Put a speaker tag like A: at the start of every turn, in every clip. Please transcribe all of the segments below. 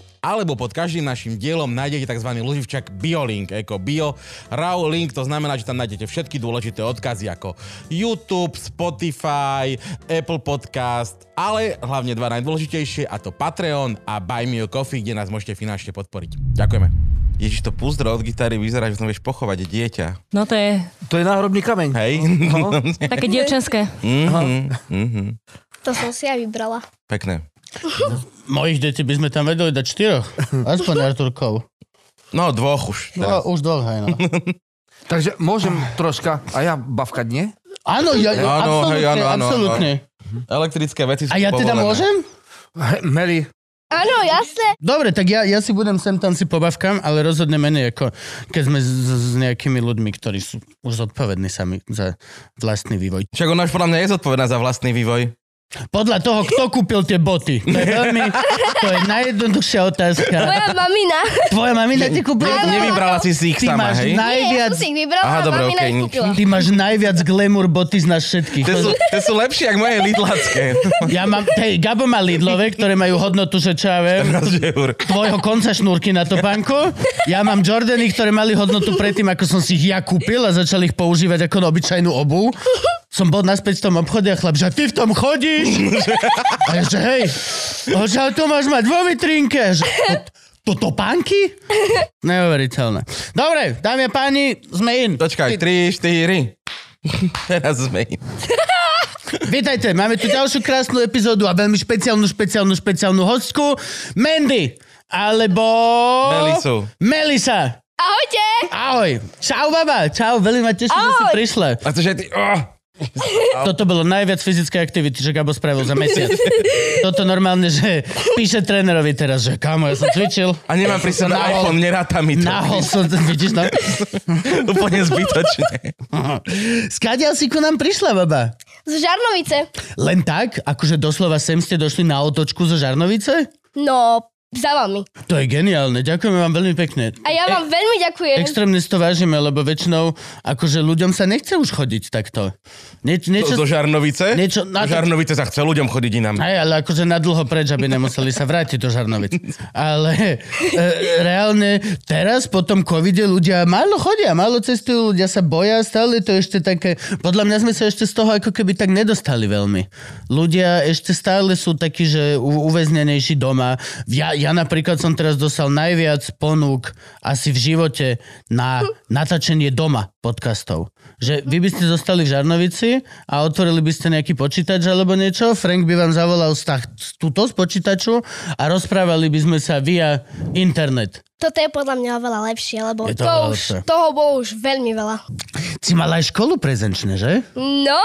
A: Alebo pod každým našim dielom nájdete tzv. loživčak BioLink, ako Bio Raw Link, to znamená, že tam nájdete všetky dôležité odkazy ako YouTube, Spotify, Apple Podcast, ale hlavne dva najdôležitejšie a to Patreon a Buy Me a Coffee, kde nás môžete finančne podporiť. Ďakujeme.
B: Ježiš, to púzdro od gitary vyzerá, že som vieš pochovať dieťa. No,
C: No to je
D: To je náhrobný kameň.
B: Hej?
C: také dievčenské.
B: Mhm.
E: To som si ja vybrala.
B: Pekné.
F: Mojich detí by sme tam vedeli dať štyroch. Aspoň Arturkov.
B: No, dvoch už. Teraz.
F: už dlho, hej, no.
D: Takže môžem troška, a ja bavkať, nie?
F: Áno, ja,
B: Áno,
F: absolútne,
B: hej, áno, áno, áno.
F: absolútne.
B: Elektrické veci sú
F: A ja teda
B: povolené.
F: môžem?
D: He, Meli,
E: Áno, jasné.
F: Dobre, tak ja, ja si budem sem tam si pobavkám, ale rozhodne menej ako keď sme s, s nejakými ľuďmi, ktorí sú už zodpovední sami za vlastný vývoj.
B: Však ona už podľa mňa je zodpovedná za vlastný vývoj.
F: Podľa toho, kto kúpil tie boty. To je veľmi, to je najjednoduchšia otázka.
E: Moja mamina.
F: Tvoja mamina ti kúpila boty?
B: Nevybrala si si ich
F: Ty
B: sama,
F: máš
B: hej?
E: Nie, ja
F: najviac,
E: som si ich vybrala,
B: Aha,
E: Aha,
B: dobre,
E: mamina
B: okej,
E: ich
B: nič.
E: kúpila.
F: ty máš najviac glamour boty z nás všetkých.
B: Te sú, te sú lepšie, ako moje lidlacké.
F: Ja mám, hej, Gabo má Lidlové, ktoré majú hodnotu, že čo ja viem,
B: eur.
F: tvojho konca šnúrky na topánku. Ja mám Jordany, ktoré mali hodnotu predtým, ako som si ich ja kúpil a začal ich používať ako na obyčajnú obu. Som bol naspäť v tom obchode a chlap, že ty v tom chodíš? A ja že hej, odtiaľ to máš mať vo vitrínke? A Že, to, to topánky? Neuveriteľné. Dobre, dámy a páni, sme in.
B: Počkaj, 3, 4. Teraz sme in.
F: Vítajte, máme tu ďalšiu krásnu epizódu a veľmi špeciálnu, špeciálnu, špeciálnu hostku. Mandy, alebo...
B: Melisu.
F: Melisa.
E: Ahojte.
F: Ahoj. Čau, baba. Čau, veľmi ma teším, že si
E: Ahoj.
F: prišla.
B: A to, že ty... Oh,
F: Toto bolo najviac fyzické aktivity, že Gabo spravil za mesiac. Toto normálne, že píše trénerovi teraz, že kamo, ja som cvičil.
B: a nemám pri sebe
F: Nahol.
B: iPhone, neráta mi to.
F: Nahol som, vidíš, no.
B: Úplne zbytočne.
F: Skadiaľ si ku nám prišla, baba?
E: Z Žarnovice.
F: Len tak? Akože doslova sem ste došli na otočku zo Žarnovice?
E: No, za vami.
F: To je geniálne, ďakujeme vám veľmi pekne.
E: A ja vám veľmi ďakujem.
F: Extrémne si to vážime, lebo väčšinou akože ľuďom sa nechce už chodiť takto. Nieč, niečo,
B: Do Žarnovice?
F: Niečo-
B: do Žarnovice sa chce ľuďom chodiť inám.
F: Hej, ale akože na dlho preč, aby nemuseli sa vrátiť do Žarnovic. Ale e, reálne teraz po tom covide ľudia málo chodia, málo cestujú, ľudia sa boja, stále to ešte také... Podľa mňa sme sa ešte z toho ako keby tak nedostali veľmi. Ľudia ešte stále sú takí, že u- uväznenejší doma. Ja, ja napríklad som teraz dostal najviac ponúk asi v živote na natáčenie doma podcastov. Že vy by ste zostali v Žarnovici a otvorili by ste nejaký počítač alebo niečo, Frank by vám zavolal z tah- z tuto z počítaču a rozprávali by sme sa via internet.
E: Toto je podľa mňa oveľa lepšie, lebo
F: Je to
E: to
F: oveľa
E: už,
F: lepšie.
E: toho bolo už veľmi veľa.
F: Si mala aj školu prezenčne, že?
E: No,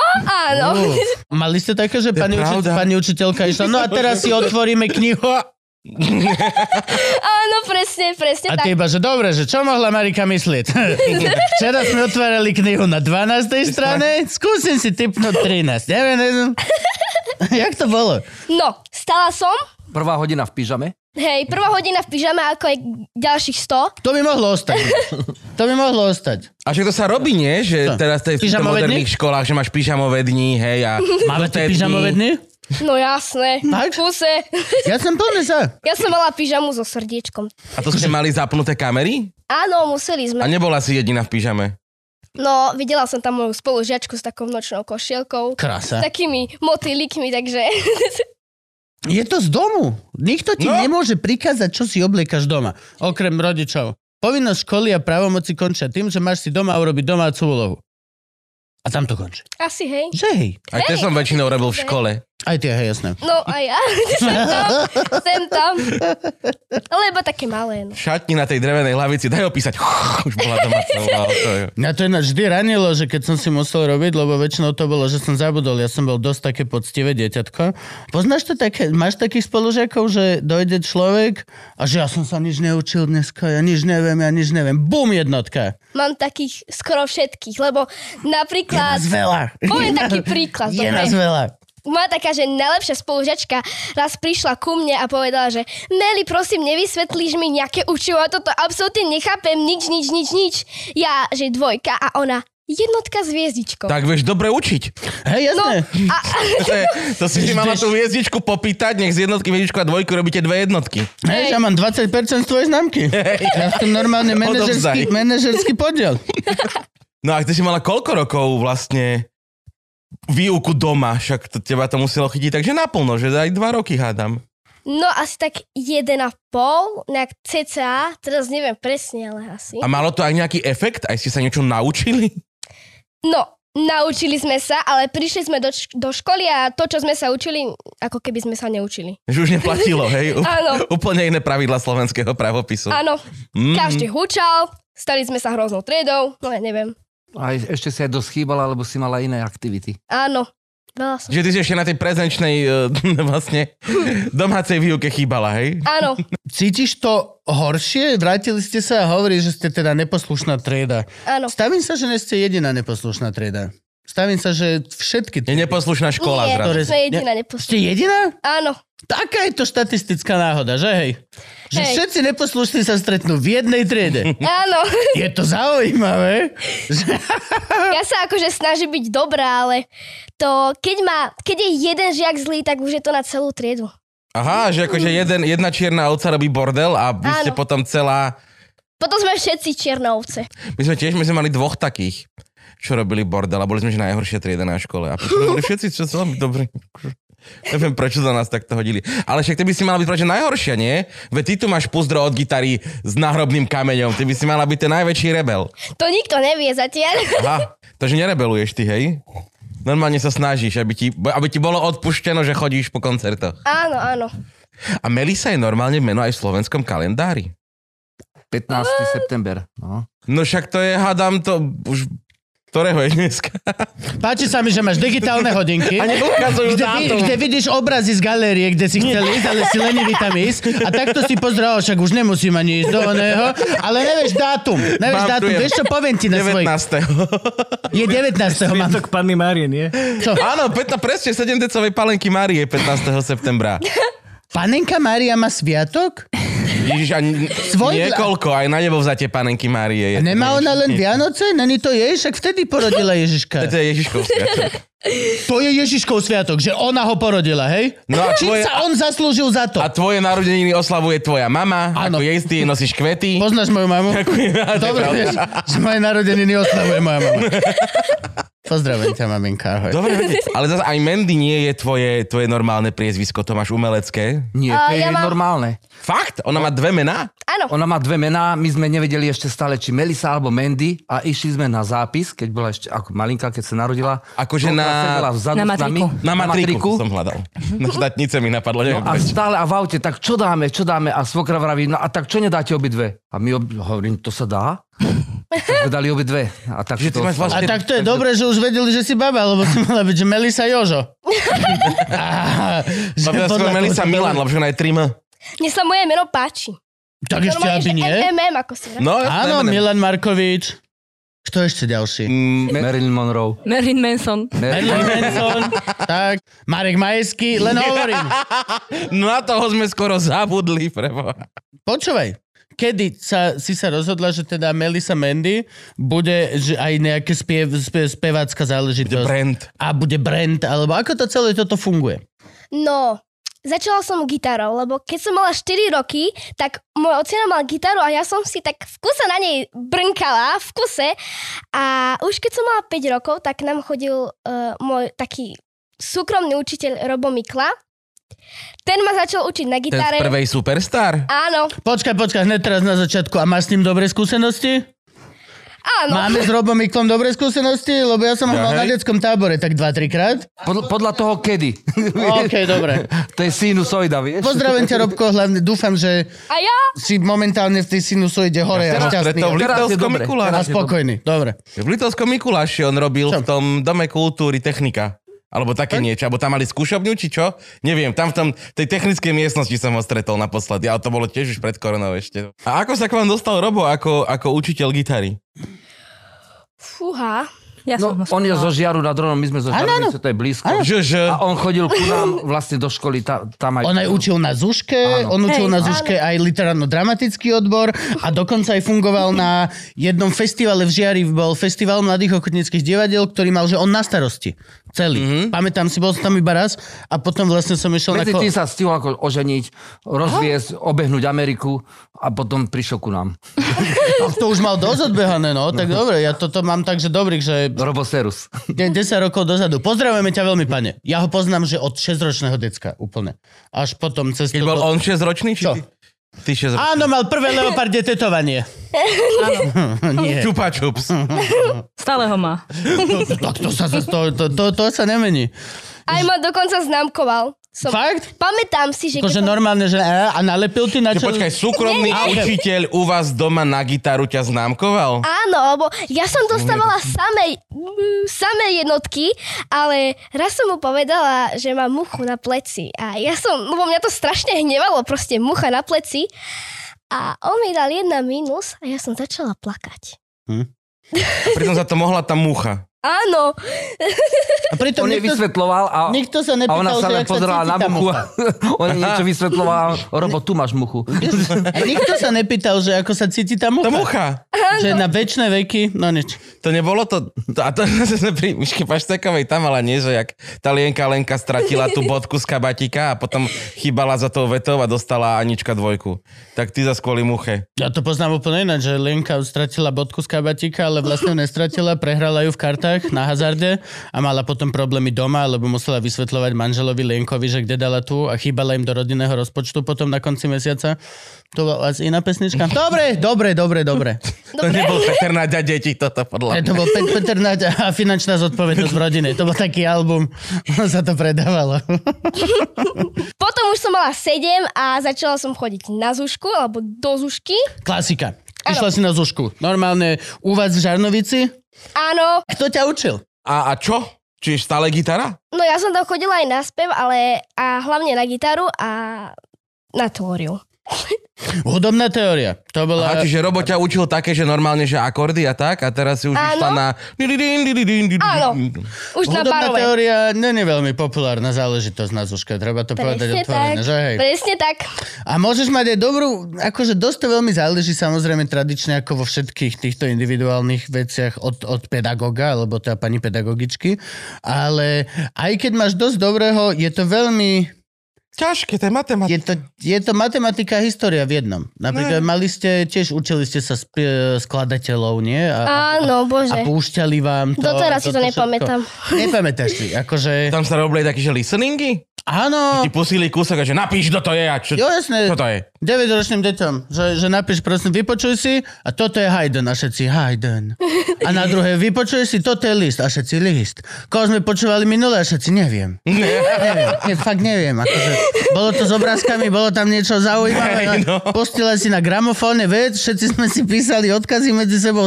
E: áno.
F: Uh, mali ste také, že pani, uči-
B: pravda.
F: pani učiteľka išla, no a teraz si otvoríme knihu
E: Áno, presne, presne
F: a
E: tak.
F: ty iba, že dobre, že čo mohla Marika myslieť? Včera sme otvárali knihu na 12. strane, skúsim si typnúť 13. Neviem, neviem. Jak to bolo?
E: No, stala som.
D: prvá hodina v pyžame.
E: Hej, prvá hodina v pyžame, ako je ďalších 100.
F: To by mohlo ostať. To by mohlo ostať.
B: A že to sa robí, nie? Že
F: Čo?
B: teraz to je v týchto
F: Pyžamové dni?
B: moderných školách, že máš pyžamové dni, hej, a...
F: Máme tu
B: doté
F: pyžamové dny?
E: No jasné.
F: Tak?
E: Kuse.
F: Ja som plne za.
E: Ja som mala pyžamu so srdiečkom.
B: A to ste mali zapnuté kamery?
E: Áno, museli sme.
B: A nebola si jediná v pyžame.
E: No, videla som tam moju spolužiačku s takou nočnou košielkou.
F: Krasa.
E: takými motýlikmi, takže...
F: Je to z domu. Nikto ti
B: No.
F: nemôže prikázať, čo si obliekaš doma. Okrem rodičov. Povinnosť školy a právomoci končia tým, že máš si doma urobiť domácu úlohu. A tam to končí.
E: Asi hej.
F: Že hej.
B: A to
E: Hej,
B: som väčšinou robil v
E: hej.
B: škole.
F: Aj tie, hej, jasné.
E: No a ja sem tam, sem tam. Ale iba také malé, no.
B: V šatni na tej drevenej lavici, daj opísať. Už bola domáca. úloha, to je-
F: Mňa to ináč vždy ranilo, že keď som si musel robiť, lebo väčšinou to bolo, že som zabudol. Ja som bol dosť také poctivé dieťatko. Poznáš to také, máš takých spolužiakov, že dojde človek a že ja som sa nič neučil dneska, ja nič neviem, ja nič neviem. Bum, jednotka.
E: Mám takých skoro všetkých, lebo
F: Je
E: napríklad...
F: nás veľa.
E: Poviem taký príklad,
F: Je
E: dobre.
F: nás veľa.
E: moja taká, že najlepšia spolužiačka raz prišla ku mne a povedala, že Meli, prosím, nevysvetlíš mi nejaké učivo, ja toto absolútne nechápem, nič, nič, nič, nič. Ja, že dvojka a ona jednotka s hviezdičkou.
B: Tak vieš dobre učiť.
F: Hej,
E: No,
F: jasné.
E: a,
B: To, je, to si si mala tú hviezdičku popýtať, nech z jednotky hviezdičku a dvojku robíte dve jednotky.
F: Hej, ja mám 20% z tvojej známky. Ja som normálne manažerský,
B: Odovzdaj.
F: manažerský podiel.
B: No a ty si mala koľko rokov vlastne výuku doma, však to, teba to muselo chytiť, takže naplno, že aj dva roky hádam.
E: no asi tak 1,5, nejak cca, teraz neviem presne, ale asi.
B: A malo to aj nejaký efekt? Aj ste sa niečo naučili?
E: No, naučili sme sa, ale prišli sme do, š- do školy a to, čo sme sa učili, ako keby sme sa neučili.
B: Že už neplatilo, hej? Ú-
E: Áno.
B: Úplne iné pravidla slovenského pravopisu.
E: Áno,
B: Mm.
E: každý hučal, stali sme sa hroznou triedou, no ja neviem.
D: A e- ešte si aj dosť chýbala, lebo si mala iné aktivity.
E: Áno, veľa som.
B: Že ty si ešte na tej prezenčnej eh, vlastne domácej výuke chýbala, hej?
E: Áno,
F: Cítiš to horšie? Vrátili ste sa a hovorí, že ste teda neposlušná trieda.
E: áno.
F: Stavím sa, že nie ste jediná neposlušná trieda. Stavím sa, že všetky...
B: Je neposlušná škola
E: Nie,
B: zrazu.
F: Ktoré-
E: sme jediná
F: Ste
E: nepustili.
F: jediná?
E: Áno,
F: Taká je to štatistická náhoda, že hej? Že
E: Hej.
F: všetci neposlušní sa stretnú v jednej triede.
B: Mm.
E: áno.
F: Je to zaujímavé. Že...
E: Ja sa akože snažím byť dobrá, ale to, keď, má, keď je jeden žiak zlý, tak už je to na celú triedu.
B: Aha, že akože jeden, jedna čierna ovca robí bordel a vy ste
E: Áno.
B: potom celá...
E: Potom sme všetci čiernovce.
B: My sme tiež my sme mali dvoch takých, čo robili bordel a boli sme že najhoršia trieda na škole. A potom boli všetci čo sú veľmi dobrí. Neviem, prečo za nás takto hodili. Ale však ty by si mala byť prečo najhoršia, nie? Veď ty tu máš puzdro od gitary s náhrobným kameňom. Ty by si mala byť ten najväčší rebel.
E: To nikto nevie zatiaľ.
B: Aha, takže nerebeluješ ty, hej? Normálne sa snažíš, aby ti, aby ti bolo odpušteno, že chodíš po koncertoch.
E: Áno, áno.
B: A Melisa je normálne meno aj v slovenskom kalendári.
D: 15.
E: Ah.
D: september. No.
B: No však to je, hádam to už... Ktorého je dneska?
F: Páči sa mi, že máš digitálne hodinky.
B: A
F: Kde,
B: neukazujú
F: vi-
B: dátum.
F: kde vidíš obrazy z galérie, kde si chcel ísť, ale si lenivý tam ísť. A takto si pozdrav, však už nemusím ani ísť do oného. Ale nevieš dátum. Nevieš
B: Mám tu
F: dátum.
B: je-
F: Vieš čo, poviem ti na svoj.
B: 19.
F: Je 19. mám.
G: Sviatok Panny Márie, nie?
F: Čo?
B: Áno, 15, presne 7 decovej palenky Márie 15. septembra.
F: Panenka Mária má sviatok?
B: Ježiš, a n-
F: Svoj-
B: niekoľko, aj na nebo vzatie panenky Márie.
F: A
B: Je
F: nemá ona len Vianoce? Není to jej? Však vtedy porodila
B: To
F: Ježiška.
B: je Ježiškov sviatok.
F: To je Ježiškov sviatok, že ona ho porodila, hej?
B: No a
F: Čím
B: tvoje-
F: sa on zaslúžil za to?
B: A tvoje narodeniny oslavuje tvoja mama,
F: Áno.
B: ako jej ty nosíš kvety.
F: Poznáš moju mamu? Dobre,
B: Dobre,
F: vieš, že moje narodeniny oslavuje moja mama. Pozdravujem ťa, maminka, ahoj.
B: Dobre, vedieť. ale zase aj Mandy nie je tvoje, tvoje normálne priezvisko, to máš umelecké.
D: Nie,
E: A
D: to je
E: ja mám-
D: normálne.
B: Fakt? Ona má dve mená?
E: Áno.
D: Ona má dve mená, my sme nevedeli ešte stále, či Melisa alebo Mandy a išli sme na zápis, keď bola ešte ako malinka, keď sa narodila.
B: Akože
D: Dvakrát
B: na-
D: sedela vzadu
C: Na
D: s nami.
C: matriku.
B: Na matriku som hľadal. Na štátnice mi napadlo, neviem.
D: No
F: No
D: A
B: prečo.
D: stále a v aute, tak čo dáme, čo dáme? A svokra vraví, no a tak čo nedáte obidve? A my ob... hovorím, to sa dá? Tak sme dali obidve. A tak
B: Že ty
D: to
B: máš
D: ostalo.
F: A
B: vlastne...
F: tak to je dobré, že už vedeli, že si baba, lebo si mala byť, že Melisa Jožo. Á, že
B: Bavila
F: podľa
B: sme
F: toho
B: Melisa
F: si-
B: Milan, lebo že ona je 3M.
E: Mne sa moje meno páči.
F: Tak ešte, aby nie.
E: MMM, ako si vraj.
B: No, jasné,
F: Áno,
B: menem.
F: Milan Markovič. Kto ešte ďalší?
B: Mm,
D: Marilyn Monroe.
C: Marilyn Manson.
D: Marilyn
F: Marilyn Manson, tak, Marek Majeský, len hovorím.
B: No na toho sme skoro zabudli, preboha.
F: Počúvaj, kedy sa, si sa rozhodla, že teda Melisa Mandy bude že aj nejaké spiev, spiev, spevácka záležitosť
B: Brand.
F: a bude brand, alebo ako to celé toto funguje?
E: No, začala som gitarou, lebo keď som mala 4 roky, tak môj ocino mal gitaru a ja som si tak v kuse na nej brnkala, v kuse. A už keď som mala 5 rokov, tak nám chodil uh, môj taký súkromný učiteľ Robo Mikla. Ten ma začal učiť na
B: Ten z
E: gitare.
B: prvej superstar.
E: Áno,
F: Počkaj, počkaj, hneď teraz na začiatku. A máš s ním dobré skúsenosti?
E: áno.
F: Máme s Robom Miklom dobré skúsenosti? Lebo ja som ho
B: Ja,
F: mal na
B: hej.
F: detskom tábore tak 2-3 krát.
D: Pod, podľa toho kedy.
F: OK, dobre.
D: to je sinusoida, vieš?
F: Pozdravím ťa, Robko, hlavne dúfam, že
E: A ja?
F: si momentálne v tej sinusoide hore a
B: Teraz
F: šťastný.
B: preto v
D: Teraz je
B: Litovskom
D: dobre,
F: A
B: Mikuláši.
F: spokojný, dobre.
B: V Litovskom Mikuláši on robil v tom dome kultúry technika. Alebo také niečo. Alebo tam mali skúšobňu, či čo? Neviem, tam v tom, tej technickej miestnosti som ho stretol naposledy, ale to bolo tiež už pred koronou ešte. A ako sa k vám dostal Robo ako, ako učiteľ gitary?
E: Fúha.
C: Ja
D: No,
C: som ho
D: on je zo
C: spoznala.
D: Žiaru nad Ronom, my sme zo
F: Áno, áno.
D: Žiaru, to je blízko.
F: Áno.
B: Že, že.
D: A on chodil ku nám vlastne do školy, tá, tam aj...
F: On aj učil na Zuške,
D: Áno.
F: on učil
C: Hej,
F: na Zuške aj literárno-dramatický odbor a dokonca aj fungoval na jednom festivale v Žiari, bol festival mladých ochotníckých divadiel, ktorý mal, že on na starosti. Celý. Mm-hmm. Pamätám si, bol som tam iba raz a potom vlastne som išiel
D: Mhm. Medzi
F: na...
D: tým sa stihol ako oženiť, rozviesť, obehnúť Ameriku a potom prišiel ku nám.
F: Ach, to už mal dosť odbehané, no. Tak dobre, ja toto mám tak, že dobrý, že
D: Roboserus.
F: de- 10 rokov dozadu. Pozdravujeme ťa veľmi, pane. Ja ho poznám, že od 6-ročného decka úplne. Až potom cez...
B: Keď bol
F: toto-
B: on 6-ročný? Či
F: Čo?
B: ty? Ty 6-ročný.
F: Áno, mal prvé leopardie tetovanie. Áno. Nie.
B: Čupa čups.
C: Stále ho má.
F: Tak to sa, zas- to, to, to, to sa nemení.
E: Aj ma dokonca známkoval. Som...
F: Fakt?
E: Pamätám si, že...
F: Akože
E: keď som-
F: normálne, že e, a nalepil ty na
B: Že
F: čo?
B: počkaj, súkromný učiteľ u vás doma na gitaru ťa známkoval?
E: Áno, lebo ja som dostávala samé, mm, samé jednotky, ale raz som mu povedala, že má muchu na pleci. A ja som, lebo mňa to strašne hnevalo, proste mucha na pleci. A on mi dal jedna minus a ja som začala plakať.
B: A pritom za to mohla tá mucha.
E: Áno,
F: A pritom
D: On jej
F: nikto,
D: vysvetloval a,
F: nikto sa
D: a
F: nepýtal,
D: ona sa
F: že
D: len
F: ak sa
D: pozerala
F: cíti
D: na
F: tá
D: muchu.
F: mucha.
D: a On jej niečo vysvetloval, a- Robo, tu máš muchu.
F: A nikto sa nepýtal, že ako sa cíti tá mucha.
B: Tá mucha.
F: Že na väčšie veky, no nič.
B: To nebolo to, to a to sme pri Miške Paštekovej tam, ale nie, že jak tá Lienka Lenka stratila tú bodku z kabatika a potom chýbala za tou vetou a dostala Anička dvojku. Tak ty za kvôli muche.
F: Ja to poznám úplne ináč, že Lenka stratila bodku z kabatika, ale vlastne ju nestratila, prehrala ju v kartách na hazarde a mala potom problémy doma, lebo musela vysvetľovať manželovi Lenkovi, že kde dala tú a chýbala im do rodinného rozpočtu potom na konci mesiaca. To bola asi iná pesnička. Dobre, dobre, dobre, dobre.
B: To nebol Peter Naďa deti toto podľa
F: Ne,
B: mňa.
F: to bol Pet- Peter Naď a finančná zodpovednosť v rodine. To bol taký album, on sa to predávalo.
E: potom už som mala 7 a začala som chodiť na zušku alebo do zušky.
F: Klasika. Išla si na Zušku. Normálne u vás v Žarnovici.
E: Áno,
F: Kto ťa učil?
B: A, a čo? Čiže stále gitara?
E: no ja som tam chodila aj na spev, ale a hlavne na gitaru a na teóriu.
F: Hudobná teória. To bola...
B: Aha, čiže Robo ťa učil také, že normálne, že akordy a tak a teraz si už
E: Áno.
B: išla na...
E: Áno. Už na
F: Hudobná
E: barovej.
F: teória není veľmi populárna záležitosť na Zuzke, treba to povedať
E: Presne tak,
F: otvorene, že hej.
E: presne tak.
F: A môžeš mať aj dobrú, akože dosť to veľmi záleží samozrejme tradične ako vo všetkých týchto individuálnych veciach od, od pedagoga, alebo teda pani pedagogičky, ale aj keď máš dosť dobrého, je to veľmi
B: Ťažké, to je matematika.
F: je to, je to matematika a história v jednom. Napríklad no. mali ste, tiež učili ste sa sp- skladateľov, nie? A, a
E: Áno, bože.
F: púšťali vám to.
E: Doteraz si to
F: toto všetko.
E: nepamätám.
F: Nepamätáš si, akože...
B: Tam sa robili také, že listeningy?
F: Áno.
B: Ti pusili kúsok a že napíš, kto to je a čo,
F: No. Jo, jasné.
B: čo to je.
F: 9-ročným deťom, že, že napíš prosím, vypočuj si a toto je Haydn a všetci Haydn. A na druhé, vypočuj si, toto je list a všetci list. Koho sme počúvali minule a všetci neviem. Neviem, ne, fakt neviem. Akože, bolo to s obrázkami, bolo tam niečo zaujímavé.
B: Hej, no.
F: Postila si na gramofóne vec, všetci sme si písali odkazy medzi sebou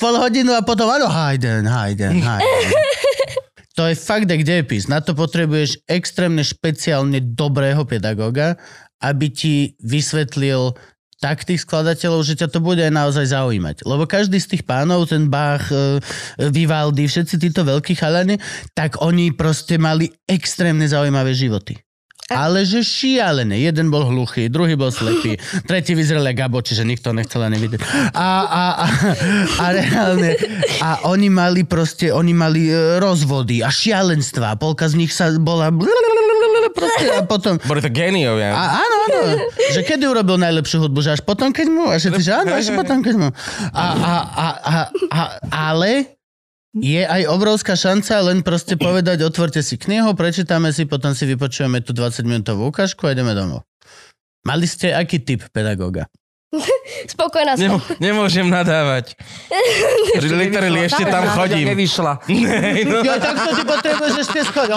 F: pol hodinu a potom áno, Haydn, Haydn, Haydn. To je fakt, kde je pís. Na to potrebuješ extrémne špeciálne dobrého pedagóga, aby ti vysvetlil tak tých skladateľov, že ťa to bude aj naozaj zaujímať. Lebo každý z tých pánov, ten Bach, e, Vivaldi, všetci títo veľkí chalani, tak oni proste mali extrémne zaujímavé životy. Ale že šialené. Jeden bol hluchý, druhý bol slepý, tretí vyzeral jak gabo, čiže nikto ho nechcel ani vidieť. A, a, a, a reálne. A oni mali proste, oni mali e, rozvody a šialenstva. Polka z nich sa bola... Proste, a potom...
B: Boli to géniovia.
F: A, áno, áno. Že kedy urobil najlepšiu hudbu? Že až potom, keď mu? A všetci, že áno, až potom, keď mu. A, a, a, a, a, ale je aj obrovská šanca len proste povedať, otvorte si knihu, prečítame si, potom si vypočujeme tú 20-minútovú ukážku a ideme domov. Mali ste aký typ pedagóga?
E: Spokojná som.
B: Nemo- nemôžem nadávať. Že Literally ešte tam
D: Nadia
B: chodím.
D: Nevyšla.
B: Hej, no.
F: Jo, tak to ty potrebuješ ešte schodiť.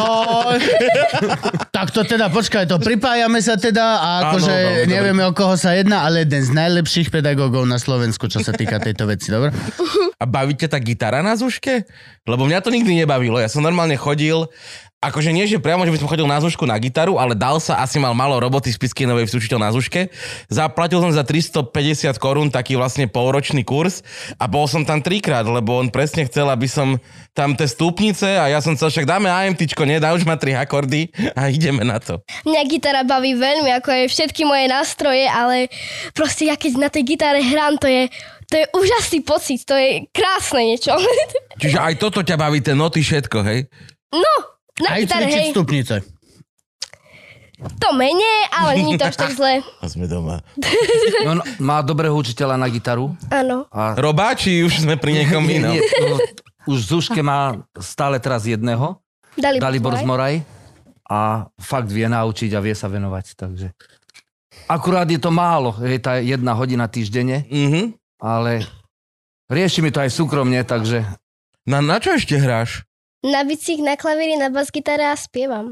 F: Tak to teda, počkaj, to pripájame sa teda a akože
B: Áno, áno,
F: nevieme, o koho sa jedná, ale jeden z najlepších pedagógov na Slovensku, čo sa týka tejto veci, dobre?
B: A bavíte tá gitara na zuške? Lebo mňa to nikdy nebavilo. Ja som normálne chodil akože nie, že priamo, že by som chodil na zúšku na gitaru, ale dal sa, asi mal malo roboty z Piskinovej v učiteľ na zúške. Zaplatil som za 350 korún taký vlastne polročný kurz a bol som tam trikrát, lebo on presne chcel, aby som tam tie stupnice a ja som chcel, však dáme AMTčko, nie, dá už ma tri akordy a ideme na to.
E: Mňa gitara baví veľmi, ako aj všetky moje nástroje, ale proste ja keď na tej gitare hrám, to je, to je úžasný pocit, to je krásne niečo.
B: Čiže aj toto ťa baví, tie noty, všetko, hej?
E: No, na
F: Aj
E: gitare, hej,
F: cvičiť stupnice.
E: to menej, ale nie je to až tak zle.
B: A sme doma.
D: No, no, má dobrého učiteľa na gitaru.
E: Áno.
D: A...
B: Robáči, už sme pri niekom
D: Nie,
B: inom.
D: nie, no, už Zuške má stále teraz jedného,
E: Dalibor,
D: Dalibor z
E: Zmaj.
D: Moraj. A fakt vie naučiť a vie sa venovať, takže... Akurát je to málo, je tá jedna hodina týždenne,
B: Mhm.
D: ale rieši mi to aj súkromne, takže
B: Na, na čo ešte hráš?
E: Na bicích, na klavíri, na basgitare a spievam.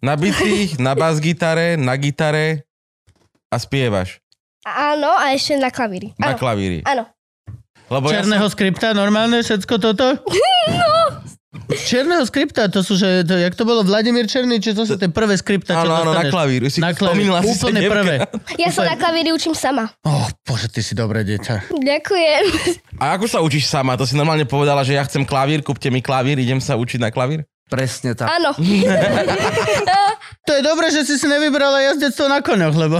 B: Na bicích, na bas-gitare, na gitare a spievaš.
E: Áno, a ešte na klavíri.
B: Na
E: Áno,
B: klavíri.
E: áno.
B: Lebo ja som-
F: Černého skripta, normálne všetko toto? No. Černého skripta, to sú, že, to, jak to bolo, Vladimír Černý, či to sú tie prvé skripta, čo
B: Áno, áno, na
F: dostaneš?
B: klavír. Si
F: Na klavír,
B: spomínala si
F: úplne
B: sedemka.
F: prvé.
E: Ja sa
F: Úplne.
E: na klavíri učím sama.
F: Oh, bože, ty si dobré dieťa.
E: Ďakujem.
B: A ako sa učíš sama? To si normálne povedala, že ja chcem klavír, kúpte mi klavír, idem sa učiť na klavír?
D: presne tak.
E: Áno. Eh,
F: To je dobré, že si si nevybrala jazdectvo na koňoch, lebo...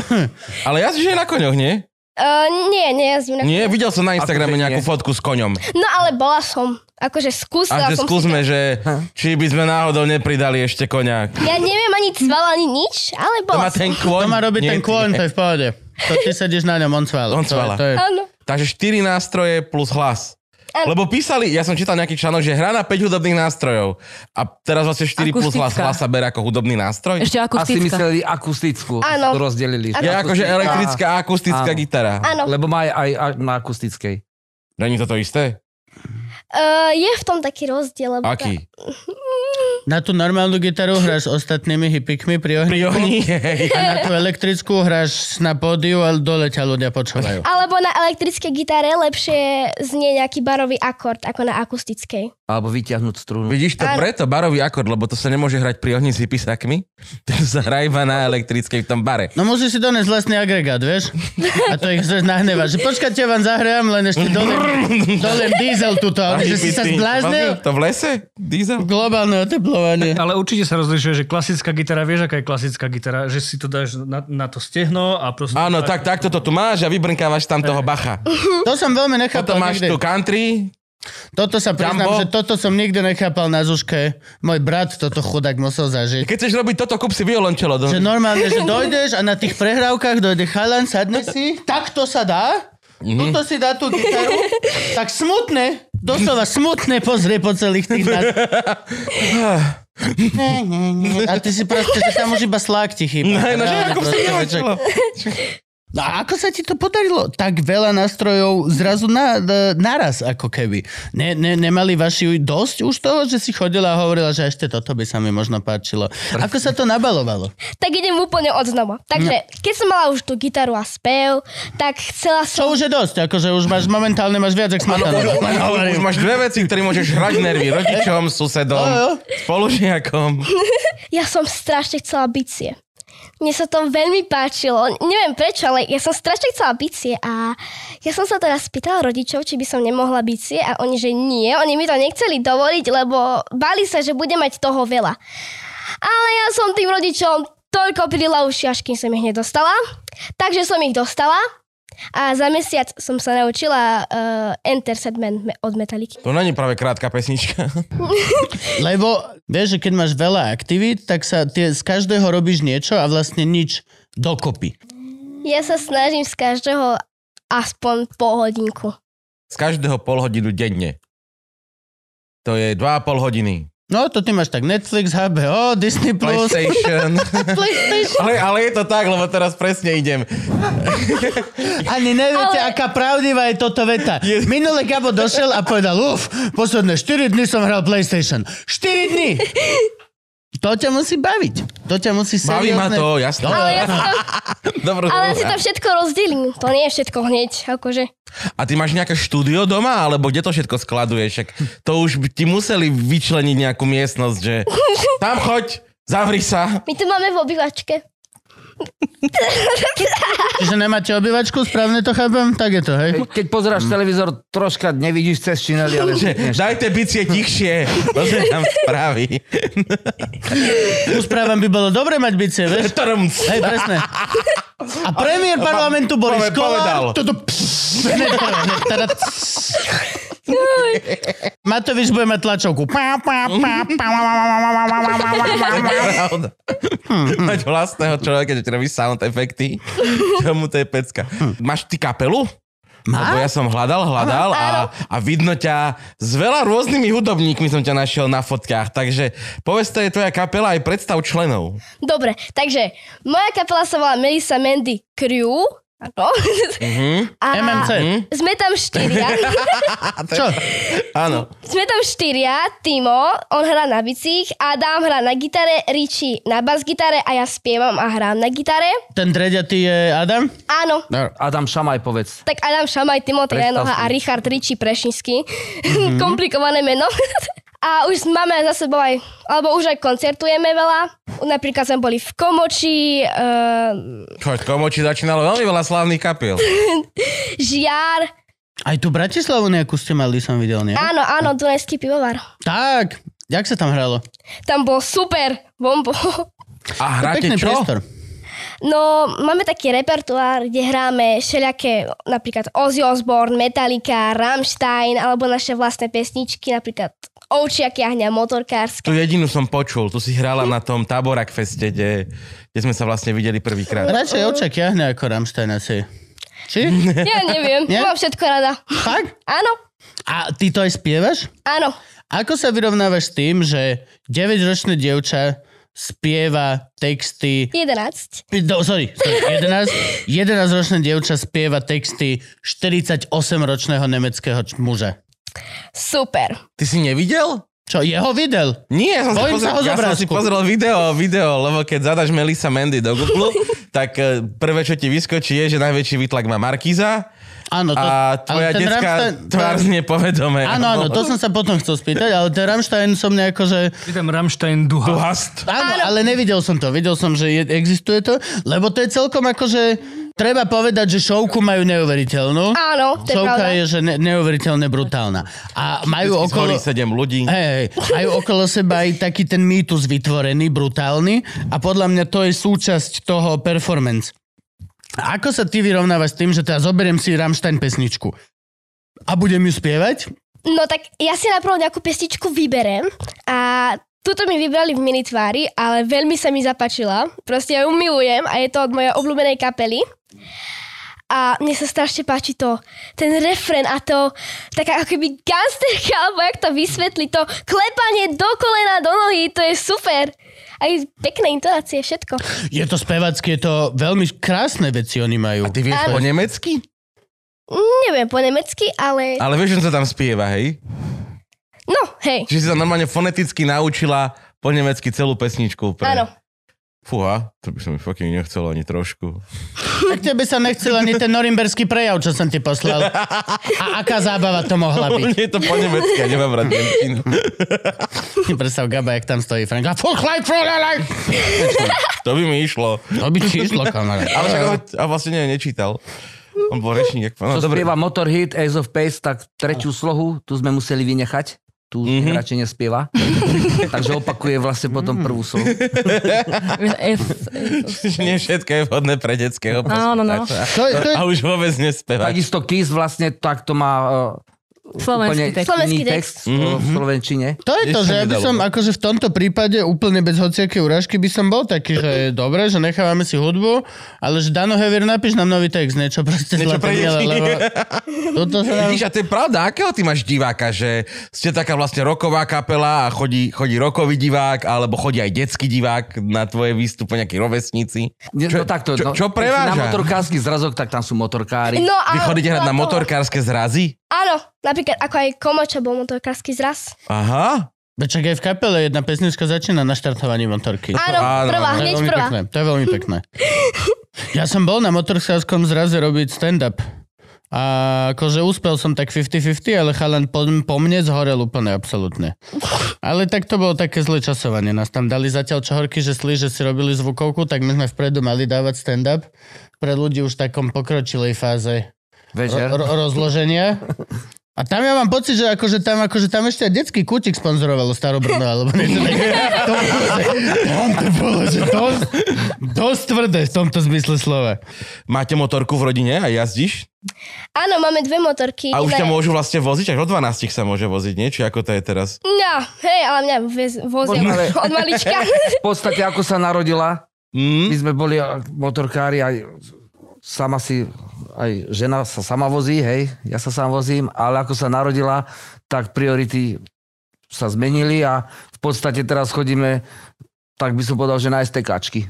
B: Ale ja si že je na koňoch, nie?
E: Uh, nie, nejazdím na
B: Nie, videl som na Instagrame
D: Akože nie.
B: nejakú fotku s koňom.
E: No ale bola som. Akože skúsila
B: A že
E: som
B: skúsme, že či by sme náhodou nepridali ešte koňa.
E: Ja neviem ani cval, ani nič, ale
B: To
E: bola
B: má
E: som.
B: ten kôň.
F: To má robiť
B: nie
F: ten
B: ty.
F: kôň, to je v pohode. To ty sedíš na ňom, on cvala.
B: On cvala.
F: To, je- to je...
E: Áno.
B: Takže 4 nástroje plus hlas.
E: Áno.
B: Lebo písali, ja som čítal nejaký článok, že hra na 5 hudobných nástrojov. A teraz vlastne 4 plus hlas,
C: Akustická.
B: hlas sa berá ako hudobný nástroj.
C: Ešte
D: Asi
C: akustická.
D: mysleli akustickú,
E: Áno.
D: to rozdelili.
B: Je akože
D: Akustická.
B: elektrická a akustická
D: Áno.
B: gitara.
E: Áno.
D: Lebo má aj, aj aj na akustickej.
B: Není to to isté?
E: Uh, je v tom taký rozdiel. Lebo
B: Aký?
F: Na tú normálnu gitaru hráš s ostatnými hypikmi pri ohni.
B: Pri ohni?
F: A na tú elektrickú hráš na pódiu, ale dole ťa ľudia počúvajú.
E: Alebo na elektrickej gitare lepšie znie nejaký barový akord ako na akustickej.
D: Alebo vyťahnuť strunu.
B: Vidíš to
E: Áno.
B: preto, barový akord, lebo to sa nemôže hrať pri ohni s hypisakmi. To sa hrá iba na elektrickej v tom bare.
F: No musíš si doniesť vlastný agregát, vieš? A to ich zase nahnevá, že počkajte, vám zahrávam, len ešte dolem, dolem diesel tuto. A oni, že si sa zbláznil?
B: To v lese? Diesel?
F: Globálne oteplovanie.
G: Ale určite sa rozlišuje, že klasická gitara, vieš, aká je klasická gitara, že si to dáš na, na to stehno a proste...
B: Áno, tak, takto to tu máš a vybrnkávaš tam toho bacha.
F: To som veľmi nechápal
B: Potom máš
F: nikdy.
B: tu country,
F: Toto sa priznám,
B: Jumbo.
F: že toto som nikdy nechápal na zuške. Môj brat toto chudák musel zažiť.
B: Keď chceš robiť toto, kúp si violončelo. Do...
F: Že normálne, že dojdeš a na tých prehrávkach dojde chalan, sadne si, takto sa dá,
B: Mhm.
F: mm-hmm. tuto si dá tú gitaru, tak smutne, doslova smutne pozrie po celých tých nás. Ne, ne, ne. A ty si proste, že tam už iba slák ti chýba.
B: Hej, no, že
F: Reálne
B: ako si
F: proste, že-
B: violončelo.
F: No a ako sa ti to podarilo? Tak veľa nástrojov zrazu na, na, naraz, ako keby. Ne, ne, nemali vaši dosť už toho, že si chodila a hovorila, že ešte toto by sa mi možno páčilo. Ako sa to nabalovalo?
E: Tak idem úplne od znova. Takže
B: No.
E: keď som mala už tú gitaru a spev, tak chcela
F: To
E: som...
F: už je dosť, akože už máš momentálne máš viac, ak smatané.
B: Už máš dve veci, ktoré môžeš hrať nervy rodičom, susedom, spolužiakom.
E: Ja som strašne chcela bicie. Mne sa to veľmi páčilo. Neviem prečo, ale ja som strašne chcela bicie a ja som sa teraz spýtala rodičov, či by som nemohla bicie a oni, že nie. Oni mi to nechceli dovoliť, lebo bali sa, že budem mať toho veľa. Ale ja som tým rodičom toľko prila uši, až kým som ich nedostala. Takže som ich dostala a za mesiac som sa naučila uh, Enter Sedman me- od Metallica.
B: To není práve krátka pesnička.
F: Lebo vieš, že keď máš veľa aktivít, tak sa tie, z každého robíš niečo a vlastne nič dokopy.
E: Ja sa snažím z každého aspoň pol hodinku.
B: Z každého pol hodinu denne. To je 2,5 hodiny.
F: No to ty máš tak Netflix, HBO, Disney+.
B: No.
F: Plus.
B: PlayStation. ale, ale je to tak, lebo teraz presne idem.
F: Ani neviete, ale... aká pravdivá je toto veta. Je... Minule Gabo došiel a povedal, uf, posledné 4 dny som hral PlayStation. 4 dny! To ťa musí baviť. To ťa musí
B: Baví ma
F: seriózne-
B: to, jasné.
F: No.
E: Ale ja si to,
B: Dobro,
E: ale ja
B: dobro.
E: si to všetko rozdelím. To nie je všetko hneď, akože.
B: A ty máš nejaké štúdio doma, alebo kde to všetko skladuješ? Však to už by ti museli vyčleniť nejakú miestnosť, že tam choď, zavri sa.
E: My to máme v obývačke.
F: Čiže nemáte obývačku, správne to chápem? Tak je to, hej?
D: Keď pozeráš televízor, troška nevidíš cez činely, ale...
B: Že dajte bicie tichšie, to sa nám spraví.
F: Ku správam by bolo dobre mať bicie, vieš?
B: Trmc.
F: Hej, presne. A premiér parlamentu Boris
B: pove- povedal.
F: Kolár... Toto pss, hneď prvé, hneď teda pss. Matovič bude mať tlačovku. Pá, pá, pá, pá, pá, pá, pá, pá, pá, pá, pá, pá, pá.
B: Pravda. Mať vlastného človeka, čo ti robí sound efekty. Čomu to je pecka. Máš ty kapelu? Lebo ja som hľadal, hľadal a, a vidno ťa s veľa rôznymi hudobníkmi som ťa našiel na fotkách. Takže povedz, to je tvoja kapela aj predstav členov.
E: Dobre, takže moja kapela sa volá Melissa Mandy Crew. Áno. A
F: MMC.
E: sme tam štyria.
F: Čo?
B: Áno.
E: sme tam štyria. Timo, on hrá na bicích, Adam hrá na gitare, Richie na bas-gitare a ja spievam a hrám na gitare.
F: Ten dreďatý je Adam?
E: Áno.
B: No.
D: Adam Šamaj, povedz.
E: Tak Adam Šamaj, Timotej
D: Predstav
E: Janoha
D: si. Mhm.
E: a Richard Ričí Prešinský. Komplikované meno. A už máme za sebou aj, alebo už aj koncertujeme veľa. Napríklad sme boli v Komoči, ehm,
B: Choď, komoči začínalo veľmi veľa slávnych kapiel.
E: Žiar.
F: Aj tu Bratislavu nejakú ste mali, som videl, nie?
E: Áno, áno, Dunajský pivovar.
F: Tak, jak sa tam hralo?
E: Tam bol super, bombo.
B: A hráte
F: Pekný
B: čo?
F: priestor.
E: No, máme taký repertoár, kde hráme všelijaké, napríklad Ozzy Osbourne, Metallica, Rammstein, alebo naše vlastné pesničky, napríklad Ovčiak jahňa, motorkárska.
B: Tu jedinú som počul, tu si hrála na tom Taborak feste, kde, kde sme sa vlastne videli prvýkrát.
F: Radšej očak jahne ako Rammstein asi. Či?
E: Ja neviem,
F: Nie?
E: mám všetko rada.
F: Fakt?
E: Áno,
F: A ty to aj spievaš?
E: áno.
F: Ako sa vyrovnávaš s tým, že 9-ročné dievča spieva texty...
E: 11.
F: No, sorry, sorry 11, 11-ročné dievča spieva texty 48-ročného nemeckého č- muža.
E: Super.
B: Ty si nevidel?
F: Čo, jeho videl?
B: Nie, ja som,
F: Bojím
B: si
F: sa
B: pozrel,
F: ho z
B: ja som si
F: obrázku.
B: pozrel video, video, lebo keď zadaš Melissa Mandy do Google, tak eh, prvé, čo ti vyskočí, je, že najväčší výtlak má Markíza
F: Áno, No to,
B: a tvoja
F: ten
B: detská
F: Rammstein-
B: tvár znie povedome.
F: Áno, áno, to som sa potom chcel spýtať, ale ten Rammstein som nejako, že...
G: Je tam Rammstein duha.
B: Tu hast.
F: Áno, ale nevidel som to. Videl som, že je, existuje to, lebo to je celkom akože... Treba povedať, že šovku majú neuveriteľnú.
E: Áno, to je
F: Šovka
E: pravda.
F: je, že ne, neuveriteľne brutálna. A majú
B: Okolo...
F: okolo...
B: 7 ľudí.
F: Hej, hej, majú okolo seba aj taký ten mýtus vytvorený, brutálny a podľa mňa to je súčasť toho performance. A ako sa ty vyrovnávaš s tým, že teda zoberiem si Rammstein pesničku a budem ju spievať?
E: No tak ja si najprv nejakú pestičku vyberem a tuto mi vybrali v minitvári, ale veľmi sa mi zapáčila. Proste ja ju milujem a je to od mojej obľúbenej kapely. A mne sa strašne páči to, ten refren a to, taká ako keby gangsterka, alebo jak to vysvetli, to klepanie do kolena, do nohy, to je super. Aj pekné intonácie, všetko.
F: Je to spevacké, je to veľmi krásne veci oni majú.
B: Ty vieš po nemecky?
E: Neviem po nemecky, ale...
B: Ale vieš, že sa tam spieva, hej?
E: No, hej.
B: Čiže si sa normálne foneticky naučila po nemecky celú pesničku. Pre...
E: Áno.
B: Fúha, to by som mi fucking nechcel ani trošku.
F: Tak tebe sa nechcel ani ten norimberský prejav, čo som ti poslal. A aká zábava to mohla byť?
B: Nie je to po nemecky, ja nemám rád nemčinu.
F: Si Predstav Gaba, jak tam stojí Frank. A fuck life, fuck life!
B: To by mi išlo.
F: To by ti išlo, kamarát.
B: Ale však ho, a vlastne nie, nečítal. On bol rečník. jak- No,
D: Čo
B: dobre.
D: spieva Motorhead, Ace of Pace, tak tretiu slohu, tu sme museli vynechať. Tu
B: Mhm.
D: mm-hmm. radšej nespieva. Takže opakuje vlastne potom
B: Mhm.
D: prvú slohu.
B: Že nie všetko je vhodné pre detského
C: Áno, no.
B: poslucháča.
F: To, je- to je
B: A už vôbec nespevá.
D: Takisto Kiss vlastne takto má uh,
C: Slovenský text.
D: iný
E: Slovenský
D: text mm-hmm.
B: Mhm.
D: v slovenčine.
F: To je to, že
B: Ešte
F: ja by
B: nedalo. no.
F: som akože v tomto prípade úplne bez hociakej urážky by som bol taký, že je dobre, že nechávame si hudbu, ale že Dano Hever napíš nám nový text, niečo proste
B: Niečo
F: zlaté
B: pre deti.
F: biele, lebo toto sa nám...
B: Vidíš, a to je pravda, akého ty máš diváka, že ste taká vlastne roková kapela a chodí, chodí rokový divák, alebo chodí aj detský divák na tvoje výstupy, nejakí rovesníci.
D: Nie,
B: Čo-
D: no takto,
B: čo-
D: no,
B: čo
D: keď si
B: preváža?
D: Na motorkársky zrazok, tak tam sú motorkári.
E: No,
B: Vy
E: áno,
B: chodíte hrať na motorkárske zrazy?
E: Áno, napríklad ako aj Komoča bol motorkársky zraz.
B: Aha.
F: Čak aj v kapele jedna pesnička začína na štartovaní motorky.
E: Áno,
B: áno,
E: prvá,
F: To je
E: hneď
F: veľmi
E: prvá.
F: pekné, to je veľmi pekné. Ja som bol na motorsárskom zraze robiť stand-up. A akože úspel som tak 50-50, ale chalan po, po mne zhorel úplne absolútne. Ale tak to bolo také zle časovanie. Nás tam dali zatiaľ čahorky, že sli, že si robili zvukovku, tak my sme vpredu mali dávať stand-up pre ľudí už v takom pokročilej fáze
D: Večer.
F: ro- ro- rozloženia. A tam ja mám pocit, že akože tam, akože tam ešte aj detský kútik sponzorovalo Starobrno, alebo niečo také. To bolo, že, tam to bolo, že dosť, dosť tvrdé v tomto zmysle slova.
B: Máte motorku v rodine a jazdíš?
E: Áno, máme dve motorky.
B: A už ťa
E: Jedna je-
B: môžu vlastne voziť? Až od 12 sa môže voziť, nie? Či ako to je teraz?
E: No, hej, ale mňa vez- vozia
D: Možno, ale-
E: od malička.
D: V podstate, ako sa narodila, my
B: Mm?
D: sme boli a, motorkári, aj sama si, aj žena sa sama vozí, hej, ja sa sám vozím, ale ako sa narodila, tak priority sa zmenili a v podstate teraz chodíme, tak by som povedal, že na STKčky.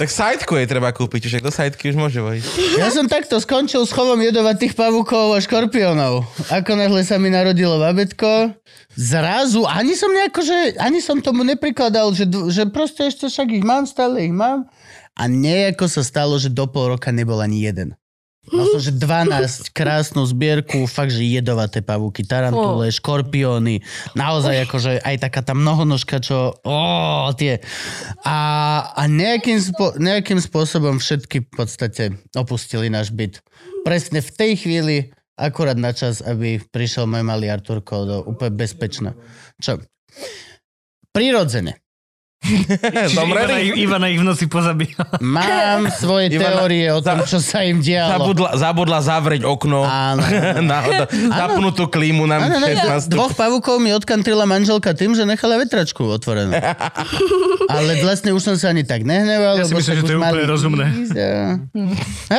B: Tak sajtku jej treba kúpiť, však do sajtky už môže vojiť.
F: Ja som takto skončil s chovom jedovatých pavukov a škorpiónov. Ako náhle sa mi narodilo babetko, zrazu, ani som nejako, že, ani som tomu neprikladal, že, dv- že proste ešte však ich mám, stále ich mám. A nejako sa stalo, že do pol roka nebol ani jeden. Mal som, že 12 krásnu zbierku, fakt, že jedovaté pavúky, tarantule, škorpióny, naozaj akože aj taká tá mnohonožka, čo, ó, tie. A, a nejakým, spo, nejakým spôsobom všetky v podstate opustili náš byt. Presne v tej chvíli, akurát na čas, aby prišiel môj malý Arturko do úplne bezpečná. Čo? Prirodzene.
G: Ivana,
B: Zomreli?
G: Ivana ich v noci pozabíja.
F: Mám svoje
B: Ivana,
F: teórie o tom, čo sa im dialo.
B: Zabudla, zabudla zavrieť okno.
F: Áno.
B: Náhoda. Zapnutú klímu na
F: Áno, ne,
B: 16.
F: dvoch pavúkov mi odkantrila manželka tým, že nechala vetračku otvorenú. ale vlastne už som sa ani tak nehneval.
G: Ja si
F: lebo
G: myslím,
F: však
G: že to
F: už
G: je
F: mali
G: úplne rozumné.
F: ísť a-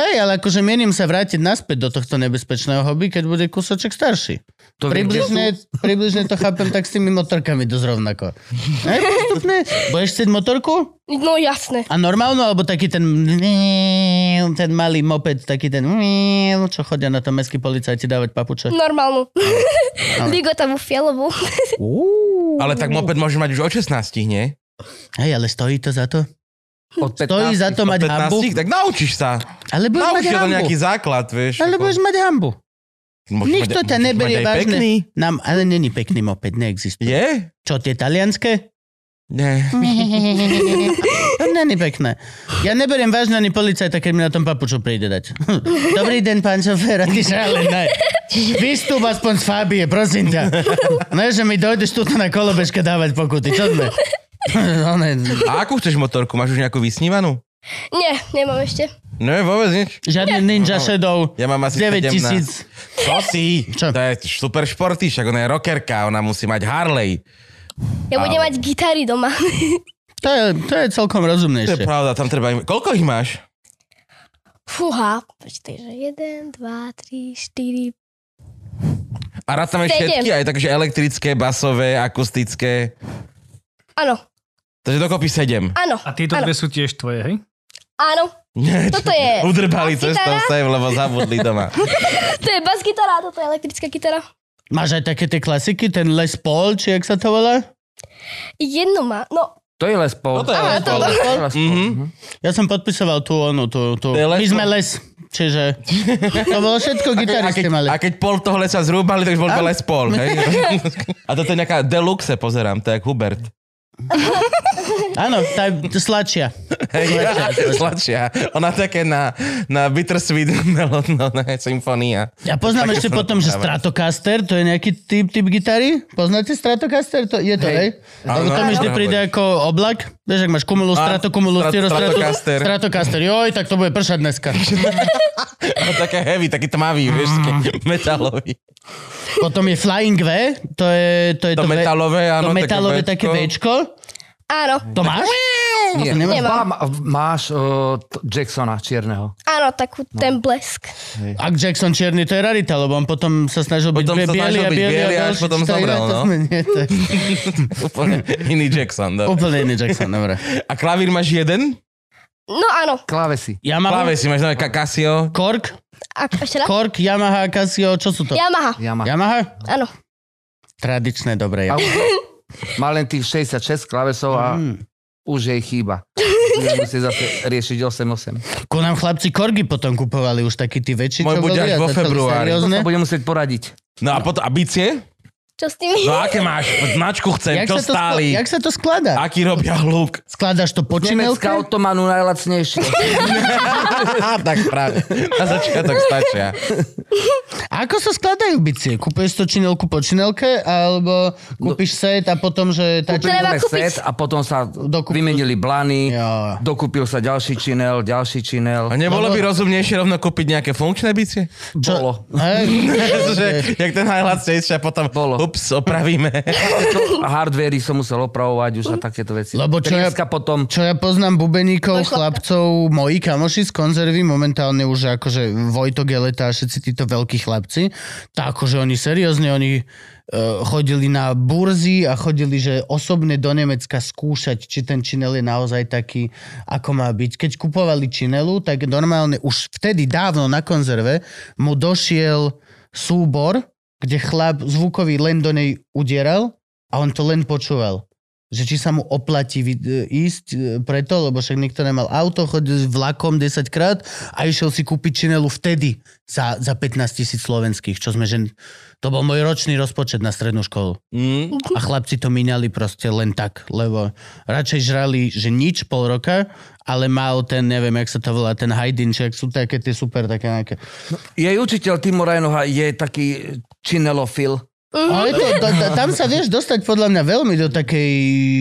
F: Hej, ale akože mienim sa vrátiť naspäť do tohto nebezpečného hobby, keď bude kúsoček starší.
D: To viem, kde
F: Približne, približne to chápem tak s tými motorkami dosť rovnako. Hej, postupne. Budeš chcieť motorku?
E: No jasné.
F: A normálnu, alebo taký ten ten malý moped, taký ten čo chodia na to mestskí policajti dávať papuče.
E: Normálnu. Ligotavú fialovú.
B: Ale tak moped môže mať už od 16, nie?
F: Hej, ale stojí to za to?
D: Od
F: Hm, Stojí za to mať hambu?
B: 15, tak naučíš sa.
F: Ale budeš mať
B: Naučíš sa to
F: hambu.
B: nejaký základ, vieš.
F: Ale
B: ako-
F: budeš mať hambu.
B: Môžeš mať-
F: Nikto ťa
B: môžeš mať
F: neberie
B: aj
F: vážne.
B: Pekný?
F: Nám, ale není pekný moped, neexistuje.
B: Je?
F: Čo, tie talianské?
B: Nie.
F: To není pekné. Ja neberiem vážne ani policajta, keď mi na tom papuču príde dať. Dobrý deň, pán šofér, a ty sa ale ne. Vystup aspoň z Fábie, prosím ťa. Ne, že mi dojdeš tu na kolobežke dávať pokuty, čo sme? No, ne,
B: A akú chceš motorku? Máš už nejakú vysnívanú?
E: Nie, nemám ešte.
B: No je vôbec nič.
F: žiadny Ninja
B: No.
F: Shadow.
B: Ja mám asi
F: 9
B: 17.
F: tisíc.
B: Čo si?
F: Čo?
B: To je super športy, však ona je rockerka, ona musí mať Harley.
E: Ja budem mať gitary doma.
F: To je, to je celkom
B: To je
F: rozumnejšie.
B: pravda, tam treba... im- Koľko ich máš?
E: Fúha. Počkej, že 1, 2, 3, 4,
B: A rád tam aj
E: Sedem.
B: všetky, aj takže elektrické, basové, akustické.
E: Áno,
B: Takže dokopy sedem.
E: áno,
G: A tieto
E: Áno.
G: dve sú tiež tvoje, hej?
E: áno.
B: Nie,
E: Toto je
B: Udrbali cestou
E: basgitara?
B: sem, lebo zabudli doma.
E: To je bas gitara, toto je elektrická gitara.
F: Máš aj také tie klasiky, ten Les Paul, či jak sa to volá?
E: Jednu má, no,
D: To je Les Paul.
B: Toto je Les Paul.
D: To je Les Paul.
B: Mhm.
D: Mhm.
F: Ja som podpisoval tú onu, tú, tú.
B: To je les-
F: My sme les, čiže to bolo všetko
B: A
F: gitaristi
B: keď,
F: mali.
B: a keď pol toho lesa zrúbali, tak už bol
F: Áno.
B: Les Paul. Hej? A toto je nejaká deluxe, pozerám, to je jak Hubert.
F: Áno, tá slačia.
B: Hej,
F: Sladšia,
B: sladšia. Ona také na, na bittersweet no, melodná symfónia.
F: Ja poznám
B: Také
F: ešte
B: som
F: potom, že
B: práve.
F: Stratocaster, to je nejaký typ, typ gitary. Poznáte Stratocaster? To, je to, hej? Lebo to mi vždy
B: áno.
F: príde ako oblak. Vieš, ak máš kumulus,
B: Áno,
F: strato, kumulus,
B: strat-
F: styro, strato,
B: Stratocaster.
F: Stratocaster. Joj, tak to bude pršať dneska.
B: No, také heavy, taký tmavý, vieš,
F: Mm.
B: taký metalový.
F: Potom je Flying V, to je to, je
B: To
F: V-
B: metalové, áno.
F: to metalové také Včko.
E: áno,
F: To máš?
D: Nie.
F: Nemáš?
D: Má, má- máš uh, Jacksona čierneho.
E: áno, takú
B: No.
E: ten blesk.
F: Ak Jackson čierny, to je rarita, lebo on potom sa snažil byť
B: Potom
F: bie-
B: sa
F: biely a
B: snažil byť
F: biely
B: biely
F: a
B: až
F: ďalší
B: potom
F: čtvrtý,
B: zomrel,
F: to
B: no.
F: sme- nie, to je
B: Úplne iný Jackson, dobre.
F: Úplne iný Jackson, dobre.
B: A klavír máš jeden?
E: No áno,
D: Klávesy.
F: Ja mám
B: Klávesy máš nové Casio.
F: Kork,
E: a ešte raz?
F: Kork, Yamaha, Casio, čo sú to?
E: Yamaha,
D: Yamaha.
F: Yamaha?
E: áno.
F: Tradičné dobré. ja. Mhm.
D: A už má len tých 66 klavesov a
F: Mm.
D: už jej chýba. Musí zase riešiť 8-8.
F: Ku nám chlapci korgy potom kupovali už taký tí väčší,
B: Môj
F: čo
B: bude
F: boli. a
B: až vo
F: začali
B: februári.
D: To
F: seriózne.
D: sa bude musieť poradiť.
B: No a potom, a bicie?
E: Čo s tými?
B: No aké máš? Značku chcem,
F: Jak
B: čo
F: sa, to skla-
B: stáli?
F: jak sa to skladá?
B: Aký robia hluk?
F: Skladáš to po činelke?
D: Nemecká automanu no najlacnejšie.
B: Á, tak práve. Na začiatok stačia.
F: A Ako sa skladajú bicie? Kúpeš to činelku po činelke, alebo
B: No-
F: kúpiš set a potom, že... Tá...
D: Kúpili
E: Treba
D: sme
E: kúpiť.
D: set a potom sa
F: Dokúpil.
D: vymenili blany,
F: Jo.
D: dokúpil sa ďalší činel, ďalší činel.
B: A nebolo
F: No,
B: by rozumnejšie rovno kúpiť nejaké funkčné bicie?
D: Bolo.
F: Hej,
B: Že, jak ten najlacnejšie a potom,
D: Bolo.
B: ups, opravíme.
D: A hardvery som musel opravovať už a takéto veci.
F: Lebo čo ja-
D: Trieska potom...
F: Čo ja poznám bubeníkov,
E: Môj chlapec.
F: chlapcov, moji kamoši z konzervy, momentálne už akože Vojto Geleta a všetci títo veľkí chlapci, tak akože oni seriózne, oni uh, chodili na burzy a chodili, že osobne do Nemecka skúšať, či ten činel je naozaj taký, ako má byť. Keď kupovali činelu, tak normálne už vtedy dávno na konzerve mu došiel súbor, kde chlap zvukový len do nej udieral a on to len počúval že či sa mu oplatí vy- ísť e, preto, lebo však niekto nemal auto, chodil vlakom 10 krát a išiel si kúpiť činelu vtedy za, za 15 tisíc slovenských, čo sme, že to bol môj ročný rozpočet na strednú školu.
B: Mm.
F: A chlapci to minali proste len tak, lebo radšej žrali, že nič pol roka, ale mal ten, neviem, jak sa to volá, ten hajdin, či ak sú také tie super, také nejaké.
D: Jej učiteľ Timo Rajnoha je taký činelofil.
F: Ale to, to, to, tam sa vieš dostať podľa mňa veľmi do takej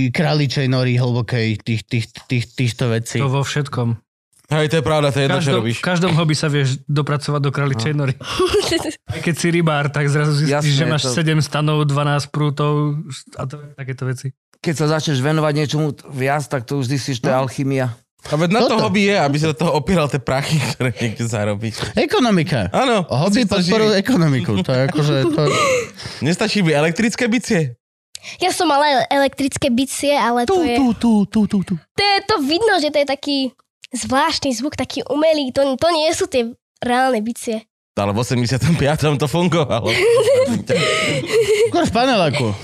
F: králičej nory hlbokej tých, tých, tých, týchto vecí.
G: To vo všetkom.
B: Hej, to je pravda, to je
G: V
B: jedno, čo
G: každom,
B: robíš.
G: v každom hobby sa vieš dopracovať do kraličej nory. Aj keď si rybár, tak zrazu zistíš,
D: Jasné,
G: že máš
D: to-
G: 7 stanov, 12 prútov a to, takéto veci.
D: Keď sa začneš venovať niečomu viac, tak to už zistíš, to je
F: No.
D: alchymia.
B: A veď na to
F: Toto.
B: hobby je, aby si do toho opíral tie prachy, ktoré niekde zarobíš.
F: Ekonomika.
B: Áno.
F: Hobby
B: si to
F: podporuje
B: živí.
F: ekonomiku. To je akože... To...
B: Nestačí by elektrické bicie?
E: Ja som mala elektrické bicie, ale to je...
B: tu, tu, tu, tu.
E: To je to vidno, že to je taký zvláštny zvuk, taký umelý. To, to nie sú tie reálne bicie.
B: Ale v 85. to fungovalo.
F: Skôr v paneláku.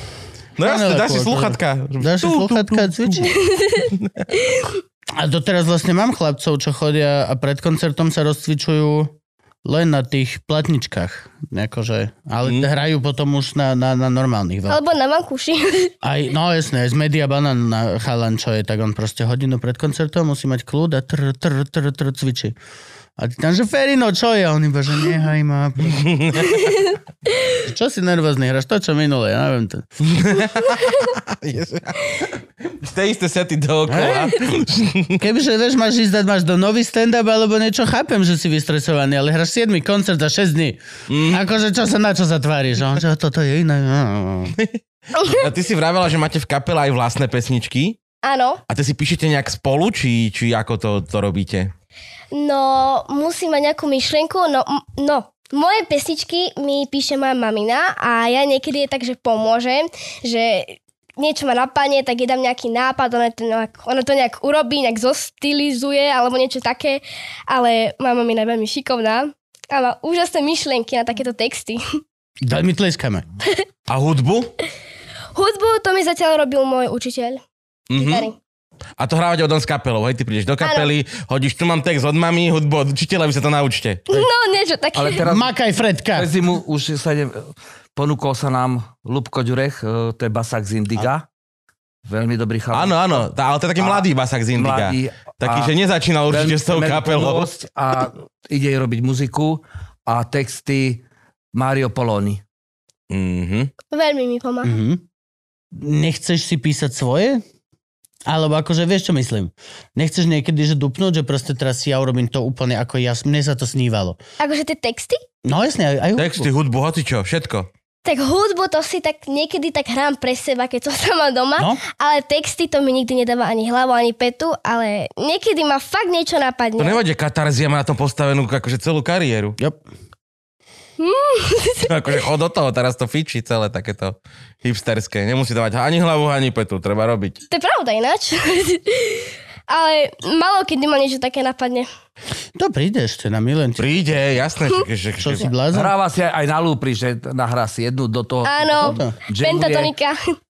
B: No jasne,
F: Panelaku,
B: dáš si
F: akože.
B: sluchatka.
F: Dáš si sluchatka a cvičí. A doteraz vlastne mám chlapcov, čo chodia a pred koncertom sa rozcvičujú len na tých platničkách. Akože, ale
B: Mm.
F: hrajú potom už na, na, na normálnych
B: No.
F: veľkých.
E: Alebo na vankuši.
F: Aj, no jasné, aj z Media Banan na chalan, čo je, tak on proste hodinu pred koncertom musí mať kľud a tr, tr, tr, tr, cvičí. A ty tam, že Ferino, čo je? A on iba, že nehaj ma. čo si nervózny, hráš to, čo minulé, ja neviem to.
B: Ste isté sety dookola.
F: Kebyže, vieš, máš ísť dať, máš do nový stand-up alebo niečo, chápem, že si vystresovaný, ale hráš 7 koncert za 6 dní. Akože, čo sa na čo zatváriš? A on, že toto je iné. no,
B: A ty si vravela, že máte v kapele aj vlastné pesničky.
E: Áno.
B: A ty si píšete nejak spolu, či, či ako to, to robíte?
E: No, musí mať nejakú myšlienku. No, m- no. Moje pesničky mi píše moja mamina a ja niekedy je tak, že pomôžem, že niečo ma napadne, tak jej dám nejaký nápad, ona to nejak, ona to nejak urobí, nejak zostilizuje alebo niečo také, ale moja mamina je veľmi šikovná a má úžasné myšlienky na takéto texty.
F: Daj mi tleskame.
B: A hudbu?
E: Hudbu to mi zatiaľ robil môj učiteľ.
B: Mhm.
E: Mm-hmm.
B: A to hrávate odon s kapelou, hej? Ty prídeš do kapely, hodíš, tu mám text od mami, hudbu od učiteľa, vy sa to naučte.
E: No, niečo také.
D: Ale teraz
F: Makaj, Fredka.
D: cez zimu už sa ne... ponúkol sa nám Lubko Ďurech, e, to je basák z Indiga. Veľmi dobrý chalán.
B: Áno, áno, tá, ale to je taký
D: A-
B: mladý basák z Indiga.
D: Mladý.
B: Taký,
D: a-
B: že nezačínal určite s
D: Veľmi
B: tou
D: chceme
B: kapelou.
D: pomôcť A ide jej robiť muziku a texty Mario Poloni.
B: Mhm.
E: Veľmi mi pomáha.
D: Mhm.
F: Mm-hmm. Nechceš si písať svoje? Alebo akože, vieš čo myslím? Nechceš niekedy, že dupnúť, že proste teraz si ja urobím to úplne ako ja, mne sa to snívalo.
E: Akože tie texty?
F: No jasne, aj, aj hudbu.
B: Texty, hudbu, hocičo, všetko.
E: Tak hudbu to si tak niekedy tak hrám pre seba, keď som sama doma,
F: No.
E: ale texty to mi nikdy nedáva ani hlavu, ani petu, ale niekedy ma fakt niečo
B: To
E: napadne.
B: nevadí, katarzia má na tom postavenú akože celú kariéru.
F: Yep.
B: akože chod do toho, teraz to fiči celé takéto hipsterské. Nemusí dávať ani hlavu, ani petu, treba robiť.
E: To je pravda ináč. ale malo kedy ma niečo také napadne.
F: To príde ešte na Milen. ty-
B: Príde, jasné. Že, že,
F: Čo si
B: že,
F: blázon?
D: Hráva si aj, aj na lúpri, že nahrá si jednu do toho.
E: Áno,
F: Toto.
D: džemuje.
E: pentatonika.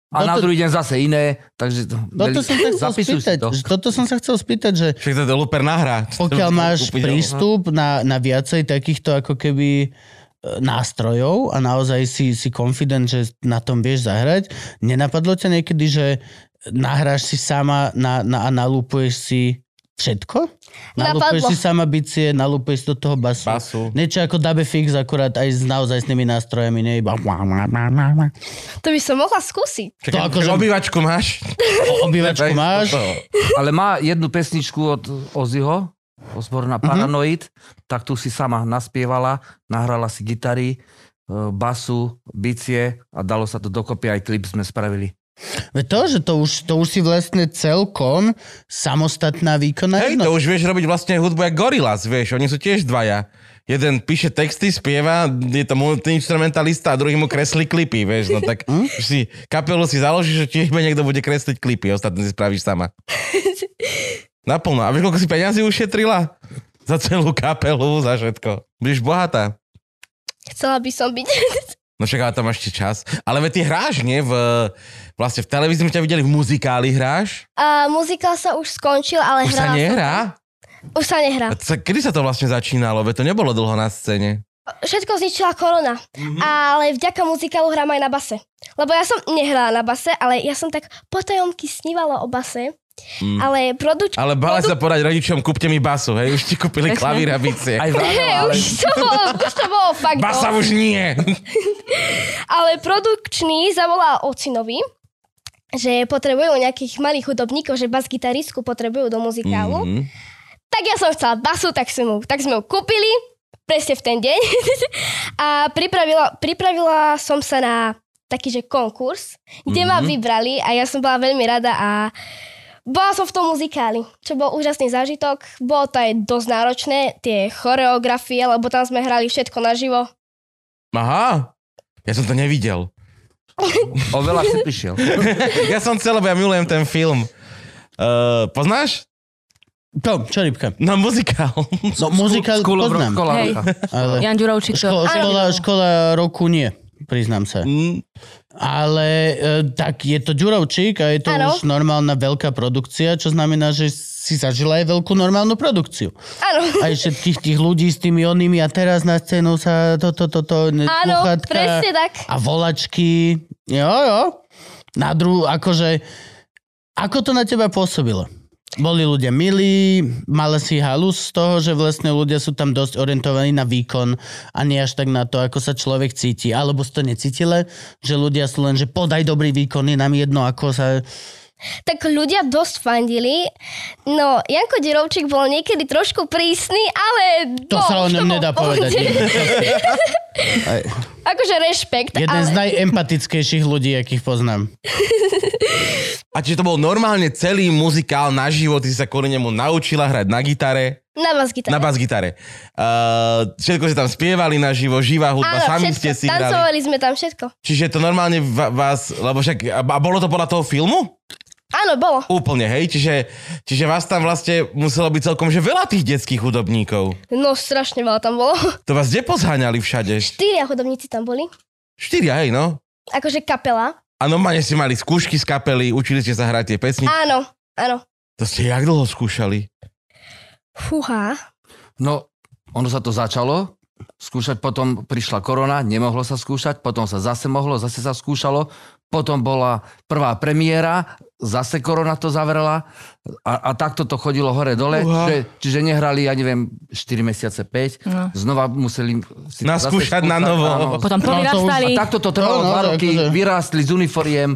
D: A na
F: Toto-
D: druhý deň zase iné, takže to-
F: Toto No som sa chcel
D: zapisuj
F: spýtať.
D: si to.
F: že- Toto som sa chcel spýtať, že
B: však to je Luper nahrá.
F: pokiaľ máš
B: Kúpiť-
F: prístup na, na viacej takýchto ako keby e, nástrojov a naozaj si, si confident, že na tom vieš zahrať, nenapadlo ťa niekedy, že nahráš si sama na, na, a nalúpuješ si všetko? Nalúpuješ
E: Napadlo.
F: si sama bicie, nalúpuješ si do toho basu.
B: Basu.
F: Niečo ako Dabe Fix, akurát aj s naozajstnými nástrojami, nie iba...
E: To by som mohla skúsiť.
B: Čakaj,
F: To akože-
B: Obývačku máš?
F: O- Obývačku
B: Daj,
F: máš,
B: do toho.
D: Ale má jednu pesničku od Ozzyho, Osborna Paranoid, tak tu si sama naspievala, nahrala si gitary, e, basu, bicie a dalo sa to dokopy, aj klip sme spravili.
F: Veď to, že to už, to už si vlastne celkom samostatná výkonná
B: Hej, to už vieš robiť vlastne hudbu jak Gorillaz, vieš, oni sú tiež dvaja. Jeden píše texty, spieva, je to multiinstrumentalista a druhý mu kreslí klipy, vieš, no tak už si kapelu si založíš, že ti iba niekto bude kresliť klipy, ostatní si spravíš sama. Naplno. A vieš, koľko si peňazí ušetrila? Za celú kapelu, za všetko. Budeš bohatá.
E: Chcela by som byť.
B: No však ale tam máš ešte čas. Ale veď ty hráš, nie? V, vlastne v televízii sme ťa videli, v muzikáli hráš.
E: A muzikál sa už skončil, ale
B: Už sa
E: hrala som.
B: nehrá?
E: Už sa nehrá.
B: A co- Kedy sa to vlastne začínalo? Veď to nebolo dlho na scéne.
E: Všetko zničila korona.
B: Mhm.
E: Mm-hmm. Ale vďaka muzikálu hrám aj na base. Lebo ja som nehrala na base, ale ja som tak potajomky snívala o base. Mm. Ale produč...
B: Mhm. Ale bála sa povedať rodičom, kúpte mi basu, hej, už ti kúpili klavír a bicie.
D: Aj
E: Hej,
D: vravela, ale
E: už to bolo, už to bolo fakt
B: Basa
E: dosť.
B: už nie!
E: Ale produkčný zavolal ocinovi, že potrebujú nejakých malých hudobníkov, že bas-gitaristku potrebujú do muzikálu.
B: Mhm.
E: tak ja som chcela basu, tak, som ju, tak sme ju kúpili, presne v ten deň. a pripravila, pripravila som sa na taký, že konkurs, kde mm-hmm. ma vybrali a ja som bola veľmi rada a bola som v tom muzikáli, čo bol úžasný zážitok. Bolo to aj dosť náročné, tie choreografie, lebo tam sme hrali všetko naživo.
B: Aha, ja som to nevidel.
D: oveľa si prišiel.
B: Ja som celý, lebo ja milujem ten film. Uh, poznáš?
F: To, čo rybka?
B: No muzikál.
F: No, muzikál
D: School of Rock,
F: poznám,
D: škola
C: Hej.
D: roka.
F: ale
C: Jan Ďurovčík to...
F: ško- škola, škola roku nie, priznám sa.
B: Mm,
F: Ale e, tak je to Ďurovčík a je to
E: Áno.
F: už normálna veľká produkcia, čo znamená, že si zažila aj veľkú normálnu produkciu.
E: Áno,
F: Aj všetkých tých ľudí s tými onými a teraz na scénu sa toto, toto, to,
E: áno, presne tak.
F: a volačky. Jo, jo. Na druhú, akože, ako to na teba pôsobilo? Boli ľudia milí, mala si halus z toho, že vlastne ľudia sú tam dosť orientovaní na výkon a nie až tak na to, ako sa človek cíti. Alebo si to necítila, že ľudia sú len, že podaj dobrý výkon, je nám jedno, ako sa...
E: tak ľudia dosť fandili. No, Janko Dirovčík bol niekedy trošku prísny, ale...
F: To
E: bol,
F: sa o
E: už
F: ňom
E: bol
F: nedá
E: v pohode.
F: povedať.
E: akože rešpekt,
F: Jeden
E: ale...
F: z najempatickejších ľudí, akých poznám.
B: A čiže to bol normálne celý muzikál na život, ty si sa kvôli nemu naučila hrať na gitare,
E: Na vás
B: na
E: gitara.
B: bas-gitare. Uh, všetko ste tam spievali na živo, živá hudba, sami ste si hrali.
E: Tancovali sme tam všetko.
B: Čiže to normálne va- vás, lebo však, a a bolo to podľa toho filmu?
E: Áno, bolo.
B: Úplne, hej? Čiže, čiže vás tam vlastne muselo byť celkom, že veľa tých detských hudobníkov.
E: No, strašne veľa tam bolo.
B: To vás kde pozháňali všade?
E: Štyria hudobníci tam boli.
B: Štyria, hej, no?
E: Akože kapela.
B: A normálne ste mali skúšky z kapely, učili ste sa hrať tie pesničky.
E: Áno, áno.
B: To ste jak dlho skúšali?
E: Fúha.
D: No, ono sa to začalo skúšať, potom prišla korona, nemohlo sa skúšať, potom sa zase mohlo, zase sa skúšalo, potom bola prvá premiéra, zase korona to zavrela a, a takto to chodilo
B: Uha.
D: hore-dole, čiže, čiže nehrali, ja neviem, 4 mesiace, 5,
C: No.
D: znova museli si to zase
B: Naskúšať na novo.
D: áno. No,
C: Potom
D: A
C: povyrastali.
D: takto to
F: No,
D: trvalo
F: no,
D: dva
F: to
D: roky,
F: akože-
D: vyrástli z uniforiem.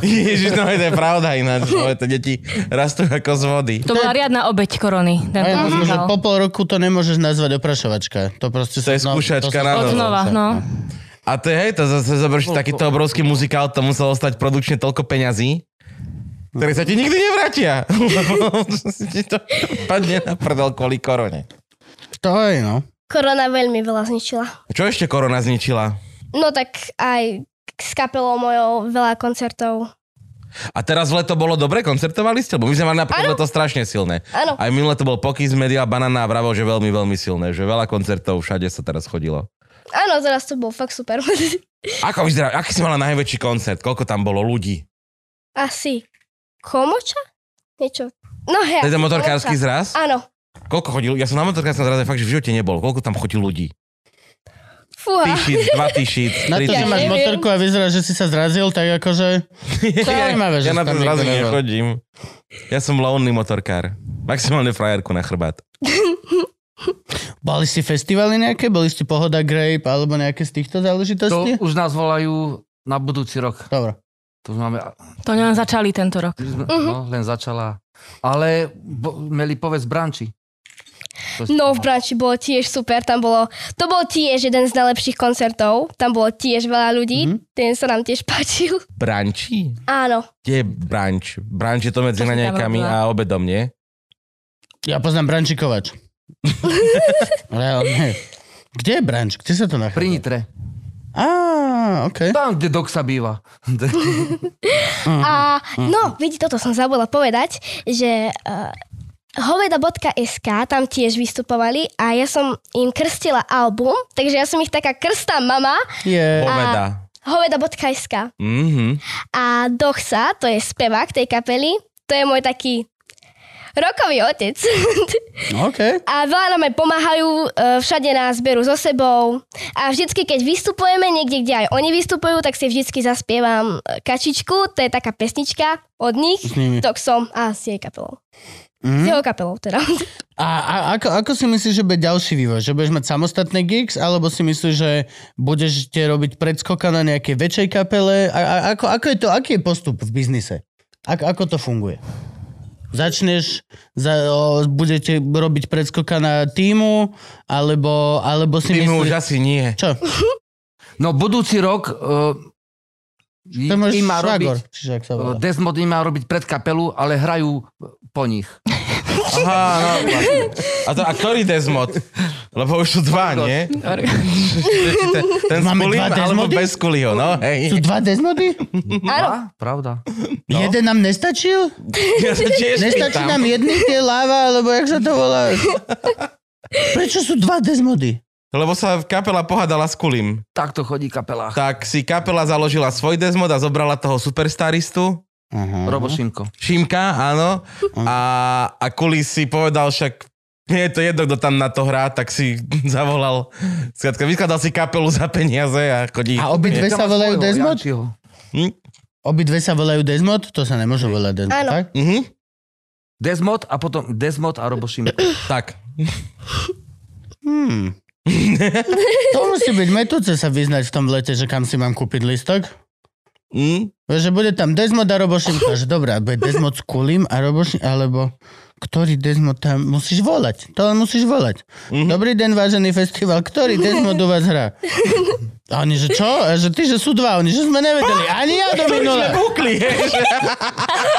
B: Ježiš, no to je pravda ináč, no, to deti rastú ako z vody.
C: To bola riadna obeď korony. Ten
F: Aj, akože, že
C: muzikál.
F: po pol roku to nemôžeš nazvať oprašovačka. To proste
B: To je
F: sa znovu-
B: skúšačka
F: sa
B: na
F: znovu-
C: Od znova, no.
B: A to je, hej, to zase zobrš takýto obrovský muzikál, to muselo stať produkčne toľko peňazí, ktoré sa ti nikdy nevrátia. Lebo ti to padne na prdel kvôli korone.
F: To je, no.
E: Korona veľmi veľa zničila.
B: Čo ešte korona zničila?
E: No tak aj s kapelou mojou veľa koncertov.
B: A teraz v leto bolo dobre, koncertovali ste? Lebo my sme mali napríklad
E: Áno.
B: leto strašne silné.
E: Áno.
B: Aj minulé to bol Pokis, Media, Banana a Bravo, že veľmi, veľmi silné. Že veľa koncertov všade sa teraz chodilo.
E: Áno, teraz to bol fakt super.
B: Ako vyzerá, aký si mala najväčší koncert? Koľko tam bolo ľudí?
E: Asi Komoča? Niečo. No hej.
B: To je
E: asi
B: ten motorkársky
E: Komoča.
B: zraz?
E: Áno.
B: Koľko chodil? Ja som na motorkárskom zraze fakt, že v živote nebol. Koľko tam chodí ľudí?
E: Fúha.
B: Tisíc, dva tisíc,
F: Na
B: tri
F: to, že
B: tisíc.
F: máš
E: neviem.
F: motorku a vyzerá, že si sa zrazil, tak akože... Zaujímavé, že
B: Ja
F: si
B: na
F: tam
B: ten
F: niekto
B: zrazu
F: nebol.
B: nechodím. Ja som lonely motorkár. Maximálne frajerku na chrbát.
F: Boli ste festivaly nejaké? Boli ste Pohoda Grape alebo nejaké z týchto
D: To
F: záležitostí?
D: už nás volajú na budúci rok.
F: Dobre.
D: To už máme,
C: To nám začali tento rok.
E: Mhm.
D: no, len začala. Ale bo, mali povedz branči. To-
E: No, v Branči bolo tiež super, tam bolo, to bol tiež jeden z najlepších koncertov, tam bolo tiež veľa
F: Mhm.
E: ľudí, mm-hmm. ten sa nám tiež páčil.
B: Branči?
E: Áno,
B: Kde je branč? Branč je to medzi
C: To som tam
B: raňajkami
C: robila.
B: a obedom, nie?
F: Ja poznám Brančikovač. Reálne. Kde je Branč? Kde sa to
D: Pri
F: nachádza?
D: Nitre.
F: Á, OK.
D: Tam, kde doxa býva.
B: Mhm.
E: a no, vidíte, toto som zabudla povedať, že uh, hoveda.sk tam tiež vystupovali a ja som im krstila album, takže ja som ich taká krstá mama,
F: Je.
B: Poveda.
E: hoveda.sk
B: Mhm.
E: a Doxa, to je spevák tej kapely, to je môj taký rokový otec.
F: no, OK.
E: A veľa nám aj pomáhajú, e, všade nás berú so sebou. A vždycky, keď vystupujeme niekde, kde aj oni vystupujú, tak si vždycky zaspievam e, Kačičku, to je taká pesnička od nich,
F: S nimi.
E: tak som a s jej kapelou. S
F: Mhm.
E: jeho kapelou teda.
F: A, a ako, ako si myslíš, že bude ďalší vývoj? Že budeš mať samostatné gigs, alebo si myslíš, že budeš tie robiť predskoka na nejakej väčšej kapele? A, a, ako, ako je to, aký je postup v biznise? Ak, ako to funguje? Začneš, za, o, budete robiť predskoka na týmu, alebo, alebo si
B: Ty mu
F: myslíš...
B: už asi nie.
F: Čo?
D: No budúci rok uh,
F: To
D: im
F: môžeš
D: im má
F: švagor,
D: robiť,
F: čiže ak sa
D: eh,
F: volá.
D: Desmod im má robiť pred kapelu, ale hrajú po nich.
B: Aha, no. A, to, a ktorý Desmod? Lebo už sú dva, nie? Ten, ten s
F: Máme
B: kulím
F: dva
B: alebo
F: Desmody?
B: bez kulího, no?
F: Sú
B: Hej.
F: dva Desmody?
E: Áno,
D: A? Pravda.
F: No. Jeden nám nestačil?
B: Ja sa tiež
F: Nestačí
B: pýtam.
F: nám jedný tie láva, alebo jak sa to volá? Prečo sú dva Desmody?
B: Lebo sa kapela pohádala s kulím.
D: Takto chodí
F: Mhm.
D: kapela.
B: Tak si kapela založila svoj Desmod a zobrala toho superstaristu.
F: Aha.
D: Robošinko.
B: Šimka, áno. A, a Kuli si povedal však, nie je to jedno, kto tam na to hrá, tak si zavolal. Skladka, vyskladal si kapelu za peniaze a chodí.
F: A obidve sa volajú Desmod?
B: Hm?
F: Obidve sa volajú Desmod? To sa nemôže volať Desmod,
E: Áno.
F: tak?
B: Mhm.
D: Desmod a potom Desmod a Robošinko.
B: Tak.
F: Hmm. to musí byť metúce sa vyznať v tom lete, že kam si mám kúpiť listok.
B: Hm?
F: Vieš, Že bude tam Desmod a Robošinka, že dobrá, bude Desmod s Kulim a Robošinka, alebo ktorý Desmod tam, musíš volať, to len musíš volať. Dobrý deň, vážený festival, ktorý Desmod u vás hrá? A oni, že čo? A že ty, že sú dva, oni, že sme nevedeli, ani ja do
B: Sme
F: minula.
B: bukli, hej, že-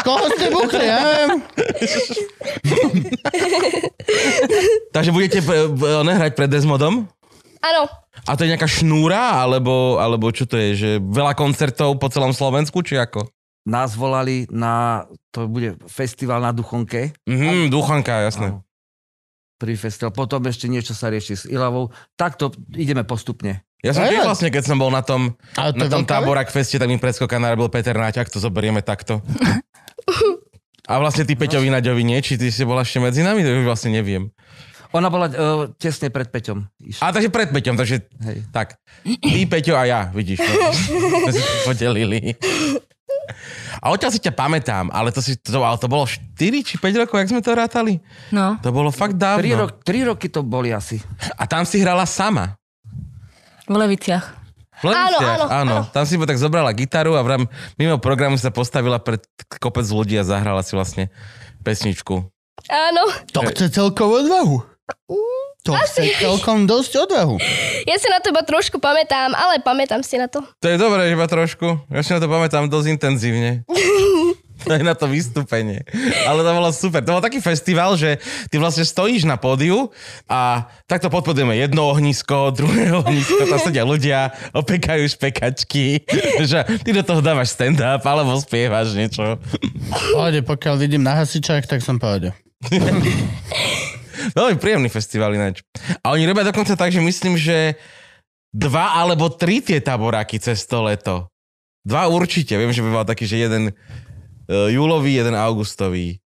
F: Koho ste bukli, ja neviem.
B: Takže budete eh, nehrať pred Desmodom?
E: áno.
B: A to je nejaká šnúra, alebo, alebo čo to je, že veľa koncertov po celom Slovensku, či ako?
D: Nás volali na, to bude festival na Duchonke.
B: Mhm, duchanka, jasné.
D: Áno. Prvý festival. Potom ešte niečo sa rieši s Ilavou. Takto ideme postupne.
B: Ja som
F: Aj,
B: tiež
F: aj.
B: vlastne, keď som bol na tom,
F: Ale to
B: na
F: je
B: tom
F: veľká vec.
B: táborak feste, tak mi preskoka narobil Peter Naď, ak to zoberieme takto. A vlastne ty Peťovi Naďovi nie, či ty si bola ešte medzi nami, to už vlastne neviem.
D: Ona bola uh, tesne pred Peťom. Išla.
B: A takže pred Peťom, takže
D: Hej.
B: tak. Ty, Peťo a ja, vidíš to. Sme si to podelili. A odtiaľ si ťa pamätám, ale to, si, to, ale to bolo 4 či 5 rokov, jak sme to rátali.
C: No.
B: To bolo fakt dávno.
D: Tri, rok, tri roky to boli asi.
B: A tam si hrala sama.
C: V Leviciach.
B: V Leniciach,
E: áno,
B: áno. Tam si iba tak zobrala gitaru a vram, mimo programu sa postavila pred kopec ľudí a zahrala si vlastne pesničku.
E: Áno,
F: To chce celkom odvahu. To chce celkom dosť odvahu.
E: ja si na to iba trošku pamätám, ale pamätám si na to.
B: To je dobré, iba trošku. Ja si na to pamätám dosť intenzívne. To je na to vystúpenie. Ale to bolo super. To bol taký festival, že ty vlastne stojíš na pódiu a takto podpodujeme jedno ohnisko, druhé ohnisko, tam sedia ľudia, opekajú špekačky, že ty do toho dávaš stand-up alebo spievaš niečo.
F: Pohode, pokiaľ vidím na hasičách, tak som pohode.
B: Veľmi príjemný festival ináč. A oni robia dokonca tak, že myslím, že dva alebo tri tie taboráky cez to leto. Dva určite. Viem, že by mal taký, že jeden eh, júlový, jeden augustový.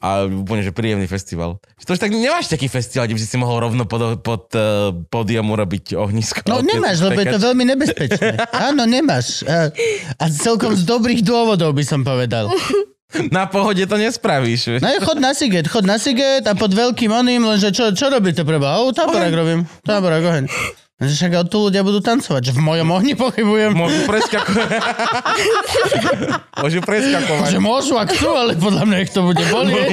B: A úplne, že príjemný festival. Že To už tak nemáš taký festival, kde by si si mohol rovno pod, pod uh, pódium urobiť ohnisko.
F: No nemáš, lebo je to veľmi nebezpečné. Áno, nemáš. A, a celkom z dobrých dôvodov by som povedal.
B: Na pohode to nespravíš.
F: No je, chod na Siget, chod na Siget a pod veľkým oným, lenže čo, čo robíte preba? O, táborák robím, táborák, oheň. Lenže však ale tu ľudia budú tancovať, že v mojom ohni pochybujem.
B: Môžu preskakovať. Môžu preskakovať.
F: Že môžu, ak chcú, ale podľa mňa ich to bude bolieť.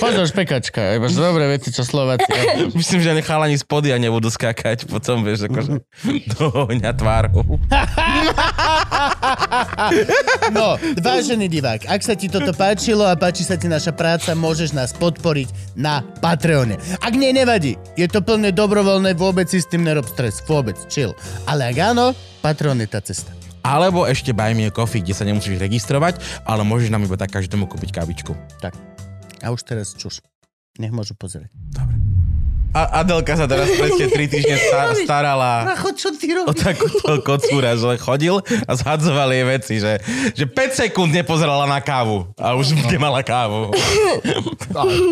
F: Pozor, špekačka, iba že dobre viete, čo Slováci.
B: Myslím, že nechala ani spody a nebudú skákať potom, vieš, akože do ohňa tvárou.
H: No, vážený divák, ak sa ti toto páčilo a páči sa ti naša práca, môžeš nás podporiť na Patreone. Ak nie, nevadí. Je to plne dobrovoľné, vôbec si s tým nerob stres. Vôbec, chill. Ale ak áno, Patreon je tá cesta.
A: Alebo ešte Buy Me a Coffee, kde sa nemusíš registrovať, ale môžeš nám iba tak každému kúpiť kávičku.
H: Tak. A už teraz čuš. Nech môžu pozrieť.
B: A Adelka sa teraz presne 3 týždne sta- starala
H: Chod, čo ty
B: o
H: robíš?
B: takúto kocúra, že chodil a zhadzoval jej veci, že, že 5 sekúnd nepozerala na kávu a už
H: No.
B: nemala kávu.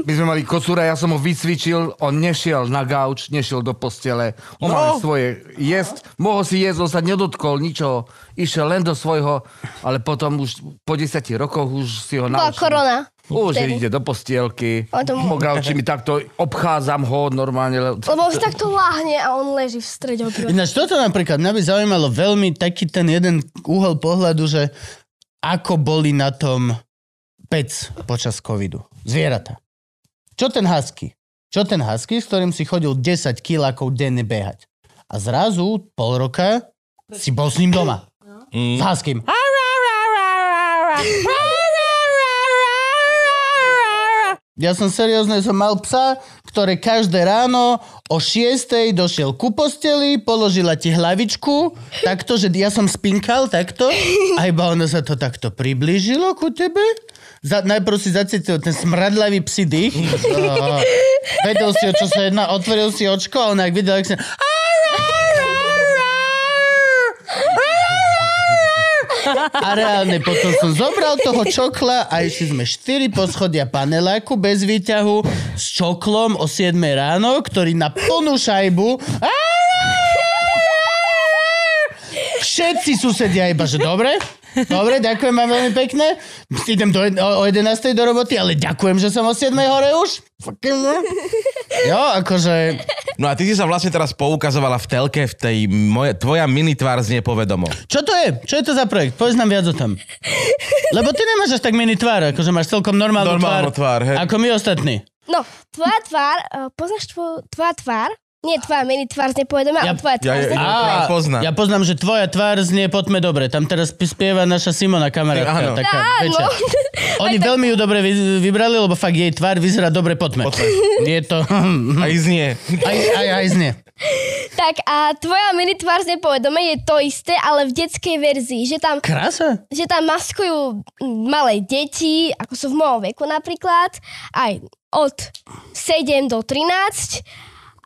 D: My sme mali kocúra, ja som ho vycvičil, on nešiel na gauč, nešiel do postele, on
B: No.
D: no. mal svoje jesť, mohol si jesť, on sa nedotkol ničoho, išiel len do svojho, ale potom už po 10 rokoch už si ho
E: Bola
D: naučil.
E: korona.
D: Už
E: vtedy.
D: ide do postielky,
E: A to-
D: po gauči mi takto obchádzam ho normálne, le-
E: Lebo on si takto láhne a on leží v strede obývačky.
F: Ináč toto napríklad, mňa by zaujímalo veľmi taký ten jeden uhol pohľadu, že ako boli na tom pec počas covidu. Zvieratá. Čo ten husky? Čo ten husky, s ktorým si chodil 10 kilákov denne behať? A zrazu pol roka si bol s ním doma. S huskym. Ja som seriózne, som mal psa, ktoré každé ráno o 6 došiel ku posteli, položila ti hlavičku, takto, že ja som spinkal, takto, a iba ono sa to takto priblížilo ku tebe. Za, najprv si zacítil ten smradlavý psi dých. A vedel si, o čo sa jedná, otvoril si očko a ona, ak videl, ak sa... A reálne potom som zobral toho čokla a išli sme 4 poschodia paneláku bez výťahu s čoklom o 7 ráno, ktorý na plnú šajbu Všetci susedia iba, že dobre, dobre, ďakujem vám veľmi pekne. Idem do, jed- o, o 11. do roboty, ale ďakujem, že som o 7. hore už. Fucking hell. Jo, akože...
B: No a ty si sa vlastne teraz poukazovala v telke v tej moje, tvoja mini tvár znie povedomo.
F: Čo to je? Čo je to za projekt? Povedz nám viac o tom. Lebo ty nemáš až tak mini tvár, akože máš celkom normálnu,
B: Normálnu tvár, hej.
F: Ako my ostatní.
E: No, tvoja tvár, uh, poznáš tvoju, tvoja tvár? Nie tvoja mini tvár, nepovedeme,
F: Ja-
E: ale tvoja tvár.
B: ja-
E: zne-
B: ja-
F: Á,
B: poznám.
F: Ja poznám, že tvoja tvár znie Poďme dobre. Tam teraz sp- spieva naša Simona
B: Áno.
F: kamarátka. Taká väčšia.
E: Áno.
F: Oni veľmi ju dobre vy- vybrali, lebo fakt jej tvár vyzerá dobre Poďme. Je to...
B: Aj znie.
F: Aj, aj, aj znie.
E: Tak a tvoja mini tvár z nepovedome je to isté, ale v detskej verzii, že tam,
F: Krása.
E: že tam maskujú mm, malé deti, ako sú v mojom veku napríklad, aj od 7 do 13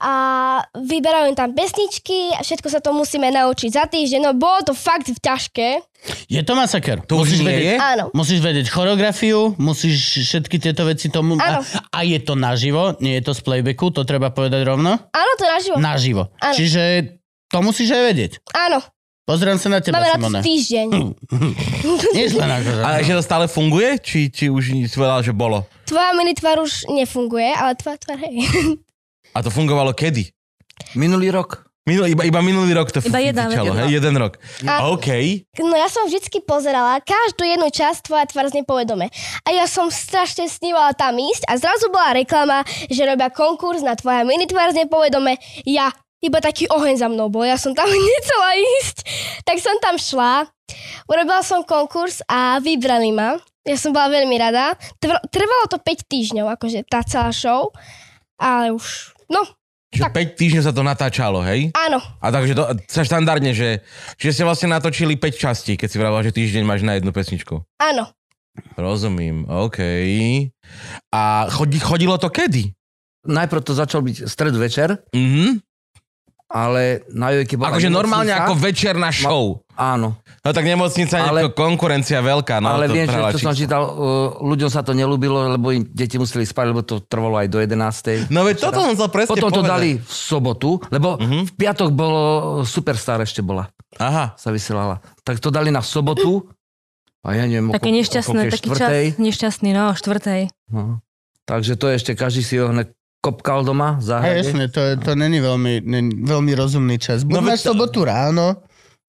E: a vyberajú im tam pesničky a všetko sa to musíme naučiť za týždeň. No bolo to fakt ťažké.
F: Je to masaker.
B: To už nie
F: vedieť,
B: je?
E: Áno.
F: Musíš vedieť choreografiu, musíš všetky tieto veci tomu... A,
E: Áno.
F: a je to naživo, nie je to z playbacku, to treba povedať rovno.
E: Áno, to naživo.
F: Naživo.
E: Áno.
F: Čiže to musíš aj vedieť.
E: Áno,
F: Pozriem sa na teba,
E: máme na to
F: Simona.
E: týždeň.
F: Nie len akože.
B: A že to stále funguje? Či, či už si povedal, že bolo?
E: Tvoja mini tvár už nefunguje, ale tvoja tvár, hej.
B: A to fungovalo kedy?
D: minulý rok.
B: Minul, iba, iba minulý rok to
C: Iba jedna-
B: fičalo,
C: jedna.
B: hej? jeden rok.
E: A-
B: OK.
E: No ja som vždycky pozerala každú jednu časť tvoja tvár z nepovedome. A ja som strašne snívala tam ísť a zrazu bola reklama, že robia konkurs na tvoja mini tvár z nepovedome. Ja iba taký oheň za mnou bol, ja som tam nechcela ísť. Tak som tam šla Urobila som konkurs a vybrali ma. Ja som bola veľmi rada. Tr- Trvalo to 5 týždňov, akože tá celá show. Ale už, no,
B: Čiže 5 týždňov sa to natáčalo, hej?
E: áno.
B: A takže to sa štandardne, že, že ste vlastne natočili 5 častí, keď si vravala, že týždeň máš na jednu pesničku.
E: Áno.
B: Rozumím, OK. A chodi, chodilo to kedy?
D: Najprv to začal byť stred večer,
B: Mhm.
D: ale na Jojke bola...
B: Akože normálne
D: nemocnica.
B: ako večerná show.
D: Áno,
B: No tak nemocnica je
D: Ale-
B: ale, konkurencia veľká. No,
D: ale
B: to
D: viem, že
B: prelačí.
D: to som čítal, uh, ľuďom sa to nelúbilo, lebo im deti museli spať, lebo to trvalo aj do 11.
B: No veď toto som chcel presne
D: Potom to
B: povedať.
D: dali v sobotu, lebo
B: Mhm.
D: v piatok bolo Superstar ešte bola,
B: Aha.
D: sa vysielala. Tak to dali na sobotu a ja neviem,
C: Také
D: okolo-
C: nešťastné,
D: okolo
C: taký
D: štvrtej.
C: čas. Nešťastný, no, štvrtej.
D: No. Takže to ešte každý si ohne kopkal doma
F: A
D: v záhrade.
F: jasne, No to, je- to není veľmi, není veľmi rozumný čas. Buď
B: No,
F: no,
B: veď
F: máš sobotu ráno,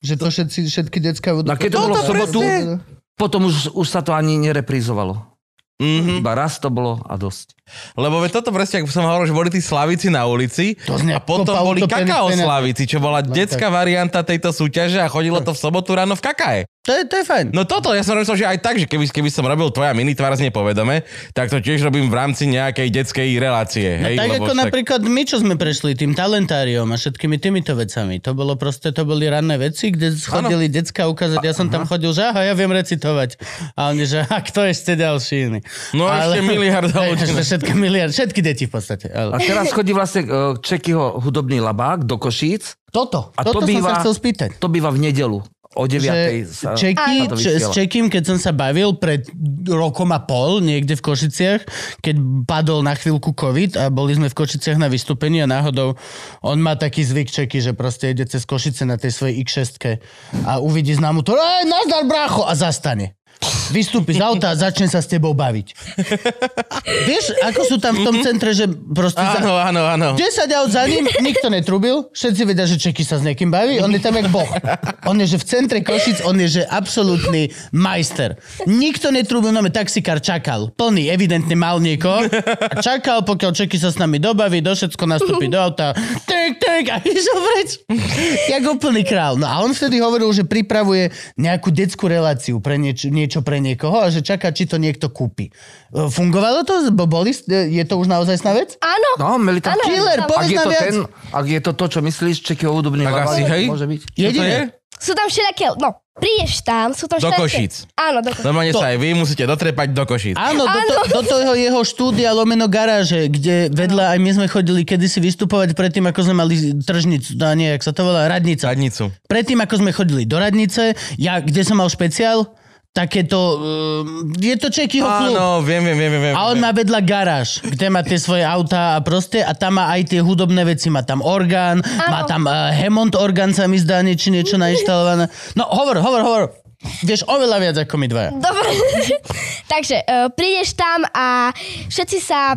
F: že to všetci, všetky decka budú...
D: No, keď to bolo v sobotu- Potom už, už sa to ani nereprízovalo.
B: Mhm.
D: Iba raz to bolo a dosť.
B: Lebo veď toto presne, ako som hovoril, že boli tí slavici na ulici
F: To znie
B: a potom
F: ako
B: boli
F: pautopený
B: kakao
F: penál.
B: slavici, čo bola detská varianta tejto súťaže a chodilo to v sobotu ráno v kakae.
F: To je, to je fajn.
B: No toto, ja som myslel, že aj tak, že keby, keby som robil tvoja minitvár z nepovedome, tak to tiež robím v rámci nejakej detskej relácie.
F: No
B: hej,
F: tak
B: lebo
F: ako napríklad my, čo sme prešli tým talentáriom a všetkými týmito vecami. To bolo proste, to boli ranné veci, kde chodili decka ukázať. Ja som tam chodil, že aha, ja viem recitovať. A oni, že a kto ešte ďalší iný.
B: No ešte miliard
F: Hej,
B: ľudí.
F: že Všetky miliard, všetky deti v podstate.
D: A
F: Ale...
D: teraz chodí vlastne uh, Čekyho hudobný labák do Košíc.
F: Toto,
D: A to
F: toto som
D: býva-
F: sa chcel spýtať.
D: To býva v nedelu o 9.
F: že
D: sa
F: Čeky,
D: to
F: č- s
D: vysiela.
F: Čekým, keď som sa bavil pred rokom a pol niekde v Košiciach, keď padol na chvíľku COVID a boli sme v Košiciach na vystúpení a náhodou on má taký zvyk Čeky, že proste ide cez Košice na tej svojej X6 a uvidí známu to, aj nazdar brácho a zastane. Vystúpi z auta a začne sa s tebou baviť. Vieš, ako sú tam v tom centre, že proste... za-
B: Áno, áno, áno.
F: 10 aut za ním, nikto netrubil, všetci vedia, že Čeky sa s niekým baví, on je tam jak boh. On je, že v centre Košic, on je, že absolútny majster. Nikto netrubil, no taxikár čakal, plný, evidentne mal niekoho a čakal, pokiaľ Čeky sa s nami dobaví, do všetko nastúpi do auta, tek, tek a išiel preč. Jak úplný král. No a on vtedy hovoril, že pripravuje nejakú detskú reláciu pre nieč- niečo pre niekoho a že čaká, či to niekto kúpi. E, Fungovalo to? Bo boli, je to už naozaj sná vec?
E: Áno.
D: No, mali tam...
E: Áno,
F: Killer,
E: tam-
F: povedz
D: ak je,
F: nám
D: to
F: viac.
D: ten, ak je to to, čo myslíš, Čekyho hudobný
B: Tak
D: labák,
B: asi, hej?
D: môže byť.
F: Jediné.
E: Sú tam všelijaké, no, prídeš tam, sú tam
B: Do No.
E: všelijaké-
B: Košíc.
E: Áno, do Košic.
B: Normálne sa aj vy musíte dotrepať do košíc.
F: Áno, do, to,
E: Áno.
F: do toho jeho štúdia Lomeno garáže, kde vedľa aj my sme chodili kedysi vystupovať predtým, ako sme mali tržnicu, no nie, jak sa to volá, radnica.
B: Zadnicu.
F: Predtým, ako sme chodili do radnice, ja, kde som mal špeciál, takéto, um, je to Čekyho klub.
B: Áno, viem, viem, viem, viem. viem.
F: A on má vedľa garáž, kde má tie svoje autá a proste a tam má aj tie hudobné veci. Má tam orgán, má tam uh, Hemond orgán sa mi zdá, nie- či niečo nainštalované. No hovor, hovor, hovor. Vieš oveľa viac ako my dvaja.
E: Dobre. Takže uh, prídeš tam a všetci sa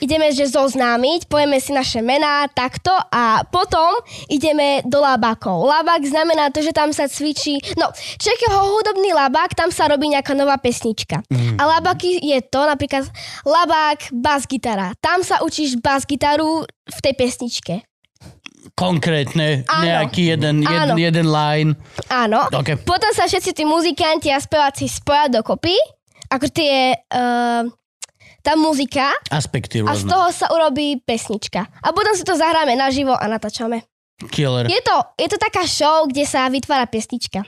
E: ideme že zoznámiť, povieme si naše mená takto a potom ideme do labákov. Labák znamená to, že tam sa cvičí, no čekého hudobný labák, tam sa robí nejaká nová pesnička. A labáky je to napríklad labák bas gitara. Tam sa učíš bas gitaru v tej pesničke.
F: Konkrétne,
E: Áno.
F: nejaký jeden, jeden,
E: Áno.
F: jeden line.
E: Áno.
F: Ok.
E: Potom sa všetci tí muzikanti a speváci spoja dokopy, ako tie, uh, tá muzika
F: aspekty
E: a z
F: rôzne.
E: toho sa urobí pesnička. A potom si to zahráme naživo a natáčame.
F: Killer.
E: Je to, je to taká show, kde sa vytvára pesnička.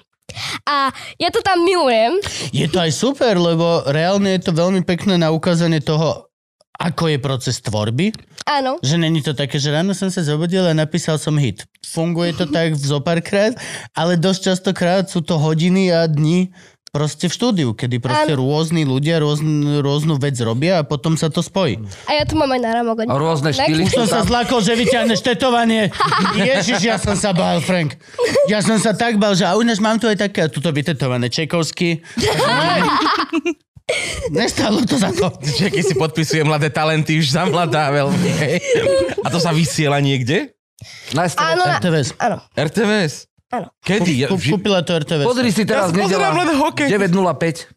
E: A ja to tam milujem.
F: Je to aj super, lebo reálne je to veľmi pekné na ukázanie toho, ako je proces tvorby.
E: Áno.
F: Že není to také, že ráno som sa zobudil a napísal som hit. Funguje to tak v zopárkrát, ale dosť častokrát sú to hodiny a dni proste v štúdiu, kedy proste rôzni ľudia rôzn, rôznu vec robia a potom sa to spojí.
E: A ja to mám aj na ramogod.
D: A rôzne
E: Tak-
D: štýly.
F: Už som sa zlakol, že vyťahneš tetovanie. Ježiš, ja som sa bál, Frank. Ja som sa tak bál, že a u nás mám tu aj také, a tuto vytetované čekovsky. Nestalo to za to.
B: Čeky si podpisuje mladé talenty, už za mladá veľmi. hej. A to sa vysiela niekde?
D: Najstaré-
E: Áno, na...
F: RTVS.
E: áno.
B: RTVS?
E: Áno.
B: Kedy? Ja,
F: Kú-
B: vži-
F: Kúpila to RTVS.
D: Pozri si teraz
B: Ja pozerám len
D: nedela
B: hokej.
D: 9.05.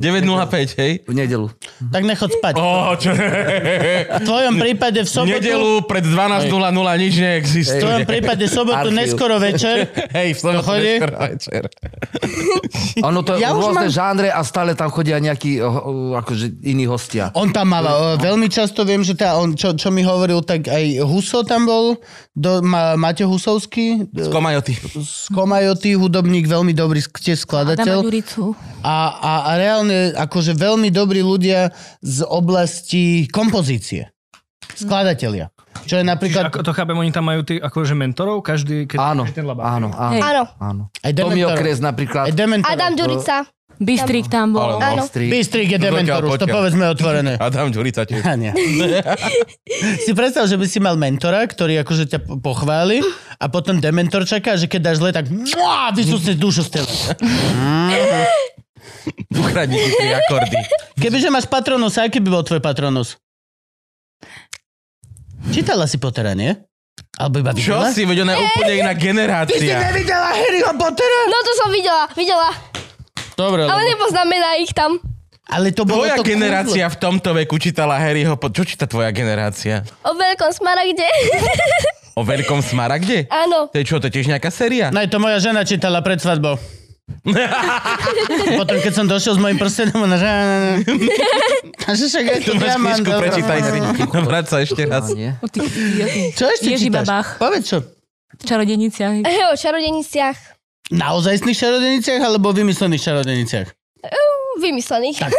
B: 9.05, hej?
D: V nedelu.
F: Tak nechod spať.
B: Ó, čo?
F: V tvojom prípade v sobotu...
B: Nedelu pred 12.00 nič
F: V tvojom
B: neexistuje.
F: prípade sobotu
D: Archív.
F: neskoro večer.
B: Hej, v sobotu
F: Dochodí?
B: neskoro večer.
D: Ono to je
F: Ja
D: ja
F: už
D: rôzne
F: mám-
D: mám... žánre a stále tam chodia nejakí o, o, akože iní hostia.
F: On tam mal, o, veľmi často viem, že tá, on, čo, čo mi hovoril, tak aj Huso tam bol, do, ma, Matej Husovský, eh,
B: Z Komajoty.
F: z Komajoty, hudobník, veľmi dobrý, sk- tiež
C: Dáme
F: skladateľ.
C: Ďuricu.
F: A, a, a reálne, akože veľmi dobrí ľudia z oblasti kompozície. Skladatelia. Čo je napríklad...
G: Ako to chápem, oni tam majú tých akože mentorov, každý, keď
D: Áno,
G: každý ten labák.
D: áno, áno.
C: Hej.
E: Áno.
D: áno.
F: Aj
D: Tomio
F: Dementorov.
D: Kres
F: Aj
D: napríklad.
F: Dementorov.
E: Adam Ďurica.
C: Bystrik tam bol.
E: Áno.
D: Ostri.
F: Bystrik je
B: Zatiaľ
F: Dementorus, to
B: poďte.
F: povedzme otvorené.
B: Adam Ďurica tiež.
F: A nie. si predstav, že by si mal mentora, ktorý akože ťa po- pochváli a potom dementor čaká, že keď dáš zle, tak muá, vysúsne dušu z teba.
B: Ukradni ti tri akordy.
F: Kebyže máš patronus, aký by bol tvoj patronus? Čítala si Pottera, nie? Alebo iba
B: Čo
F: videla?
B: si, veď ona je úplne iná generácia.
F: nevidela Harryho Pottera?
E: No to som videla, videla.
F: Dobre,
E: Ale
F: ale,
E: nepoznám mená ich tam.
F: ale to bolo
B: Tvoja
F: to kúzlo.
B: generácia v tomto veku čítala Harryho po... Čo číta tvoja generácia?
E: O veľkom smaragde.
B: O veľkom smaragde?
E: Áno.
B: To je čo, to je tiež nejaká séria?
F: No je to moja žena čítala pred svadbou. Potom, keď som došiel s mojim prstenom, ona že... A že však je to
B: Tu máš
F: diamant.
B: knižku,
F: dobre.
B: prečítaj si. Vráť sa ešte raz.
D: Nie.
C: O ty, ty,
F: Čo ešte
C: Ježi
F: čítaš?
C: babách.
F: Povedz čo.
C: čarodeniciach.
E: o čarodeniciach.
F: Naozajstných šarodeniciach alebo vymyslených šarodeniciach?
E: Vymyslených.
F: Tak.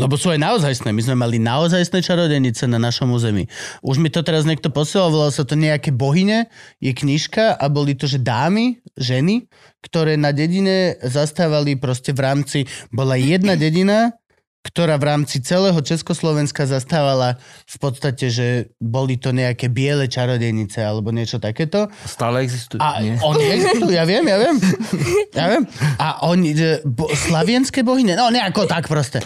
F: Lebo sú aj naozajstné. My sme mali naozajstné čarodenice na našom území. Už mi to teraz niekto posielal, volalo sa to nejaké bohyne, je knižka a boli to, že dámy, ženy, ktoré na dedine zastávali proste v rámci... Bola jedna dedina, ktorá v rámci celého Československa zastávala v podstate, že boli to nejaké biele čarodenice alebo niečo takéto.
D: Stále existujú.
F: A
D: Nie.
F: oni existujú, ja viem, ja viem. Ja viem. A oni, e, bo, slavienské bohyne, no nejako tak proste.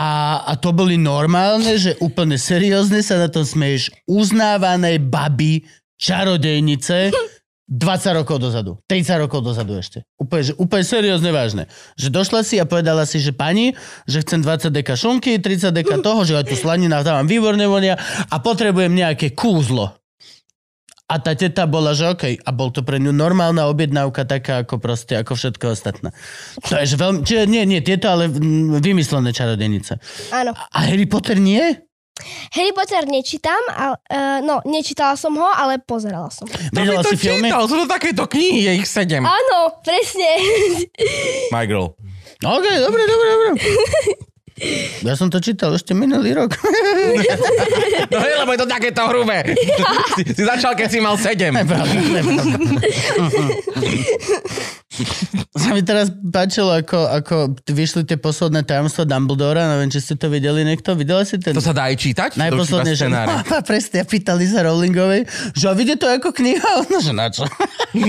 F: A, a to boli normálne, že úplne seriózne sa na tom smeješ uznávanej baby čarodejnice 20 rokov dozadu, 30 rokov dozadu ešte. Úplne, že, úplne seriózne vážne. Že došla si a povedala si, že pani, že chcem 20 deka šunky, 30 deka toho, že aj tu slanina tam mám výborne vonia a potrebujem nejaké kúzlo. A tá teta bola, že OK, a bol to pre ňu normálna objednávka, taká ako proste, ako všetko ostatné. To je, že veľmi, čiže nie, nie tieto, ale mm, vymyslené čarodenice.
E: Áno.
F: A Harry Potter nie?
E: Harry Potter nečítam, ale, uh, no, nečítala som ho, ale pozerala som.
F: Videla si
B: To
F: filmy?
B: čítal, sú to takéto knihy, je ich sedem.
E: Áno, presne.
B: My girl.
F: OK, dobre, dobre, dobre. Ja som to čítal ešte minulý rok.
B: No hej, lebo je to takéto hrubé. Si, si začal, keď si mal sedem.
F: Pravda, nepravda. Sa mi teraz páčilo, ako, ako vyšli tie posledné tajomstvá Dumbledora, neviem, či ste to videli niekto. Videla si ten...
B: To sa dá aj čítať?
F: Najposlednejšie.
B: scenáre.
F: Mapa, presne, a pýtali sa Rowlingovej, že a vidie to ako kniha? No, Ona, že na čo?
B: Kto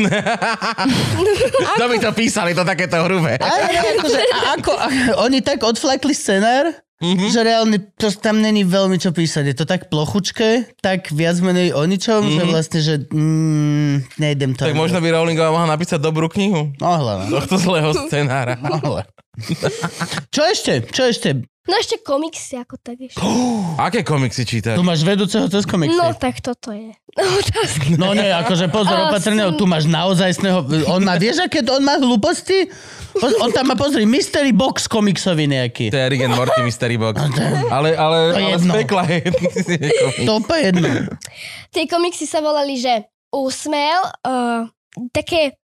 B: No by to písal, je to takéto hrubé.
F: A, ne, akože, a ako, a, oni tak odflakli scenár,
B: Mhm.
F: Mm-hmm. že reálne to tam není veľmi čo písať. Je to tak plochučké, tak viac menej o ničom, mm-hmm. že vlastne, že mm, nejdem to.
B: Mhm. Tak možno by Rowlingová mohla napísať dobrú knihu.
F: Mohla. no.
B: Tohto zlého scenára.
F: Mohla. Čo ešte? Čo ešte?
E: No ešte komiksy ako tak ešte.
B: Aké komiksy čítaš?
F: Tu máš vedúceho cez komiksy.
E: No tak toto je. Otázka.
F: No nie, akože pozor,
E: A
F: opatrne,
E: som-
F: tu máš naozajstného, on má, vieš, aké on má hlúposti? On, on tam má, pozri, mystery box komiksový nejaký.
B: To je Rick and Morty Mystery Box. Ale, ale,
F: To No, je
B: ale z
F: jedno.
B: pekla je.
F: To úplne jedno.
E: Tie komiksy sa volali, že úsmel, uh, také,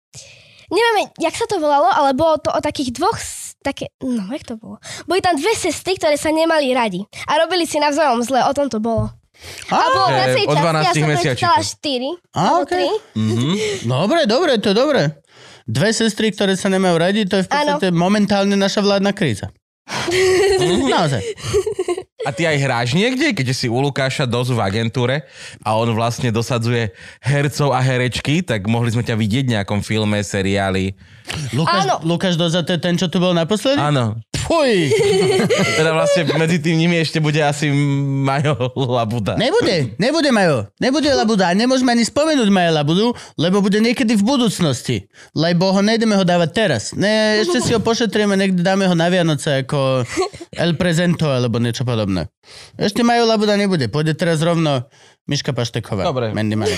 E: nevieme, jak sa to volalo, ale bolo to o takých dvoch, s- také, no jak to bolo? Boli tam dve sestry, ktoré sa nemali radi a robili si navzájom zle, o tom to bolo.
F: Á,
E: A bolo
B: Že
E: na
B: o 12
E: časti, ja som
B: mesiačikov.
E: prečítala 4,
F: Á,
E: alebo
F: ok.
E: 3.
F: Mhm. Dobre, dobre, to je dobre. Dve sestry, ktoré sa nemajú radi, to je v podstate momentálne naša vládna kríza. Naozaj.
B: A ty aj hráš niekde, keďže si u Lukáša dozu v agentúre a on vlastne dosadzuje hercov a herečky, tak mohli sme ťa vidieť v nejakom filme, seriáli.
F: Lukáš,
E: Áno.
F: Lukáš Doza, to je ten, čo tu bol naposledy?
B: Áno.
F: Fuj,
B: Teda vlastne medzi tým nimi ešte bude asi Majo Labuda.
F: nebude, nebude Majo, nebude Labuda a nemôžeme ani spomenúť Maja Labudu, lebo bude niekedy v budúcnosti, lebo ho nejdeme ho dávať teraz. Ne, ešte si ho pošetríme, niekde dáme ho na Vianoce ako El Presento alebo niečo podobné. Ešte Majo Labuda nebude, pôjde teraz rovno Miška Pašteková.
B: Dobre.
F: Mandy Majo.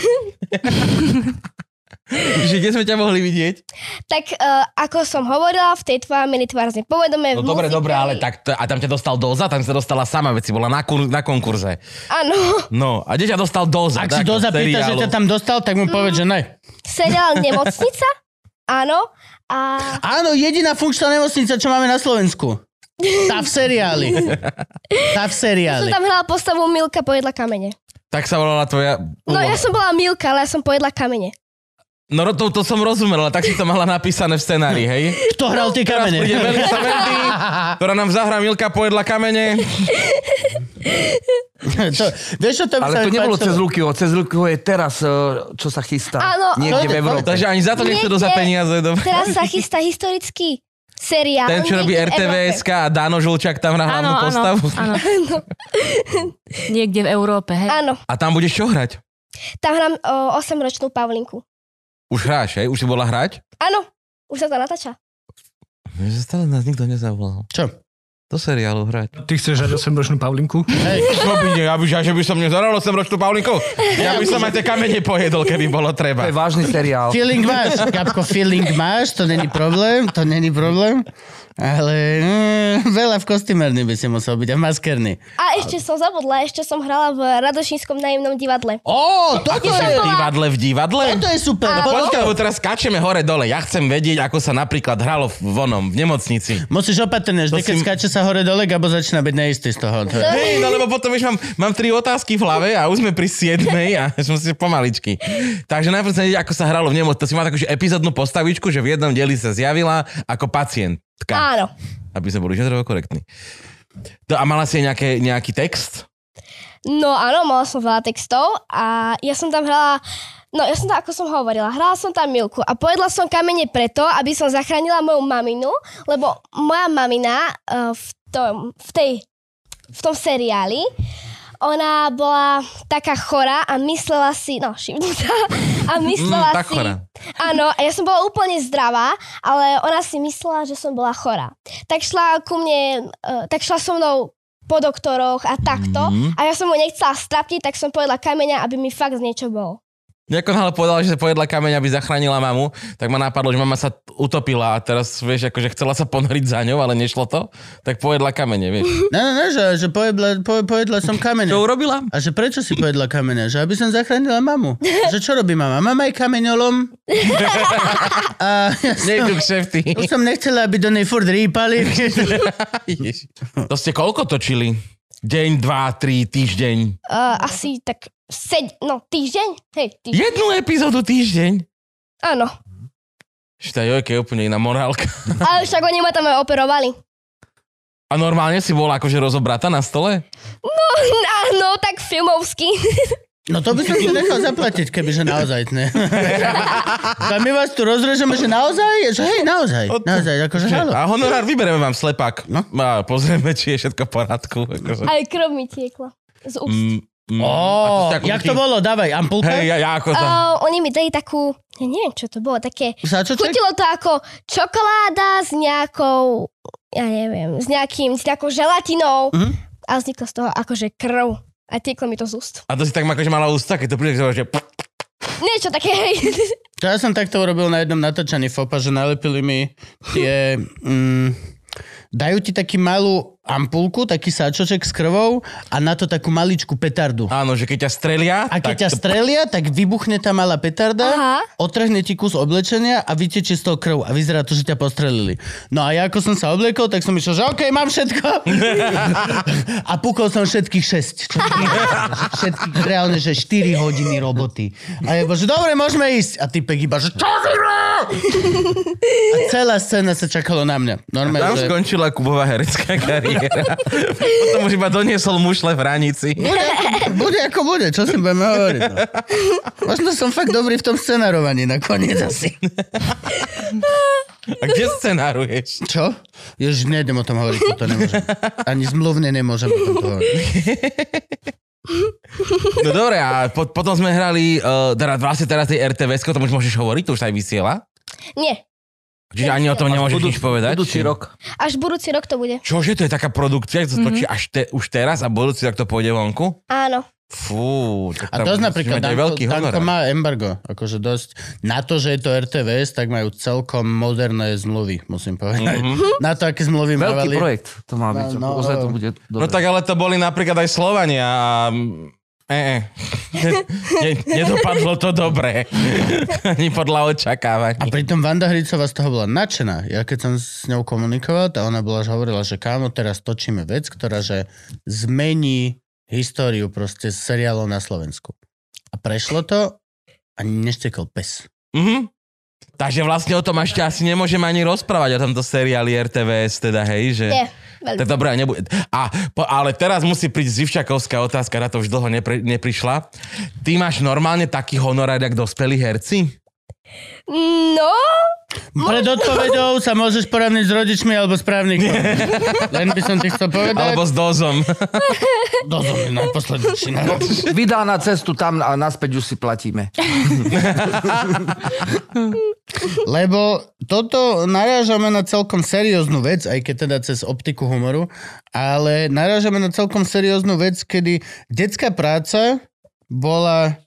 B: Že kde sme ťa mohli vidieť?
E: Tak uh, ako som hovorila, v tej tvár milý tvárne povedome.
B: No
E: v
B: dobre,
E: muzikáli.
B: dobre, ale tak to, a tam ťa dostal doza, tam sa dostala sama veci, bola na, kur, na konkurze.
E: Áno,
B: No, a kde ťa dostal doza?
F: Ak si
B: tak,
F: doza pýta, že
B: seriálu.
F: ťa tam dostal, tak mu povedz, že ne.
E: seriál Nemocnica, áno, a
F: Áno, jediná funkčná nemocnica, čo máme na Slovensku. Tá v seriáli. Tá v
E: som
F: seriáli.
E: tam hrala postavu Milka pojedla kamene.
B: tak sa volala tvoja...
E: No ja som bola Milka, ale ja som pojedla kamene.
B: No ro- to, to som rozumel, ale tak si to mala napísané v scenári, hej?
F: Kto hral tie
B: Teraz
F: kamene?
B: príde Melisa Mendy, ktorá nám zahrá Milka pojedla kamene.
F: To, vieš, čo to by sa
D: Ale to
F: mi
D: nebolo
F: páčilo?
D: cez Lukyho, cez Lukyho je teraz, e, čo sa chystá.
E: Áno,
D: niekde
F: to-
D: v Európe.
B: Takže ani za to nechce dozať
E: Niekde.
B: peniaze. Dobre.
E: Teraz sa chystá historický seriál.
B: Ten, čo robí
E: niekde v
B: RTVS
E: Európe.
B: a Dano Žulčák tam hrá hlavnú
C: Áno, áno,
B: postavu.
C: áno. Niekde v Európe, hej.
E: Áno,
B: A tam budeš čo hrať?
E: tam hrám o, 8-ročnú Pavlinku.
B: Už hráš, hej? Už si bola hrať?
E: Áno, už sa to natáča.
B: Vieš, že stále nás nikto nezavolal.
F: Čo?
B: Do seriálu hrať.
G: Ty chceš žiadať 8-ročnú Pavlinku?
B: Čo by ne, ja by, ja, že by som nezahral 8 ročnú Pavlinku. Ja by som aj tie kamene pojedol, keby bolo
D: To je
B: treba.
D: vážny seriál.
F: Feeling máš, Gabko, feeling máš, to není problém, to není problém. Ale mm, veľa v kostýmerni by si musel byť a v maskerni.
E: A ešte som zabudla, ešte som hrala v Radošínskom nájomnom divadle.
F: Ó, toto
B: Ako
F: je,
B: si v divadle v divadle? No
F: toto je super.
E: A-
F: Pozor,
B: Počkaj, lebo teraz skáčeme hore-dole. Ja chcem vedieť, ako sa napríklad hralo v vonom, v nemocnici.
F: Musíš opatrne, vždy,
B: To
F: keď
B: si-
F: skáče sa hore dole, Gabo začína byť neistý z toho.
B: Hej, no lebo potom už mám, mám tri otázky v hlave a už sme pri siedmej a som si pomaličky. Takže najprv sa vedieť, ako sa hralo v nemocnici. To si má takú že epizódnu postavičku, že v jednom dieli sa zjavila ako pacientka.
E: Áno.
B: Aby sme boli žadrovo korektní. To, a mala si aj nejaké, nejaký text?
E: No áno, mala som veľa textov a ja som tam hrala, no ja som tam, ako som hovorila, hrala som tam Milku a pojedla som kamene preto, aby som zachránila moju maminu, lebo moja mamina eh, v tom, v tej, v tom seriáli, ona bola taká chorá a myslela si, no šibnutá, a myslela
B: tak
E: si...
B: chorá.
E: Áno, a ja som bola úplne zdravá, ale ona si myslela, že som bola chorá. Tak šla ku mne, eh, tak šla so mnou po doktoroch a takto. A ja som mu nechcela strapniť, tak som povedala kameňa, aby mi fakt niečo bolo.
B: Nejako ale povedala, že sa pojedla kameň, aby zachránila mamu, tak ma napadlo, že mama sa t- utopila a teraz, vieš, akože chcela sa ponoriť za ňou, ale nešlo to, tak pojedla kamene, vieš.
F: No, no, no, že, že pojedla, po, pojedla som kamene.
B: Čo urobila?
F: A že prečo si povedla kamene? Že aby som zachránila mamu. Že čo robí mama? Mama je kameňolom. A ja
B: Nie
F: som,
B: tu kšefty.
F: už som nechcela, aby do nej furt rýpali.
B: Ježiš. To ste koľko točili? Deň, dva, tri, týždeň.
E: Uh, asi tak seď, no týždeň? Hej, týždeň.
B: Jednu epizódu týždeň.
E: Áno.
B: Šta Jojke je úplne iná morálka.
E: Ale však oni ma tam aj operovali.
B: A normálne si bola akože rozobratá na stole?
E: Áno, no, tak filmovsky.
F: No to by som si nechal zaplatiť, kebyže naozaj ne. A my vás tu rozrežeme, že naozaj? Že hej, naozaj. Naozaj, akože halo.
B: A honorár vybereme vám slepák. No. A pozrieme, či je všetko v poriadku. Akože.
E: Aj krv mi tiekla. Z úst.
B: Mm, mm.
F: Ó,
B: A to ste ako
F: jak
B: taký-
F: to bolo? Dávaj, ampulka?
B: Hej, ja, ja ako to...
E: Uh, oni mi dali takú, ja neviem, čo to bolo, také...
F: Sáčoček?
E: Chutilo to ako čokoláda s nejakou, ja neviem, s, nejakým, s nejakou želatinou.
F: Mhm.
E: A vzniklo z toho akože krv. A tieklo mi to z úst.
B: A to si tak akože mala ústa, keď to príde, že...
E: Niečo také, hej.
F: To ja som takto urobil na jednom natočaní fopa, že nalepili mi tie... Mm, dajú ti taký malú ampulku, taký sáčoček s krvou a na to takú maličku petardu.
B: Áno, že keď ťa strelia,
F: A keď
B: tak
F: ťa strelia, tak vybuchne tá malá petarda,
E: Aha.
F: otrhne ti kus oblečenia a vytečie z toho krv a vyzerá to, že ťa postrelili. No a ja ako som sa obliekol, tak som išiel, že OK, mám všetko. a pukol som všetkých šesť. Čo som- všetkých, reálne, že 4 hodiny roboty. A je, že dobre, môžeme ísť. A typek iba, že čo si robíš?" A celá scéna sa čakalo na mňa. Normálne,
B: Tam
F: že...
B: skončila Kubová herecká kariéra. Potom už iba doniesol mušle v ranici.
F: Bude ako bude, čo si budeme hovoriť. No. Možno som fakt dobrý v tom scenárovaní nakoniec asi.
B: A kde scenáruješ?
F: Čo? Ježiš, nejdem o tom hovoriť, to nemôžem. Ani zmluvne nemôžem o tom hovoriť.
B: No dobre, a po, potom sme hrali, uh, teda vlastne teraz tej RTVS, o tom už môžeš hovoriť, to už sa aj vysiela.
E: Nie,
B: Čiže ani o tom nemôžeš nič povedať.
D: Budúci rok.
E: až budúci rok to bude.
B: Čože to je taká produkcia, že to točí až te, už teraz a budúci tak to pôjde vonku?
E: Áno.
B: Fú, tak
F: A
B: tam
F: dosť
B: musíš
F: napríklad
B: mať aj
F: Danko,
B: no, veľký
F: Danko
B: honorár.
F: má embargo, akože dosť. Na to, že je to RTVS, tak majú celkom moderné zmluvy, musím povedať. Mm-hmm. Na to, aké zmluvy
D: Veľký
F: mávali.
D: projekt to má byť.
F: No, no,
D: Ozaj to
F: no.
D: bude dobre.
B: No tak ale to boli napríklad aj Slovania a... E, e. Ne, nedopadlo to dobre. Ani
F: A
B: podľa očakávaní.
F: pritom Vanda Hricová z toho bola nadšená. Ja keď som s ňou komunikoval, tá ona bola, že hovorila, že kámo, teraz točíme vec, ktorá že zmení históriu proste s seriálov na Slovensku. A prešlo to a neštekol pes.
B: Mhm. Takže vlastne o tom ešte asi nemôžem ani rozprávať o tomto seriáli RTVS, teda hej, že...
E: Nie,
B: Tak
E: veľmi.
B: dobré, nebude. A, po, ale teraz musí prísť Zivčakovská otázka, na to už dlho nepri, neprišla. Ty máš normálne taký honorár, jak dospelí herci?
E: No,
F: Pred odpovedou sa môžeš porovniť s rodičmi alebo s právnikom. Len by som ti chcel povedať. No,
B: Alebo s dozom.
F: Dozor, na poslednejší národ.
D: Vydá na cestu tam a naspäť už si platíme.
F: Lebo toto narážame na celkom serióznu vec, aj keď teda cez optiku humoru, ale narážame na celkom serióznu vec, kedy detská práca bola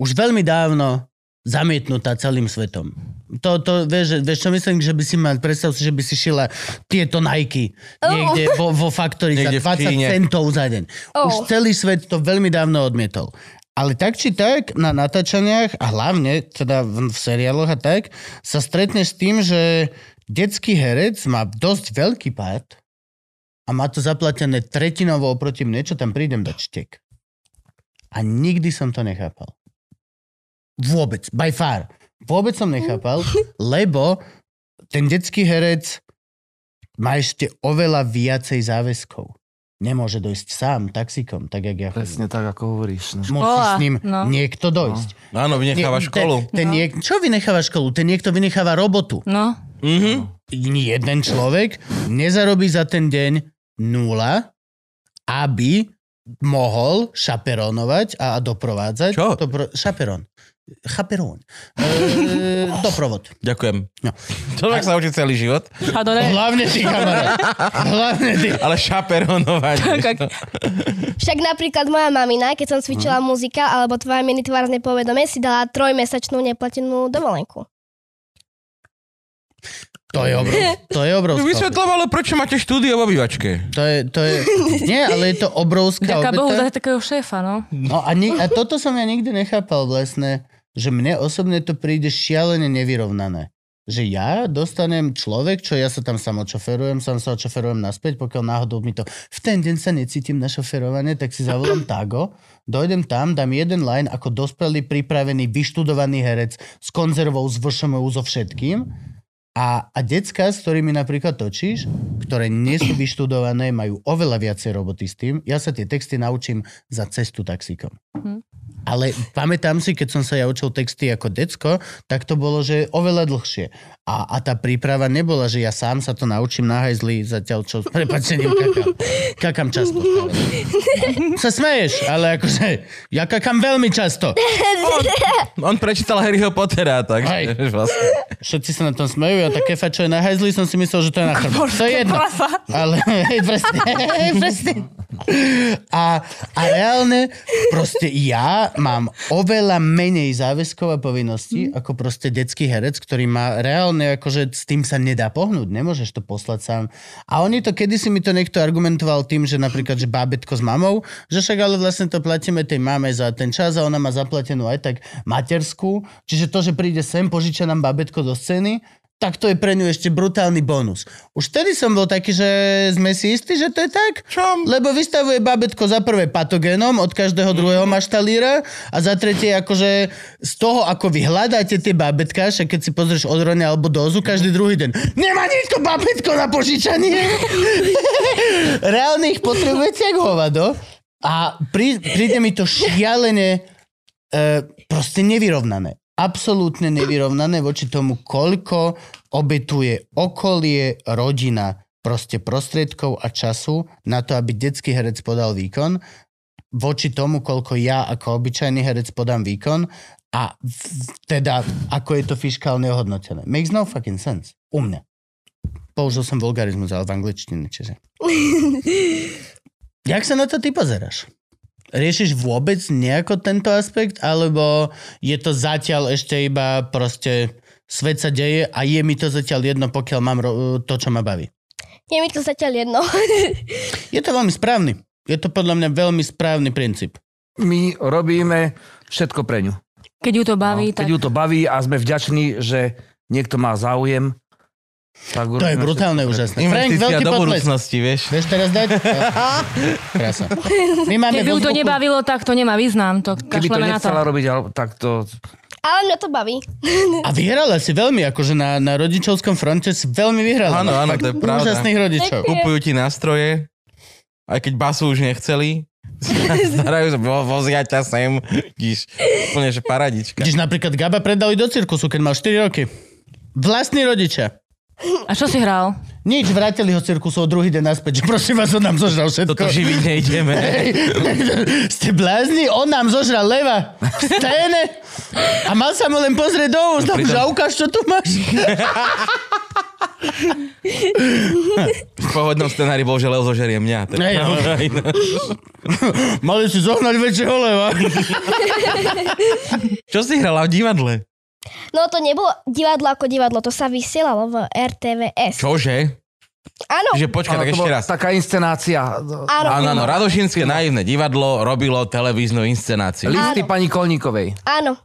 F: už veľmi dávno zamietnutá celým svetom. To, to, vieš, že- vieš, čo myslím, že by si mal, predstav si, že by si šila tieto Nike niekde vo, vo faktori za
B: Niekde v
F: 20
B: Číne.
F: centov za deň.
E: Oh.
F: Už celý svet to veľmi dávno odmietol. Ale tak či tak, na natáčaniach a hlavne teda v, v seriáloch a tak, sa stretneš s tým, že detský herec má dosť veľký part a má to zaplatené tretinovo oproti mne, čo tam prídem dať štek. A nikdy som to nechápal. Vôbec, by far. Vôbec som nechápal, lebo ten detský herec má ešte oveľa viacej záväzkov. Nemôže dojsť sám taxikom, tak jak ja
D: Presne
F: chodím.
D: tak, ako hovoríš. No.
F: Musí
C: Škola,
F: s ním
C: no.
F: niekto dojsť.
B: Áno, vynecháva
F: Nie-
B: školu.
F: Ten, ten niek- čo vynecháva školu? Ten niekto vynecháva robotu.
C: No,
B: Mhm.
F: Jeden človek nezarobí za ten deň nula, aby mohol šaperónovať a doprovádzať.
B: Čo?
F: Dopro- šaperón. Chaperón. E, doprovod.
B: Ďakujem.
F: No.
B: Človek sa učí celý život,
C: a to ne...
F: Hlavne ty, kamarát. Hlavne ty.
B: ale šaperonovanie.
C: Tak,
E: však napríklad moja mamina, keď som cvičila muzikál alebo tvoja mini tvárne povedomie, si dala trojmesačnú neplatenú dovolenku.
F: To je obrovské. To je obrovské.
B: Vysvetľovalo, prečo máte štúdio v obývačke.
F: To je, to je, nie, ale je to obrovská
C: Ďaká Bohu
F: obeta.
C: za takého šéfa, no.
F: No a, ni- a toto som ja nikdy nechápal vlastne, že mne osobne to príde šialene nevyrovnané. Že ja dostanem človek, čo ja sa tam sam očoferujem, sam sa očoferujem naspäť, pokiaľ náhodou mi to v ten deň sa necítim na šoferovanie, tak si zavolám Tago, dojdem tam, dám jeden line ako dospelý, pripravený, vyštudovaný herec s konzervou, s vršomou, so všetkým. A, a decka, s ktorými napríklad točíš, ktoré nie sú vyštudované, majú oveľa viacej roboty s tým. Ja sa tie texty naučím za cestu taxíkom. Ale pamätám si, keď som sa ja učil texty ako decko, tak to bolo, že oveľa dlhšie. A, a tá príprava nebola, že ja sám sa to naučím na hajzli, zatiaľ čo s prepačením kakám. Kakám často. Sa smeješ, ale akože ja kakám veľmi často.
B: On prečítal Harryho Pottera, tak
F: Hej.
B: vlastne.
F: Všetci sa na tom smejú, ja tá kefa, čo je na hajzli, som si myslel, že to je na chrbte. To je jedno. Ale hej, presne, hej, presne. A, a reálne proste ja mám oveľa menej záväzkov a povinností ako proste detský herec, ktorý má reálne akože s tým sa nedá pohnúť, nemôžeš to poslať sám. A oni to, kedysi mi to niekto argumentoval tým, že napríklad, že bábetko s mamou, že však ale vlastne to platíme tej mame za ten čas a ona má zaplatenú aj tak materskú, čiže to, že príde sem, požičia nám bábetko do scény, tak to je pre ňu ešte brutálny bonus. Už vtedy som bol taký, že sme si istí, že to je tak. Čom? Lebo vystavuje babetko za prvé patogénom, od každého druhého máš talíra a za tretie akože z toho, ako vy hľadáte tie babetka, však keď si pozrieš od Ronia alebo dozu, každý druhý den. Nemá nikto babetko na požičanie! Reálne ich potrebujete jak hovado. A prí, príde mi to šialene e, proste nevyrovnané. Absolútne nevyrovnané voči tomu, koľko obetuje okolie, rodina proste prostriedkov a času na to, aby detský herec podal výkon voči tomu, koľko ja ako obyčajný herec podám výkon a v- teda ako je to fiskálne ohodnotené. Makes no fucking sense. U mňa. Použil som vulgarizmus, ale v angličtine, čiže. Jak sa na to ty pozeráš? Riešiš vôbec nejako tento aspekt, alebo je to zatiaľ ešte iba proste svet sa deje a je mi to zatiaľ jedno, pokiaľ mám ro- to, čo ma baví.
E: Je mi to zatiaľ jedno.
F: Je to veľmi správny. Je to podľa mňa veľmi správny princíp.
D: My robíme všetko pre ňu. No,
C: Keď ju to baví,
F: No,
D: Keď
C: tak...
D: ju to baví a sme vďační, že niekto má záujem, tak
F: To je
D: urobíme
F: brutálne
D: všetko pre ňu.
F: úžasné. Frank,
B: Investícia
F: veľký
B: do
F: potlesk.
B: budúcnosti, vieš.
F: Vieš teraz dať? Krása. My máme
C: Keby
F: vo
C: ju to
F: zvuku-
C: nebavilo, tak to nemá význam. To
D: Keby to
C: kašleme na to.
D: nechcela robiť, ale tak to...
E: Ale mňa to baví.
F: A vyhrala si veľmi, akože na, na rodičovskom fronte si veľmi vyhrala.
B: Áno, áno, to je pravda.
F: Úžasných rodičov.
B: Kupujú ti nástroje, aj keď basu už nechceli. Starajú sa, vo- vozia ťa sem. Vidíš, úplne, že paradička.
F: Když napríklad Gaba predali do cirkusu, keď mal 4 roky. Vlastní rodičia.
C: A čo si hral?
F: Nič, vrátili ho cirkusu o druhý deň naspäť, že prosím vás, on nám zožral všetko.
B: Toto živiť nejdeme.
F: Ste blázni? On nám zožral leva v stene a mal sa mu len pozrieť do úst. No,
B: pritom-
F: že "A ukáž, čo tu máš.
B: V pôvodnom scenári bol, že Leo zožerie mňa. Tak...
F: Ne, ja- Mali si zohnať väčšieho leva.
B: Čo si hrala v divadle?
E: No to nebolo divadlo ako divadlo, to sa vysielalo v RTVS.
B: Čože?
E: Áno,
B: Že počkaj,
D: Áno,
B: tak
D: to
B: ešte
D: bola
B: raz.
D: Taká inscenácia.
E: áno,
B: Áno, áno, Radošinské naivné divadlo robilo televíznu inscenáciu.
D: Listy pani Kolníkovej.
E: áno.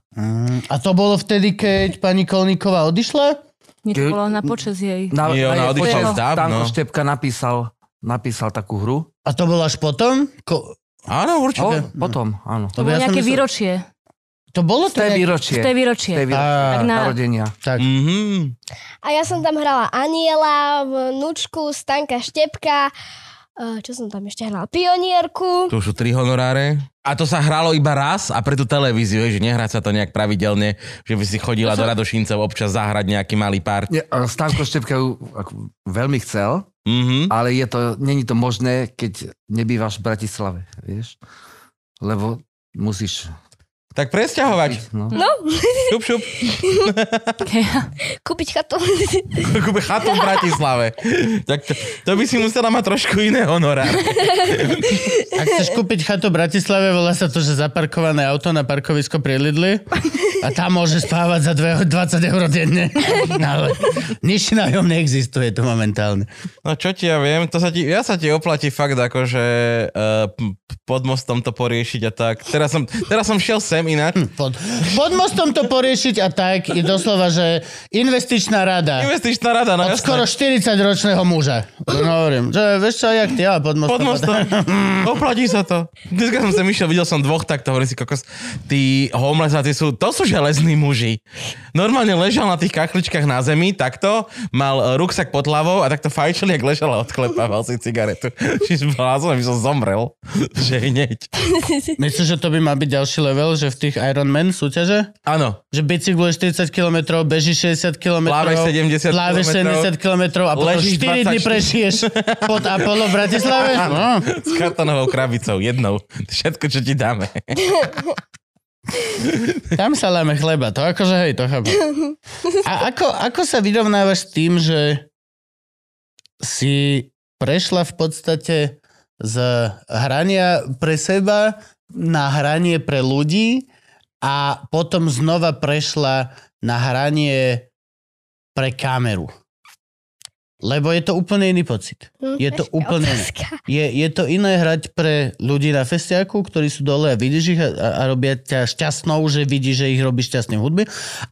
F: A to bolo vtedy, keď pani Kolníková odišla?
C: Nič
D: Keď-
C: bolo na počas jej.
F: No,
D: Na,
B: Nie, ona
D: jej
B: odišla
D: počas
B: už dávno.
D: Stanko Štepka napísal, napísal takú hru.
F: A to bolo až potom? Ko...
B: Áno,
D: O,
B: určite.
D: potom, áno.
C: To bolo
F: no, ja som
C: nejaké
F: myslel-
C: výročie.
F: To bolo
D: Z tej
F: nejak-
C: Z
D: výročie.
C: tej výročie.
D: Z tej výročie.
F: Á,
C: Tak na-
D: Narodenia.
F: tak.
B: Mhm.
E: A ja som tam hrala Aniela, vnúčku, Stanka Štepka, e, čo som tam ešte hrala? Pionierku.
B: To už sú tri honoráre. A to sa hralo iba raz a pre tú televíziu, hej, že nehrá sa to nejak pravidelne, že by si chodila do Radošincov občas zahrať nejaký malý pár.
D: Nie, a Stanko Štepka ju ako veľmi chcel,
F: Mm-hmm.
B: Mhm.
D: ale je to, není to možné, keď nebývaš v Bratislave, vieš? Lebo musíš...
B: Tak presťahovať.
D: No.
E: No,
B: Šup, šup.
E: kúpiť chatu.
B: Kúpe chatu v Bratislave. Tak to, to by si musela mať trošku iné honorár.
F: Ak chceš kúpiť chatu v Bratislave, volá sa to, že zaparkované auto na parkovisko pri Lidli a tam môže spávať za dve- 20 eur denne. No, ale nižší nájom neexistuje tu momentálne.
B: No čo ti ja viem, to sa ti, ja sa ti oplatí fakt akože uh, pod mostom to poriešiť a tak. Teraz som, teraz som šiel sem ináč.
F: Pod, pod mostom to poriešiť a tak je doslova, že investičná rada
B: Investičná rada, no
F: od
B: jasné.
F: skoro 40-ročného muža. No, hovorím, že vieš čo, jak ty, ale pod mostom.
B: Pod mostom. Oplatí sa to. Dneska som sem išiel, videl som dvoch takto, hovorím si, kokos, tí homelessáci sú, to sú železní muži. Normálne ležal na tých kachličkách na zemi, takto, mal e, ruksak pod hlavou a takto fajčil, jak ležal a odklepával si cigaretu. Čiže blázon, by som zomrel. Že hneď.
F: Myslíš, že to by mal byť ďalší level, že v tých Ironman súťaže?
B: Áno,
F: Že bicykluješ 40 km, bežíš 60 km,
B: Pláveš 70
F: pláveš
B: kilometrov,
F: 70 km a potom
B: ležíš
F: 4 dní
B: 24.
F: prežiješ pod Apollo v Bratislave? No.
B: s kartonovou krabicou, jednou. Všetko, čo ti dáme.
F: Tam sa láme chleba, to akože hej, to chápem. A ako, ako sa vyrovnávaš s tým, že si prešla v podstate z hrania pre seba na hranie pre ľudí a potom znova prešla na hranie pre kameru? Lebo je to úplne iný pocit.
E: Hm,
F: Je to
E: ťažká
F: úplne iné.
E: otázka.
F: Je, je to iné hrať pre ľudí na festiaku, ktorí sú dole a vidíš ich a, a- a robia ťa šťastnou, že vidíš, že ich robíš šťastným hudby.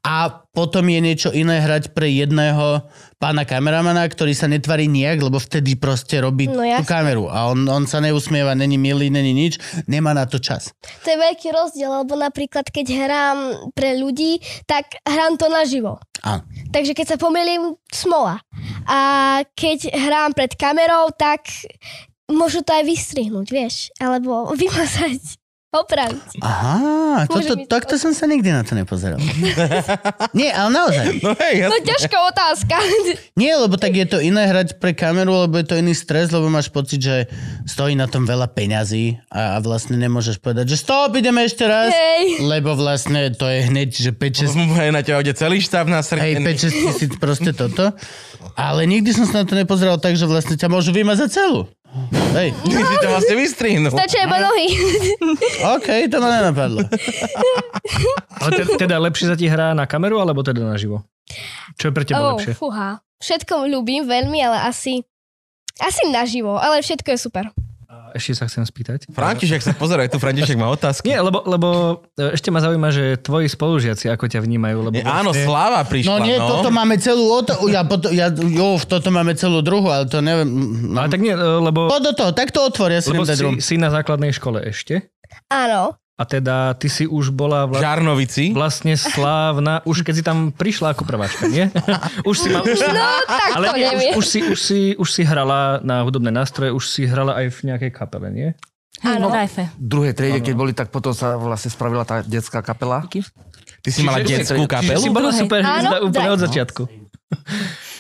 F: A potom je niečo iné hrať pre jedného pána kameramana, ktorý sa netvarí nejak, lebo vtedy proste robí tú
E: No jasne.
F: kameru. A on, on sa neusmieva, není milý, není nič, nemá na to čas.
E: To je veľký rozdiel, lebo napríklad keď hrám pre ľudí, tak hrám to naživo.
F: Áno.
E: Takže keď sa pomýlim, smola. A keď hrám pred kamerou, tak môžu to aj vystrihnúť, vieš, alebo vymazať. Popravím.
F: Aha,
E: Môže
F: toto,
E: byť-
F: takto som sa nikdy na to nepozeral. Nie, ale naozaj.
B: No hej, ja...
E: No ťažká otázka.
F: Nie, lebo tak je to iné hrať pre kameru, lebo je to iný stres, lebo máš pocit, že stojí na tom veľa peňazí a, a vlastne nemôžeš povedať, že stop, ideme ešte raz,
E: Hej.
F: lebo vlastne to je hneď, že 5-6
B: Hej, na ťa ide celý štáb na
F: Hej, 5-6 tisíc, proste toto. Ale nikdy som sa na to nepozeral tak, že vlastne ťa môžu vymazať celú. Hej,
B: Ty si to vlastne vystrihnul.
E: Stačia iba nohy.
F: OK, to ma nenapadlo.
G: Ale te, teda lepšie sa ti hrá na kameru, alebo teda na živo? Čo je pre teba
E: Oh,
G: lepšie?
E: fúha. Všetko ľúbim veľmi, ale asi... Asi naživo, ale všetko je super.
G: Ešte sa chcem spýtať.
B: František sa pozeraj, tu František má otázky.
G: Nie, lebo, lebo e, ešte ma zaujíma, že tvoji spolužiaci ako ťa vnímajú, lebo... vlastne-
B: Je, áno, Sláva prišla,
F: No
B: no.
F: nie, toto máme celú... Oto- ja, potom, ja, jo, toto máme celú druhú, ale to neviem... No,
G: Ale tak nie, e, lebo,
F: Poď do toho, tak to otvor, ja si
G: lebo
F: idem dať rum.
G: si, si na základnej škole ešte
E: Áno.
G: a teda ty si už bola
B: V
G: vla,
B: Žarnovici.
G: vlastne slávna, už keď si tam prišla ako prváčka, nie? už si ma, už si,
E: No tak
G: ale
E: to
G: nie,
E: neviem.
G: už, už, si, už, si, už si hrala na hudobné nástroje, už si hrala aj v nejakej kapele, nie?
C: Hej,
E: Áno.
C: v Rajfe.
D: druhej triede, keď boli, tak potom sa vlastne spravila tá detská kapela.
B: Ty si mala detskú
G: Čiže si
B: kapelu?
G: bola
C: Druhej.
G: super hviezda
E: Áno,
G: úplne
E: tak.
G: od začiatku.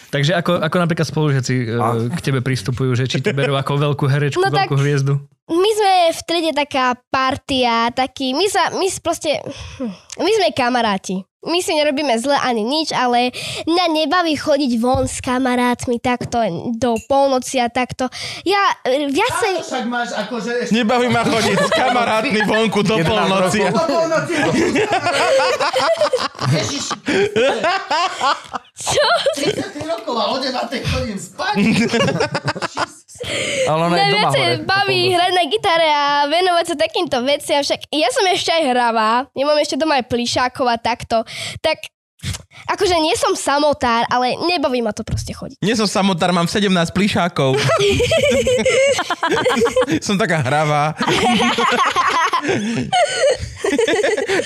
G: Takže ako, ako napríklad spolužiaci e,
D: A-
G: k tebe pristupujú, že či te berú ako veľkú herečku,
E: No tak-
G: veľkú hviezdu?
E: My sme v trede taká partia, taký, my sa, my s- proste, hm, my sme kamaráti. My si nerobíme zle ani nič, ale mňa nebaví chodiť von s kamarátmi takto do polnoci a takto. Ja e, viacej...
H: Však máš akože ešte...
B: Nebaví ma chodiť s kamarátmi vonku do
D: 11
B: polnoci.
D: rokov.
E: Čo?
H: 30 rokov a o 9 chodím spať.
D: Ale ona je
E: Mňa
D: doma
E: viacej
D: hore.
E: baví hrať na gitare a venovať sa takýmto veciam, však ja som ešte aj hravá, ja mám ešte doma aj plišákov a takto, tak akože nie som samotár, ale nebaví ma to proste chodiť.
B: Nie som samotár, mám 17 plišákov. som taká hravá.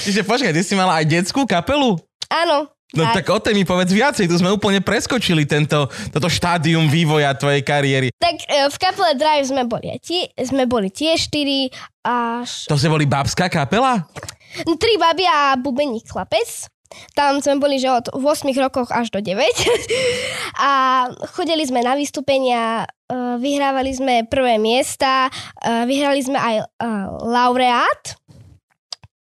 B: Čiže počkaj, ty si mala aj detskú kapelu?
E: Áno.
B: No tak. o tej mi povedz viacej, tu sme úplne preskočili tento, toto štádium vývoja tvojej kariéry.
E: Tak e, v kapele Drive sme boli, aj tie, sme boli tie štyri, až
B: To ste boli babská kapela?
E: no, tri baby a bubeník chlapec. Tam sme boli, že od 8 rokov až do 9. a chodili sme na vystúpenia, e, vyhrávali sme prvé miesta, e, vyhrali sme aj e, laureát.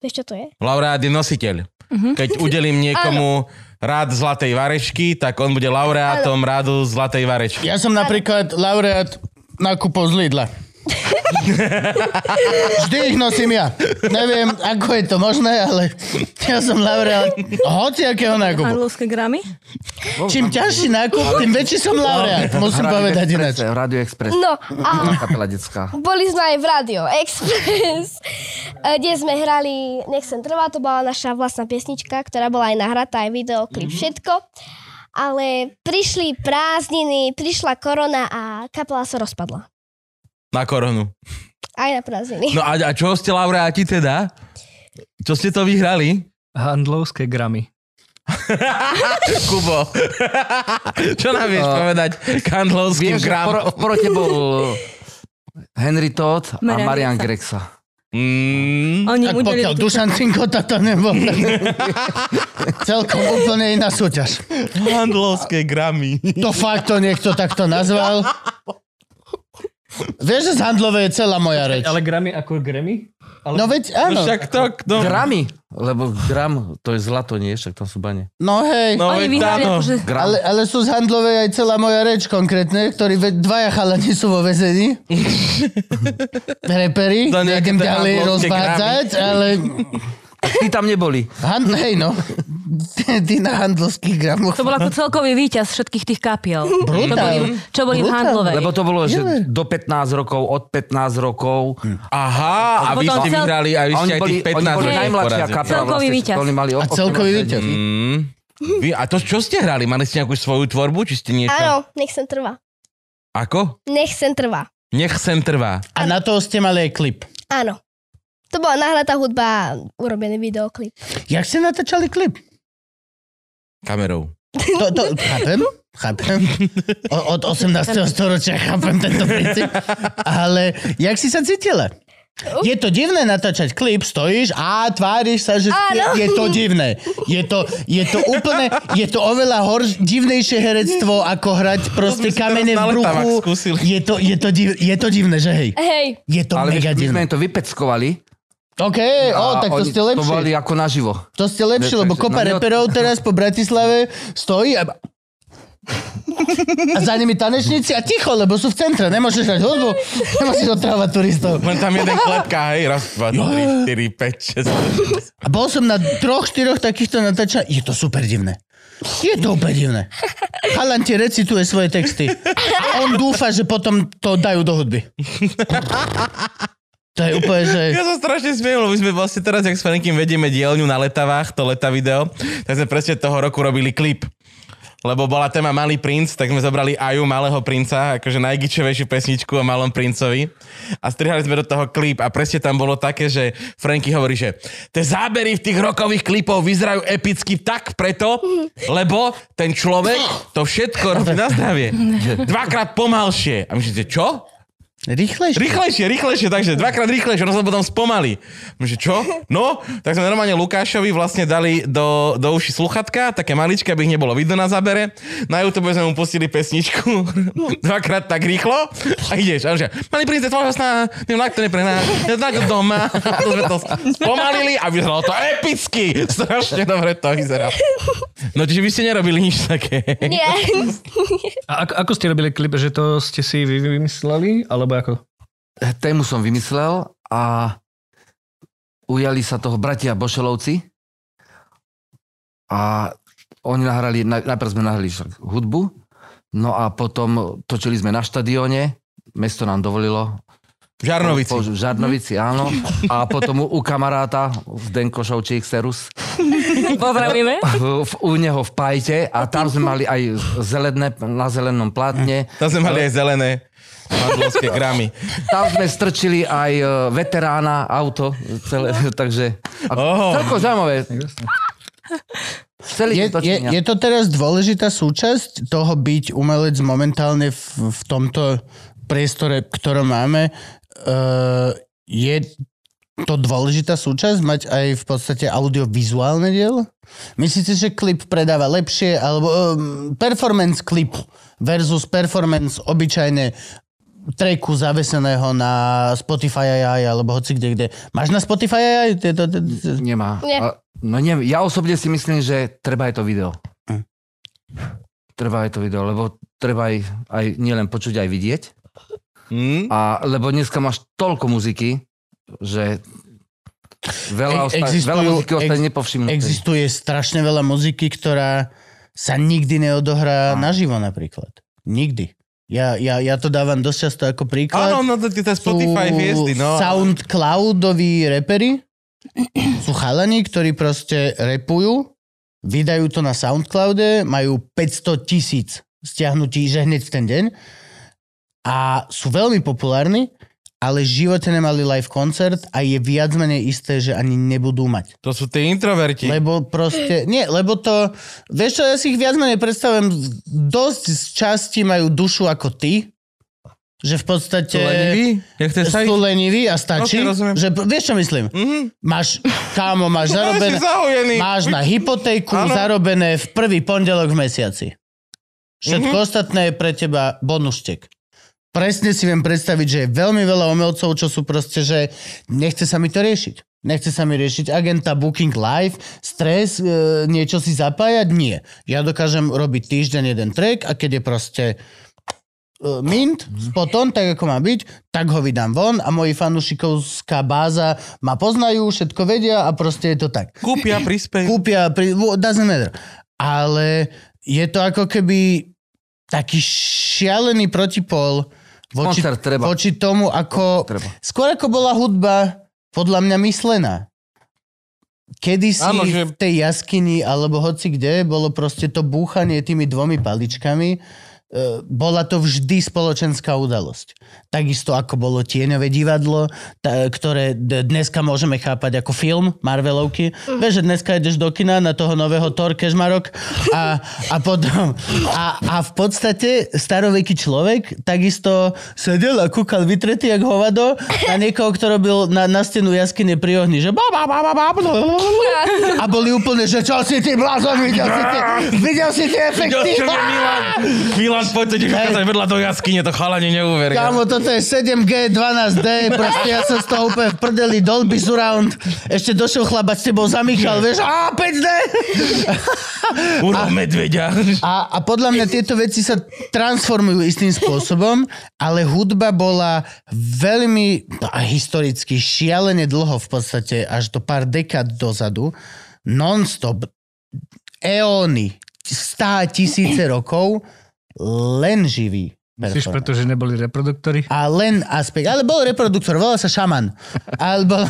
E: Vieš, čo to je?
B: Laureát je nositeľ.
C: Mhm.
B: Keď udelím niekomu rád zlatej varečky, tak on bude laureátom rádu zlatej varečky.
F: Ja som napríklad laureát nákupov z Lidla. Vždy ich nosím ja. Neviem, ako je to možné, ale ja som laureát hociakého nákupu.
C: Anglovské gramy?
F: Čím ťažší nákup, tým väčší som laureát. Musím
D: Radio
F: povedať
D: Express,
F: ináč.
D: V Radio Express.
E: No, a
D: Tá kapela detská.
E: Boli sme aj v Radio Express, eh, kde sme hrali Nechcem trvá, to bola naša vlastná piesnička, ktorá bola aj nahratá, aj videoklip, všetko. Ale prišli prázdniny, prišla korona a kapela sa rozpadla.
B: Na koronu.
E: Aj na prázdniny.
B: No a, a čo ste laureáti teda? Čo ste to vyhrali?
G: Handlovské gramy.
B: Kubo. čo nám vieš
D: A-
B: povedať k handlovským
D: No. Viem, že v
B: gram?
D: poro- v porote bol Henry Todd a
C: Marian
D: Marian
C: Grexa.
D: Grexa.
B: Mm,
C: Oni
F: Tak
C: udelili
F: pokiaľ
C: tú-
F: Dušan Cinkota to nebol. Celkom úplne iná súťaž.
B: handlovské gramy.
F: To fakt to niekto takto nazval. Vieš, že z handlovej je celá moja reč.
G: Ale gramy ako Grammy? Ale...
F: No veď, áno.
B: Však to, no,
D: Gramy, lebo gram, to je zlato, nie? Však tam sú bane.
F: No hej.
B: no,
C: Oni
B: veď
C: vyhrali
B: áno.
C: akože...
D: Gram.
F: Ale, ale sú z handlovej aj celá moja reč konkrétne, ktorí ve, dvaja chalani sú vo vezení. Reperi,
B: Za nejaké
F: nejdem
B: tie
F: ďalej
B: handlovské
F: rozbácať, ale
D: Tí tam neboli.
F: hand, hej no, ty na handlovských gramoch.
C: To bol ako celkový víťaz všetkých tých kapiel. Čo boli,
F: Hm? Brutál.
C: čo boli v
F: Brutál.
C: handlovej.
D: Lebo to bolo,
F: Jele.
D: že do 15 rokov, od 15 rokov.
B: Aha, a
C: A
B: vy
C: potom
B: ste
C: cel-
B: vyhrali a vy ste
D: A oni
B: Hm. aj
D: boli,
B: tých 15
D: oni boli
C: rokov
D: najmladšia
B: porazili.
D: kapela.
C: Celkový
D: vlastne,
C: víťaz.
D: Oni mali
F: A celkový víťaz.
B: Mm. Vy, a to čo ste hrali? Mali ste nejakú svoju tvorbu? Či ste niečo?
E: Áno, nechcem trvá.
B: Ako?
E: Nechcem trvá.
B: Nech sem trvá.
F: A na to ste mali aj klip.
E: Áno. To bola nahratá hudba a urobený videoklip.
F: Jak ste natáčali klip?
B: Kamerou.
F: To, to, chápem, chápem. O, od 18. storočia chápem tento princíp. Ale jak si sa cítila? Je to divné natáčať klip, stojíš a tváriš sa, že
E: Áno.
F: je to divné. Je to, je to úplne, je to oveľa horš, divnejšie herectvo, ako hrať proste
B: sme
D: No,
B: si teraz
F: kamene v
B: na letavách
F: bruchu.
B: skúsili.
F: Je to, je, to div, je to divné, že hej?
E: Hej,
F: Je to
D: Ale
F: mega
D: vieš, my sme
F: divné.
D: im to vypeckovali.
F: OK, o,
D: a
F: tak to
D: oni
F: ste
D: To boli
F: lepšie.
D: ako naživo.
F: To ste lepšie,
D: Ne,
F: lebo
D: takže-
F: kopa
D: no, ne-
F: reperov teraz po Bratislave stojí a... A za nimi tanečníci a ticho, lebo sú v centre, nemôžeš hrať hudbu, nemôžeš otravovať turistov.
B: Len tam jeden klepka, hej, raz, dva, tri, štyri, päť, šesť.
F: A bol som na troch, štyroch takýchto natáčaní. Je to super divné. Je to úplne divné. Chalan ti recituje svoje texty. A on dúfa, že potom to dajú do hudby. To je úplne, že...
B: Ja som strašne smiem, lebo my sme vlastne teraz, jak s Frankim vedieme dielňu na letavách, to leta video, tak sme presne toho roku robili klip. Lebo bola téma Malý princ, tak sme zobrali Aju Malého princa, akože najgičovejšiu pesničku o Malom princovi. A strihali sme do toho klip a presne tam bolo také, že Franky hovorí, že tie zábery v tých rokových klipov vyzerajú epicky tak preto, lebo ten človek to všetko robí na zdravie. Dvakrát pomalšie. A myslíte, čo?
F: Rýchlejšie.
B: Rýchlejšie, rýchlejšie, takže dvakrát rýchlejšie, ono sa potom spomalí. My, že čo? No, tak sme normálne Lukášovi vlastne dali do, do uši sluchatka, také maličké, aby ich nebolo vidno na zábere. Na YouTube sme mu pustili pesničku No, dvakrát tak rýchlo a ideš. A on že, malý prince, tvojho sna, neviem, na to neprená, ja na to doma. A to sme to spomalili a vyzeralo to epicky. Strašne dobre to vyzerá. No, čiže vy ste nerobili nič také.
E: nie.
G: A ako, ako ste robili klip, že to ste si vy vymysleli, alebo ako?
D: Tému som vymyslel a ujali sa toho bratia Bošelovci a oni nahrali, naj- najprv sme nahrali však hudbu, no a potom točili sme na štadióne, mesto nám dovolilo.
B: V Žarnovici.
D: Po, v Žarnovici, áno. A potom u, u kamaráta, Zdenko Šovčík, Serus,
C: Pozdravíme.
D: v, v- u neho v Pajte a tam sme mali aj zelené, na zelenom plátne.
B: Tam sme mali aj zelené mandlovské gramy.
D: Tam sme strčili aj e, veterána, auto, celé,
F: No.
D: takže... A
B: Oho.
D: Celko zaujímavé. Celý
F: Je,
D: je,
F: je, je to teraz dôležitá súčasť toho byť umelec momentálne v, v tomto priestore, ktorom máme? Uh, je to dôležitá súčasť mať aj v podstate audiovizuálne dielo? Myslíte, že klip predáva lepšie, alebo um, performance klip versus performance obyčajne tracku zaveseného na Spotify aj, alebo hoci kde, kde. Máš na Spotify aj? tieto- tieto-
D: Nemá.
E: Nie.
D: A, no neviem, ja osobne si myslím, že treba aj to video.
F: Hm.
D: Treba aj to video, lebo treba aj, aj nielen počuť, aj vidieť.
B: Hm?
D: A, lebo dneska máš toľko muziky, že
F: E-
D: veľa, osta-
F: existujú-
D: veľa muziky ostane
F: ex-
B: No,
D: nepovšimnutej.
F: Existuje strašne veľa muziky, ktorá sa nikdy neodohrá naživo napríklad. Nikdy. Ja, ja, ja to dávam dosť často ako príklad.
B: Áno, no to tie Spotify
F: Sú
B: hviezdy, no.
F: Soundcloudoví repery sú chalani, ktorí proste repujú, vydajú to na Soundcloude, majú 500 tisíc stiahnutí, že hneď v ten deň a sú veľmi populárni, ale v živote nemali live koncert a je viac menej isté, že ani nebudú mať.
B: To sú tí introverti.
F: Lebo proste, nie, lebo to, vieš čo, ja si ich viac menej predstavujem, dosť z časti majú dušu ako ty, že v podstate
B: Ja chcem sa
F: sú leniví a stačí,
B: Ok, rozumiem.
F: že vieš čo myslím,
B: Mhm.
F: máš, kámo, máš
B: si
F: zarobené,
B: zahojený.
F: máš na hypotéku
B: Áno.
F: zarobené v prvý pondelok v mesiaci. Všetko ostatné je pre teba bonustek. Presne si viem predstaviť, že je veľmi veľa umelcov, čo sú proste, že nechce sa mi to riešiť. Nechce sa mi riešiť agenta, booking live, stres, e, niečo si zapájať? Nie. Ja dokážem robiť týždeň jeden track a keď je proste e, mint, spoton, tak ako má byť, tak ho vydám von a moji fanúšikovská báza ma poznajú, všetko vedia a proste je to tak
B: Kúpia, prispej.
F: kúpia, pri, wo- doesn't matter. Ale je to ako keby taký šialený protipol voči,
D: Koncert treba.
F: voči tomu, ako...
D: Treba.
F: Skôr ako bola hudba podľa mňa myslená. Kedy si
B: Áno, že-
F: v tej jaskyni alebo hoci kde bolo proste to búchanie tými dvomi paličkami e, bola to vždy spoločenská udalosť. Takisto ako bolo tieňové divadlo, tá, ktoré d- dneska môžeme chápať ako film Marvelovky. Vieš, že dneska ideš do kina na toho nového Thor Kežmarok a, a potom... A, a v podstate staroveký človek takisto sedel a kúkal vytretý jak hovado na niekoho, kto robil na, na stenu jaskyne pri ohni, že ba, ba, ba, ba, ba, blablabla. a boli úplne, že čo si ty blázon, videl si tie, videl si tie efekty?
B: Milan, poďte ti ukázať vedľa do jaskyne, to chalani neuveria.
F: Kámo, toto je 7G, 12D, proste ja som z toho úplne v prdeli, Dolby Surround. Ešte došiel chlapa s tebou zamýchal, vieš, a 5D.
B: Uro medveďa.
F: A, a podľa mňa tieto veci sa transformujú istým spôsobom, ale hudba bola veľmi no a historicky šialene dlho v podstate, až do pár dekád dozadu, non-stop, eóny, stá tisíce rokov, len živý.
G: Myslíš,
F: performance.
G: pretože neboli reproduktory?
F: A len aspekt, ale bol reproduktor, volal sa šaman. Alebo,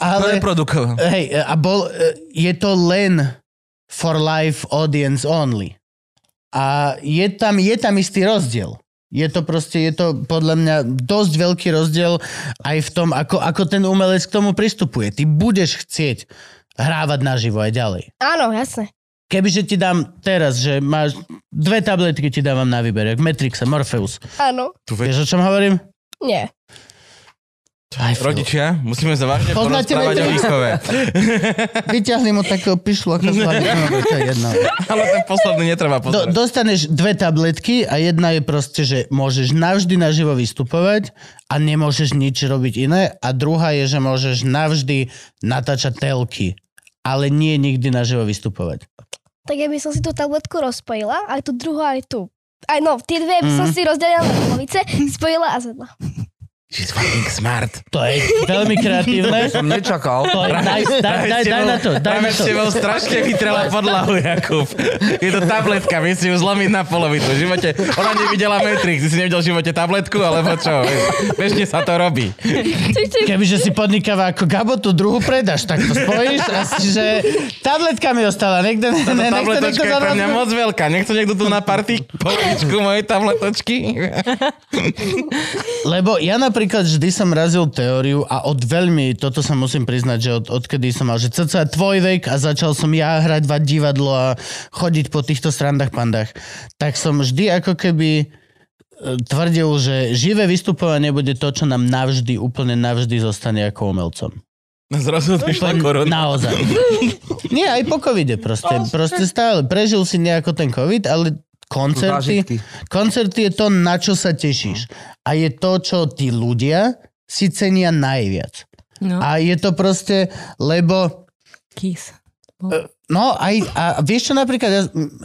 F: ale,
B: Reprodukoval.
F: hej, e, a bol, je to len for life audience only. A je tam, je tam istý rozdiel. Je to proste, je to podľa mňa dosť veľký rozdiel aj v tom, ako, ako ten umelec k tomu pristupuje. Ty budeš chcieť hrávať naživo aj ďalej.
E: Áno, jasne.
F: Kebyže ti dám teraz, že máš dve tabletky, ti dávam na výber, jak Matrix a Morpheus.
E: Áno.
F: Vieš, o čom hovorím?
E: Nie.
F: Aj, Phil.
B: Rodičia, musíme sa vážne
F: Poznáte
B: porozprávať o
F: medveďa?
B: výchove.
F: Vyťahli mu takého pišlu, ako sa to je jedno.
B: Ale ten posledný netreba
F: Do,
B: pozerať.
F: dostaneš dve tabletky a jedna je proste, že môžeš navždy naživo vystupovať a nemôžeš nič robiť iné a druhá je, že môžeš navždy natáčať telky, ale nie nikdy naživo vystupovať.
E: Tak ja by som si tú tabletku rozpojila, aj tú druhú, aj tú. Aj no, tie dve by som si rozdelila na polovice, spojila a zjedla.
B: She's fucking smart.
F: To je veľmi kreatívne.
D: Som nečakal.
F: To je, daj, daj, daj, daj na to, daj na
B: Práve s
F: to.
B: tebou strašne vytrela podlahu, Jakub. Je to tabletka, my si ju zlomiť na polovicu. V živote, ona nevidela Matrix, ty si nevidel v živote tabletku, alebo čo? Bežne sa to robí.
F: Kebyže si podnikáva ako Gabo, tú druhú predáš, tak to spojíš a si, že tabletka mi ostala, niekto, ne,
B: Táto
F: ne, niekto, niekto
B: tabletočka je pre mňa
F: zarazil.
B: moc veľká. Nechce niekto tu na party poličku mojej tabletočky?
F: Lebo ja napríklad vždy som razil teóriu a od veľmi, toto sa musím priznať, že od, odkedy som mal, že cca tvoj vek a začal som ja hrať vať divadlo a chodiť po týchto strandách pandách, tak som vždy ako keby e, tvrdil, že živé vystupovanie bude to, čo nám navždy, úplne navždy zostane ako umelcom.
B: No Zrazu prišla korona.
F: Naozaj. Nie, aj po covide proste. Proste stále. Prežil si nejako ten covid, ale koncerty...
D: Zážitky.
F: Koncert je to, na čo sa tešíš. A je to, čo tí ľudia si cenia najviac.
C: No,
F: A je to proste, lebo...
C: kiss.
F: No aj, a vieš čo napríklad... Ja, m-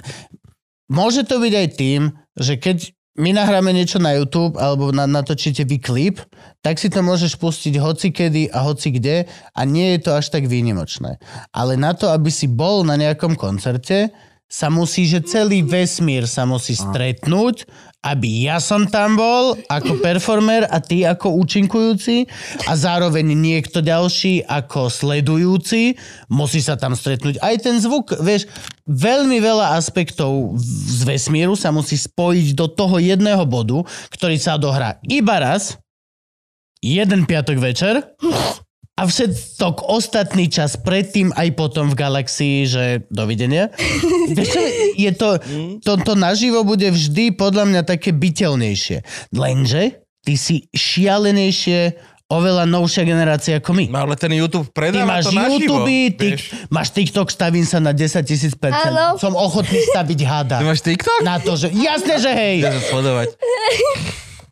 F: môže to byť aj tým, že keď my nahráme niečo na YouTube alebo na, natočíte vy klip, tak si to môžeš pustiť hoci kedy a hoci kde a nie je to až tak výnimočné. Ale na to, aby si bol na nejakom koncerte, sa musí, že celý vesmír sa musí stretnúť, aby ja som tam bol ako performer a ty ako účinkujúci a zároveň niekto ďalší ako sledujúci, musí sa tam stretnúť aj ten zvuk, vieš, veľmi veľa aspektov v- z vesmíru sa musí spojiť do toho jedného bodu, ktorý sa dohrá iba raz, jeden piatok večer a všetok ostatný čas predtým aj potom v galaxii, že dovidenia. Vieš čo, je to, to, to naživo bude vždy podľa mňa také byteľnejšie. Lenže ty si šialenejšie oveľa novšia generácia ako my.
B: No ale ten YouTube
F: Ty
B: predáva
F: máš
B: to naživo.
F: YouTube, ty,
B: vieš.
F: máš TikTok, stavím sa na 10 tisíc percent.
E: Áno.
F: Som ochotný staviť hada.
B: Ty máš TikTok?
F: Na to, že... Jasné, že hej!
B: Idem sledovať.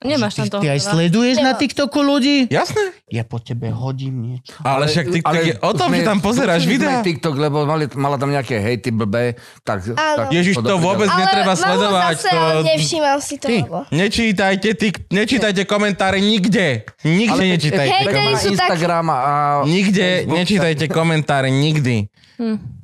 C: Nemáš tam
F: Ty,
C: toho. teda.
F: ty aj
C: veľa.
F: sleduješ na TikToku ľudí?
B: Jasné.
F: Ja po tebe hodím niečo.
B: Ale však TikTok je o tom,
D: sme-
B: že tam pozeráš
D: zrušili sme
B: videá.
D: TikTok, lebo mali, mala tam nejaké hejty blbé, tak... tak
B: Ježiš, to
D: dobre,
B: vôbec
D: ďalej.
B: netreba
E: mám ho
B: sledovať.
E: Zase,
B: to-
E: ale nevšímam si to.
F: Ty.
E: Lebo.
B: Nečítajte, tik, nečítajte komentáre nikde. Nikde
D: Ale
B: nečítajte.
E: Hej,
D: Tak
E: Hejteri
D: na
E: sú tak-
D: Instagram a...
B: Nikde
D: Facebook,
B: nečítajte komentáre, nikdy.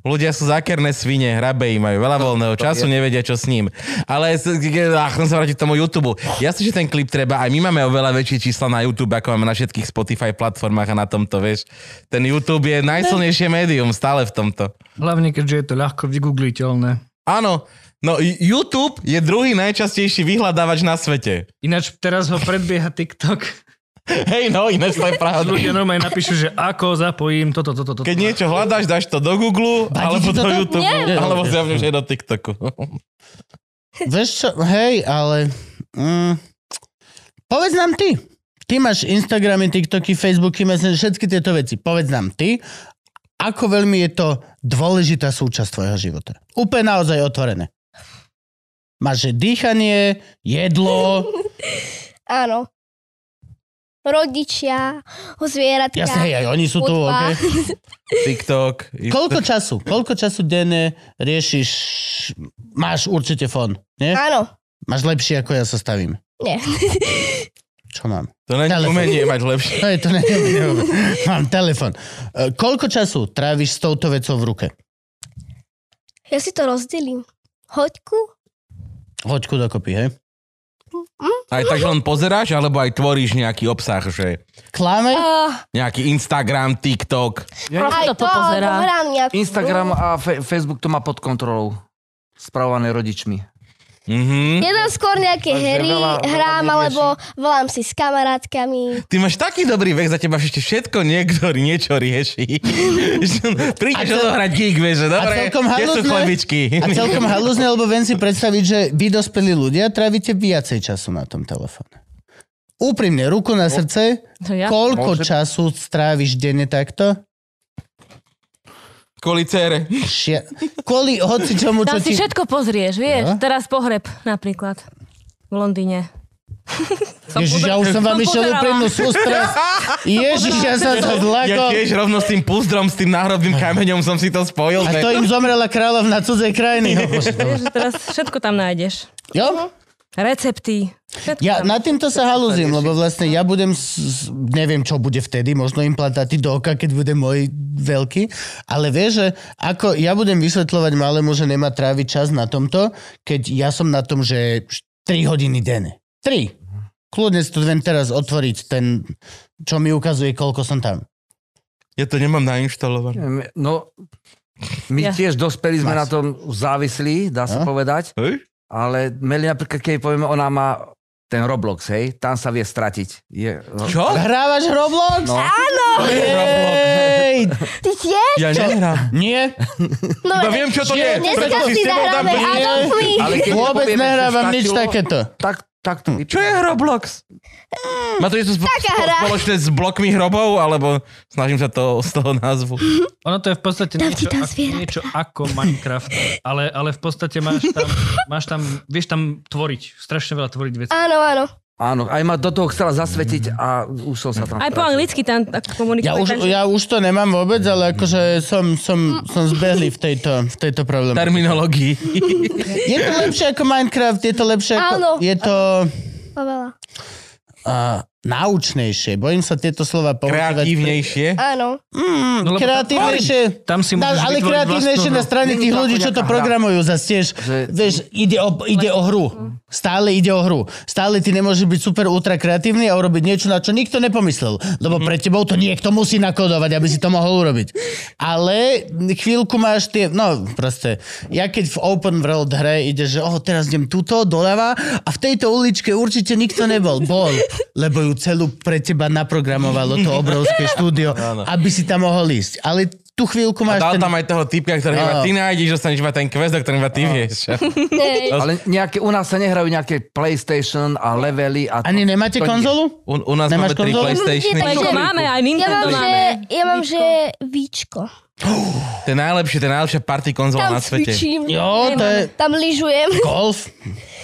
B: Ľudia sú zákerné svine, hrabe im, majú veľa voľného času, nevedia čo s ním. Ale s- k- a chcem sa vrátiť k tomu YouTube. Jasne, že ten klip treba, aj my máme oveľa väčšie čísla na YouTube, ako máme na všetkých Spotify platformách a na tomto, vieš. Ten YouTube je najsilnejšie médium stále v tomto.
G: Hlavne, keďže je to ľahko vygoogliteľné.
B: Áno,
A: No, y- YouTube je druhý najčastejší vyhľadávač na svete.
G: Ináč teraz ho predbieha TikTok.
A: Hej, no, iné to je pravda.
G: Ľudia normálne napíšu, že ako zapojím toto, toto, toto.
A: Keď niečo hľadáš, dáš to do Google, alebo do YouTube,
F: Nie.
A: alebo zjavne už aj do TikToku.
F: Vieš čo, hej, ale... Mm, povedz nám ty. Ty máš Instagramy, TikToky, Facebooky, Messenger, všetky tieto veci. Povedz nám ty, ako veľmi je to dôležitá súčasť tvojho života. Úplne naozaj otvorené. Máš že dýchanie, jedlo,
E: Áno. Rodičia, zvieratka.
F: jasne, hej, aj oni sú tu,
E: hudba.
F: okay.
A: TikTok.
F: Koľko času, koľko času denne riešiš, máš určite fón, nie?
E: Áno.
F: Máš lepšie, ako ja sa stavím.
E: Nie.
F: Čo mám?
A: To není
F: Telefón.
A: umenie mať lepšie.
F: No je to ne, ne, Mám telefon. E, Koľko času tráviš s touto vecou v ruke?
E: Ja si to rozdelím. Hoďku?
F: Hoďku dokopy, hej?
B: Aj tak, že len pozeráš, alebo aj tvoríš nejaký obsah, že
F: Klame?
E: Uh,
B: nejaký Instagram, TikTok.
C: Prosto to popozerá.
E: alebo hrám nejakú
D: Instagram
E: hru.
D: a fe- Facebook to má pod kontrolou. Spravované rodičmi.
B: Mhm.
E: Jedám skôr nejaké
D: Takže
E: hry,
D: veľa- veľa
E: hrám,
D: nerieši.
E: alebo volám si s kamarátkami.
B: Ty máš taký dobrý vek, za teba ešte všetko niekto niečo rieši.
F: A
B: Prídeš
F: cel-
B: odohrať gig, vieš, že dobre,
F: celkom
B: kde sú
F: halúzne?
B: chlebičky?
F: A celkom halúzne, lebo viem si predstaviť, že vy dospelí ľudia trávite viacej času na tom telefóne. Úprimne, ruku na srdce,
C: To No ja.
F: koľko
D: Môže-
F: času stráviš denne takto?
B: Kvôli cére.
F: Šia... Kvôli hoci čomu,
C: Tam
F: čo
C: si
F: ti...
C: všetko pozrieš, vieš. Teraz pohreb napríklad v Londýne. Som
F: Ježiš, ja
C: pozerala-
F: už som vám
C: som
F: išiel
C: pozerala.
F: úprimnú sústrasť. Ježiš, ja som sa
B: Ja
F: zlakol.
B: tiež rovno s tým púzdrom, s tým náhrobným kameňom som si to
F: A
B: spojil. že-
F: to im zomrela kráľovna cudzej krajiny. No, bože, dobre.
C: Vieš, že Teraz všetko tam nájdeš.
F: jo?
C: Recepty. Všetko
F: Ja
C: tam.
F: nad týmto sa halúzim, lebo vlastne ja budem, s- s- neviem čo bude vtedy, možno implantáty do oka, keď bude môj veľký, ale vieš, že ako ja budem vysvetľovať malému, že nemá tráviť čas na tomto, keď ja som na tom, že 3 hodiny denne. 3. Kľudne si to viem teraz otvoriť, ten, čo mi ukazuje, koľko som tam.
B: Ja to nemám nainštalované.
D: No, my
C: Ja.
D: tiež dospeli sme
F: Máš.
D: na tom závislí, dá sa
F: No.
D: povedať,
B: Hej?
D: ale Meli napríklad, keď jej povieme, ona má ten Roblox, hej, tam sa vie stratiť. Je,
B: Čo?
F: Hrávaš Roblox?
D: Oh! No.
F: Jej!
E: Ty tie?
B: Ja nehrám.
F: Nie,
E: No,
B: Iba viem, čo to
F: Že
B: je. Preto
E: Dneska
B: si
E: si
B: s tebou dám
E: zahráme
B: peniaze.
E: Adolfy.
D: Ale keď
F: vôbec
D: jej povieme, že
F: nehrávam nič
D: stačilo,
F: takéto.
D: Tak, tak to
B: Hm. Čo je Roblox? Má to niečo sp-
E: Taká
B: sp-
E: hra.
B: spoločné s blokmi hrobov, alebo snažím sa to z toho názvu.
G: Ono to je v podstate
E: Tam ti
G: niečo,
E: tam
G: ako,
E: zvieratka.
G: niečo ako Minecraft, ale, ale v podstate máš tam, máš tam, vieš tam tvoriť, strašne veľa tvoriť veci.
E: Áno, áno.
D: Áno, aj ma do toho chcela
B: Hm.
D: zasvetiť a už som sa tam
C: Aj po
D: stratil.
C: anglicky tam tak komunikuje.
F: Ja už,
C: takže-
F: ja už to nemám vôbec, ale akože som, som, som zbehlý v tejto, v tejto probléme.
B: Terminológii.
F: Je to lepšie ako Minecraft, je to lepšie ako...
E: Áno.
F: Je to
E: Oveľa.
F: uh, naučnejšie. Bojím sa tieto slova používať.
B: Kreatívnejšie.
E: Áno.
F: Mm,
G: No, lebo tam-
F: kreatívnejšie.
G: Tam si
F: Na,
G: môžeš
F: ale
G: vytvoriť
F: kreatívnejšie na
G: vlastnú hru.
F: strane
D: Není
F: tých
D: to ako
F: ľudí, čo to
D: nejaká hra.
F: programujú zase tiež.
D: Že-
F: Vieš, ide o, ide o hru. Stále ide o hru. Stále ty nemôžeš byť super ultra kreatívny a urobiť niečo, na čo nikto nepomyslel. Lebo
B: Mhm.
F: pre tebou to niekto musí nakodovať, aby si to mohol urobiť. Ale chvíľku máš tie... No, proste. Ja keď v open world hre ide, že oh, teraz idem tuto, doľava a v tejto uličke určite nikto nebol. Bol. Lebo ju celú pre teba naprogramovalo to obrovské štúdio, aby si tam mohol ísť. Ale tú chvíľku máš
B: Dal
F: ten...
B: tam aj toho typka, ktorý iba
F: Áno.
B: ty nájdeš, dostaneš iba ten quest, o ktorom iba ty vieš.
E: Hej.
D: Ale nejaké, u nás sa nehrajú nejaké PlayStation a levely a to,
F: Ani nemáte
D: to nie.
F: konzolu?
B: U, u nás
F: Nemáš
B: máme tri
F: konzolu?
B: PlayStationy.
E: Takže-
C: Lego máme, aj
E: Ja
C: Nintendo
E: mám, že,
C: máme.
E: ja mám, že víčko.
B: To je najlepšie, to je najlepšia party konzola
E: Tam
B: na svete.
E: cvičím.
F: Jo, to je...
E: Tam lyžujem.
F: Golf.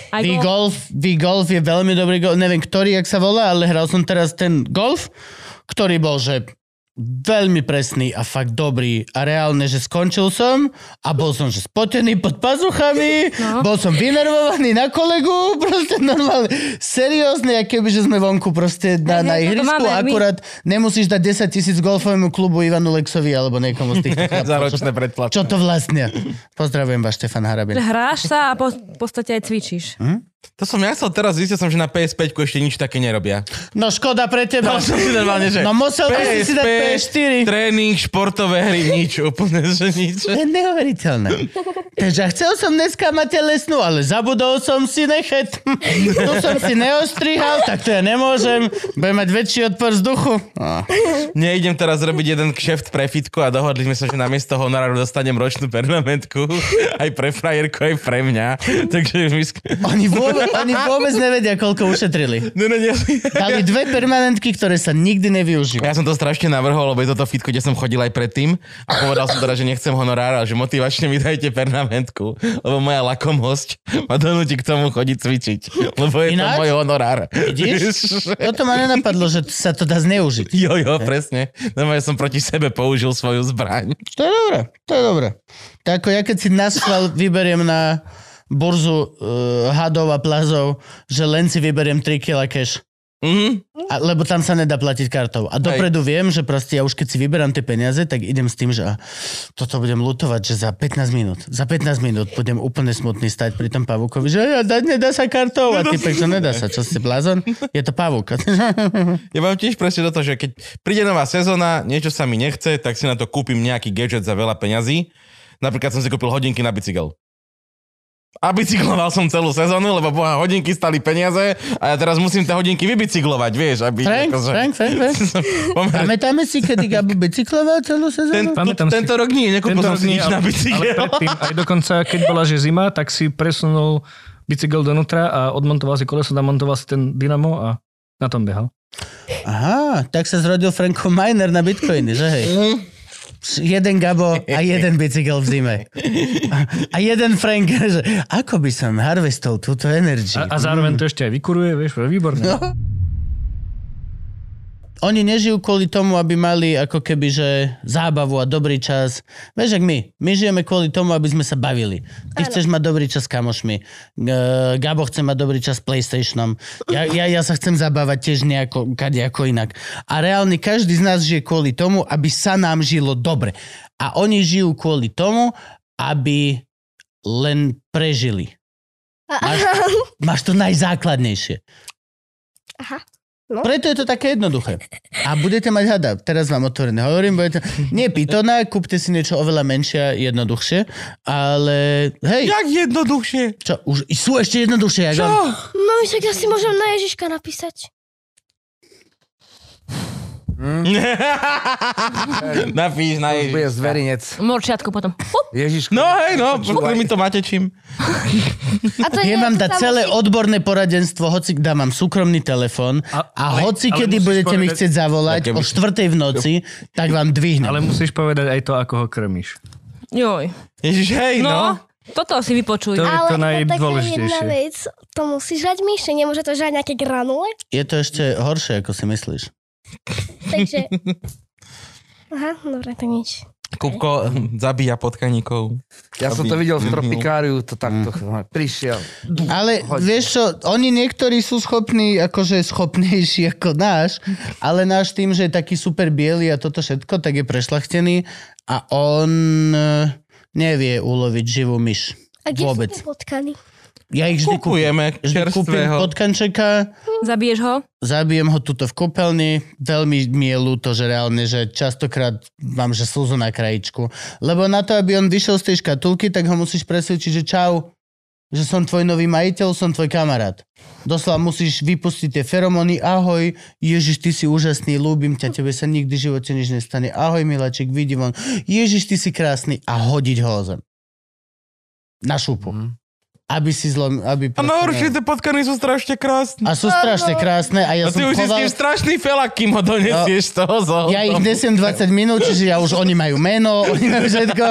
C: Aj
F: Vy
C: golf.
F: golf, vy golf je veľmi dobrý golf. Neviem, ktorý, jak sa volá, ale hral som teraz ten golf, ktorý bol, že veľmi presný a fakt dobrý a reálne, že skončil som a bol som, že spotený pod pazuchami, no. bol som vynervovaný na kolegu, proste normálne, seriózne, aké by, že sme vonku proste na, na
C: Ne, ne, toto
F: ihrisku,
C: máme my.
F: akurát nemusíš dať 10 tisíc golfovému klubu Ivanu Lexovi alebo niekomu z týchto
B: Za
F: chlapcov,
B: ročné
F: čo,
B: predplatné.
F: čo to vlastne. Pozdravujem vás, Štefan Harabin.
C: Že hráš sa a po, v podstate aj cvičíš.
F: Hm?
B: To som ja chcel teraz, zistil som, že na PS5 ešte nič také nerobia.
F: No škoda pre teba.
B: To som si normálne, že
F: No musel by si si dať PS4.
B: tréning, športové hry, nič, úplne, že nič.
F: To je neuveriteľné. Takže ja chcel som dneska mať telesnú, ale zabudol som si nechet. tu som si neostrihal, tak to ja nemôžem. Budem mať väčší odpor vzduchu. No.
B: Nejdem teraz robiť jeden kšeft pre fitku a dohodli sme sa, že namiesto honoráru dostanem ročnú permanentku aj pre frajerku, aj pre mňa. Takže my... sk-
F: Oni, vôbec, oni vôbec nevedia, koľko ušetrili.
B: No, no, nie.
F: Dali dve permanentky, ktoré sa nikdy nevyužijú.
B: Ja som to strašne navrhol, lebo je toto fitko, kde som chodil aj predtým a povedal som teda, že nechcem honorár, ale že motivačne mi dajte permanentku, lebo moja lakomosť ma donúti k tomu chodiť cvičiť, lebo je
F: Ináč?
B: to môj honorár.
F: Vidíš? Toto ma nenapadlo, že sa to dá zneužiť.
B: Jo, jo, presne. No ja som proti sebe použil svoju zbraň.
F: To je dobré, to je dobré. To ako ja keď si nasval vyberiem na burzu uh, hadov a plazov, že len si vyberiem 3 kg cash.
B: Mhm.
F: A, lebo tam sa nedá platiť kartou. A dopredu viem, že proste ja už keď si vyberám tie peniaze, tak idem s tým, že a, toto budem lutovať, že za 15 minút, za 15 minút budem úplne smutný stať pri tom pavukovi, že ja, da, nedá sa kartou. A ty že nedá sa, čo si blázon? Je to pavúk.
B: Ja mám tiež presne do toho, že keď príde nová sezóna, niečo sa mi nechce, tak si na to kúpim nejaký gadget za veľa peňazí. Napríklad som si kúpil hodinky na bicykel. A bicykloval som celú sezónu, lebo boha, hodinky stali peniaze a ja teraz musím tie hodinky vybicyklovať, vieš, aby...
F: Frank,
B: akože-
F: Frank, Frank, Frank.
B: Pomer-
F: Pamätáme si, kedy Gabo bicykloval celú
B: ten,
F: sezónu?
B: tu,
G: Pamätám si.
B: tento rok nie, nekúpil som si nič na
G: ale
B: bicykel.
G: predtým, aj dokonca, keď bola že zima, tak si presunul bicykel donútra a odmontoval si koleso, namontoval si ten dynamo a na tom behal.
F: Aha, tak sa zrodil Franko Miner na bitcoiny, že hej? Jeden Gabo a jeden bicykel v zime. A, a jeden Frank, že ako by som harvestol túto energiu?
B: Hm.
G: A, a zároveň to ešte aj vykuruje, vieš, to je výborné.
B: No.
F: Oni nežijú kvôli tomu, aby mali ako keby, že zábavu a dobrý čas. Vieš, ak my. My žijeme kvôli tomu, aby sme sa bavili. Ty
E: Áno.
F: chceš mať dobrý čas s kamošmi. E, Gabo chce mať dobrý čas s Playstationom. Ja, ja, ja sa chcem zabávať tiež nejako, kade ako inak. A reálne každý z nás žije kvôli tomu, aby sa nám žilo dobre. A oni žijú kvôli tomu, aby len prežili. Máš, máš to najzákladnejšie.
E: Aha. no.
F: Preto je to také jednoduché. A budete mať hada, teraz vám otvorené hovorím, budete... nie pitona, kúpte si niečo oveľa menšie, jednoduchšie, ale hej,
B: Jak jednoduchšie.
F: čo, už sú ešte jednoduchšie, jak
B: Čo?
F: on.
E: No, však ja si môžem na Ježiška napísať.
B: Napíš na
D: Už bude
B: Ježiš.
D: zverinec.
C: Morčiatku potom. Hup,
D: Ježiško.
B: No hej, no, pokry mi to matečím.
E: A to
F: Viem
E: nie,
F: vám
E: to
F: dať
E: sa
F: celé
E: musí-
F: odborné poradenstvo, hoci dám vám súkromný telefón a,
G: A-
F: a
G: ale-
F: hoci
G: ale
F: kedy
G: musíš
F: budete mi
G: povedať-
F: chcieť zavolať
B: Ja keby-
F: o štvrtej v noci, tak vám dvihnem.
G: Ale musíš povedať aj to, ako ho krmíš.
C: Joj.
B: Ježiš, hej, no.
C: No, toto si vypočuj.
G: To- je
E: Ale taká jedna
G: najdôležitejšie.
E: vec, to musíš žať myše, nemôže to žať nejaké granule,
F: Je to ešte horšie, ako si myslíš.
E: takže... Aha, dobre, tak nič.
B: Kupko hm, zabíja potkaníkov.
D: Ja som to
B: Aby-
D: videl v
B: Mhm.
D: tropikáriu, to takto prišiel.
F: Ale
D: Hoď.
F: vieš čo, oni niektorí sú schopní, akože schopnejší ako náš, ale náš tým, že je taký super biely a toto všetko, tak je prešlachtený a on e, nevie uloviť živú myš.
E: A kde
F: Vôbec.
E: sú tie potkany?
F: Ja ich vždy kúpim.
B: Kupujeme
F: Vždy kúpim
B: čerstvého.
F: potkančeka,
C: Zabiješ ho?
F: zabijem ho tuto v kúpeľni, veľmi mi je ľúto, že reálne, že častokrát mám, že slzu na krajičku. Lebo na to, aby on vyšiel z tej škatulky, tak ho musíš presvedčiť, že čau, že som tvoj nový majiteľ, som tvoj kamarát. Doslova musíš vypustiť tie feromóny, ahoj, Ježiš, ty si úžasný, ľúbim ťa, tebe sa nikdy v živote nič nestane, ahoj miláčik, vidím on, Ježiš, ty si krásny a hodiť ho o zem. Na šupu.
D: Mhm.
F: Aby si zlom, aby...
B: A
F: proste
B: na
F: ne-
B: určite potkany sú strašne krásne.
F: a sú strašne krásne a ja
B: A
F: som
B: ty už si s
F: choval...
B: tým strašný felak, kým ho donesieš no, toho zo.
F: Ja ich nesiem 20 minút, čiže ja už oni majú meno, oni majú všetko.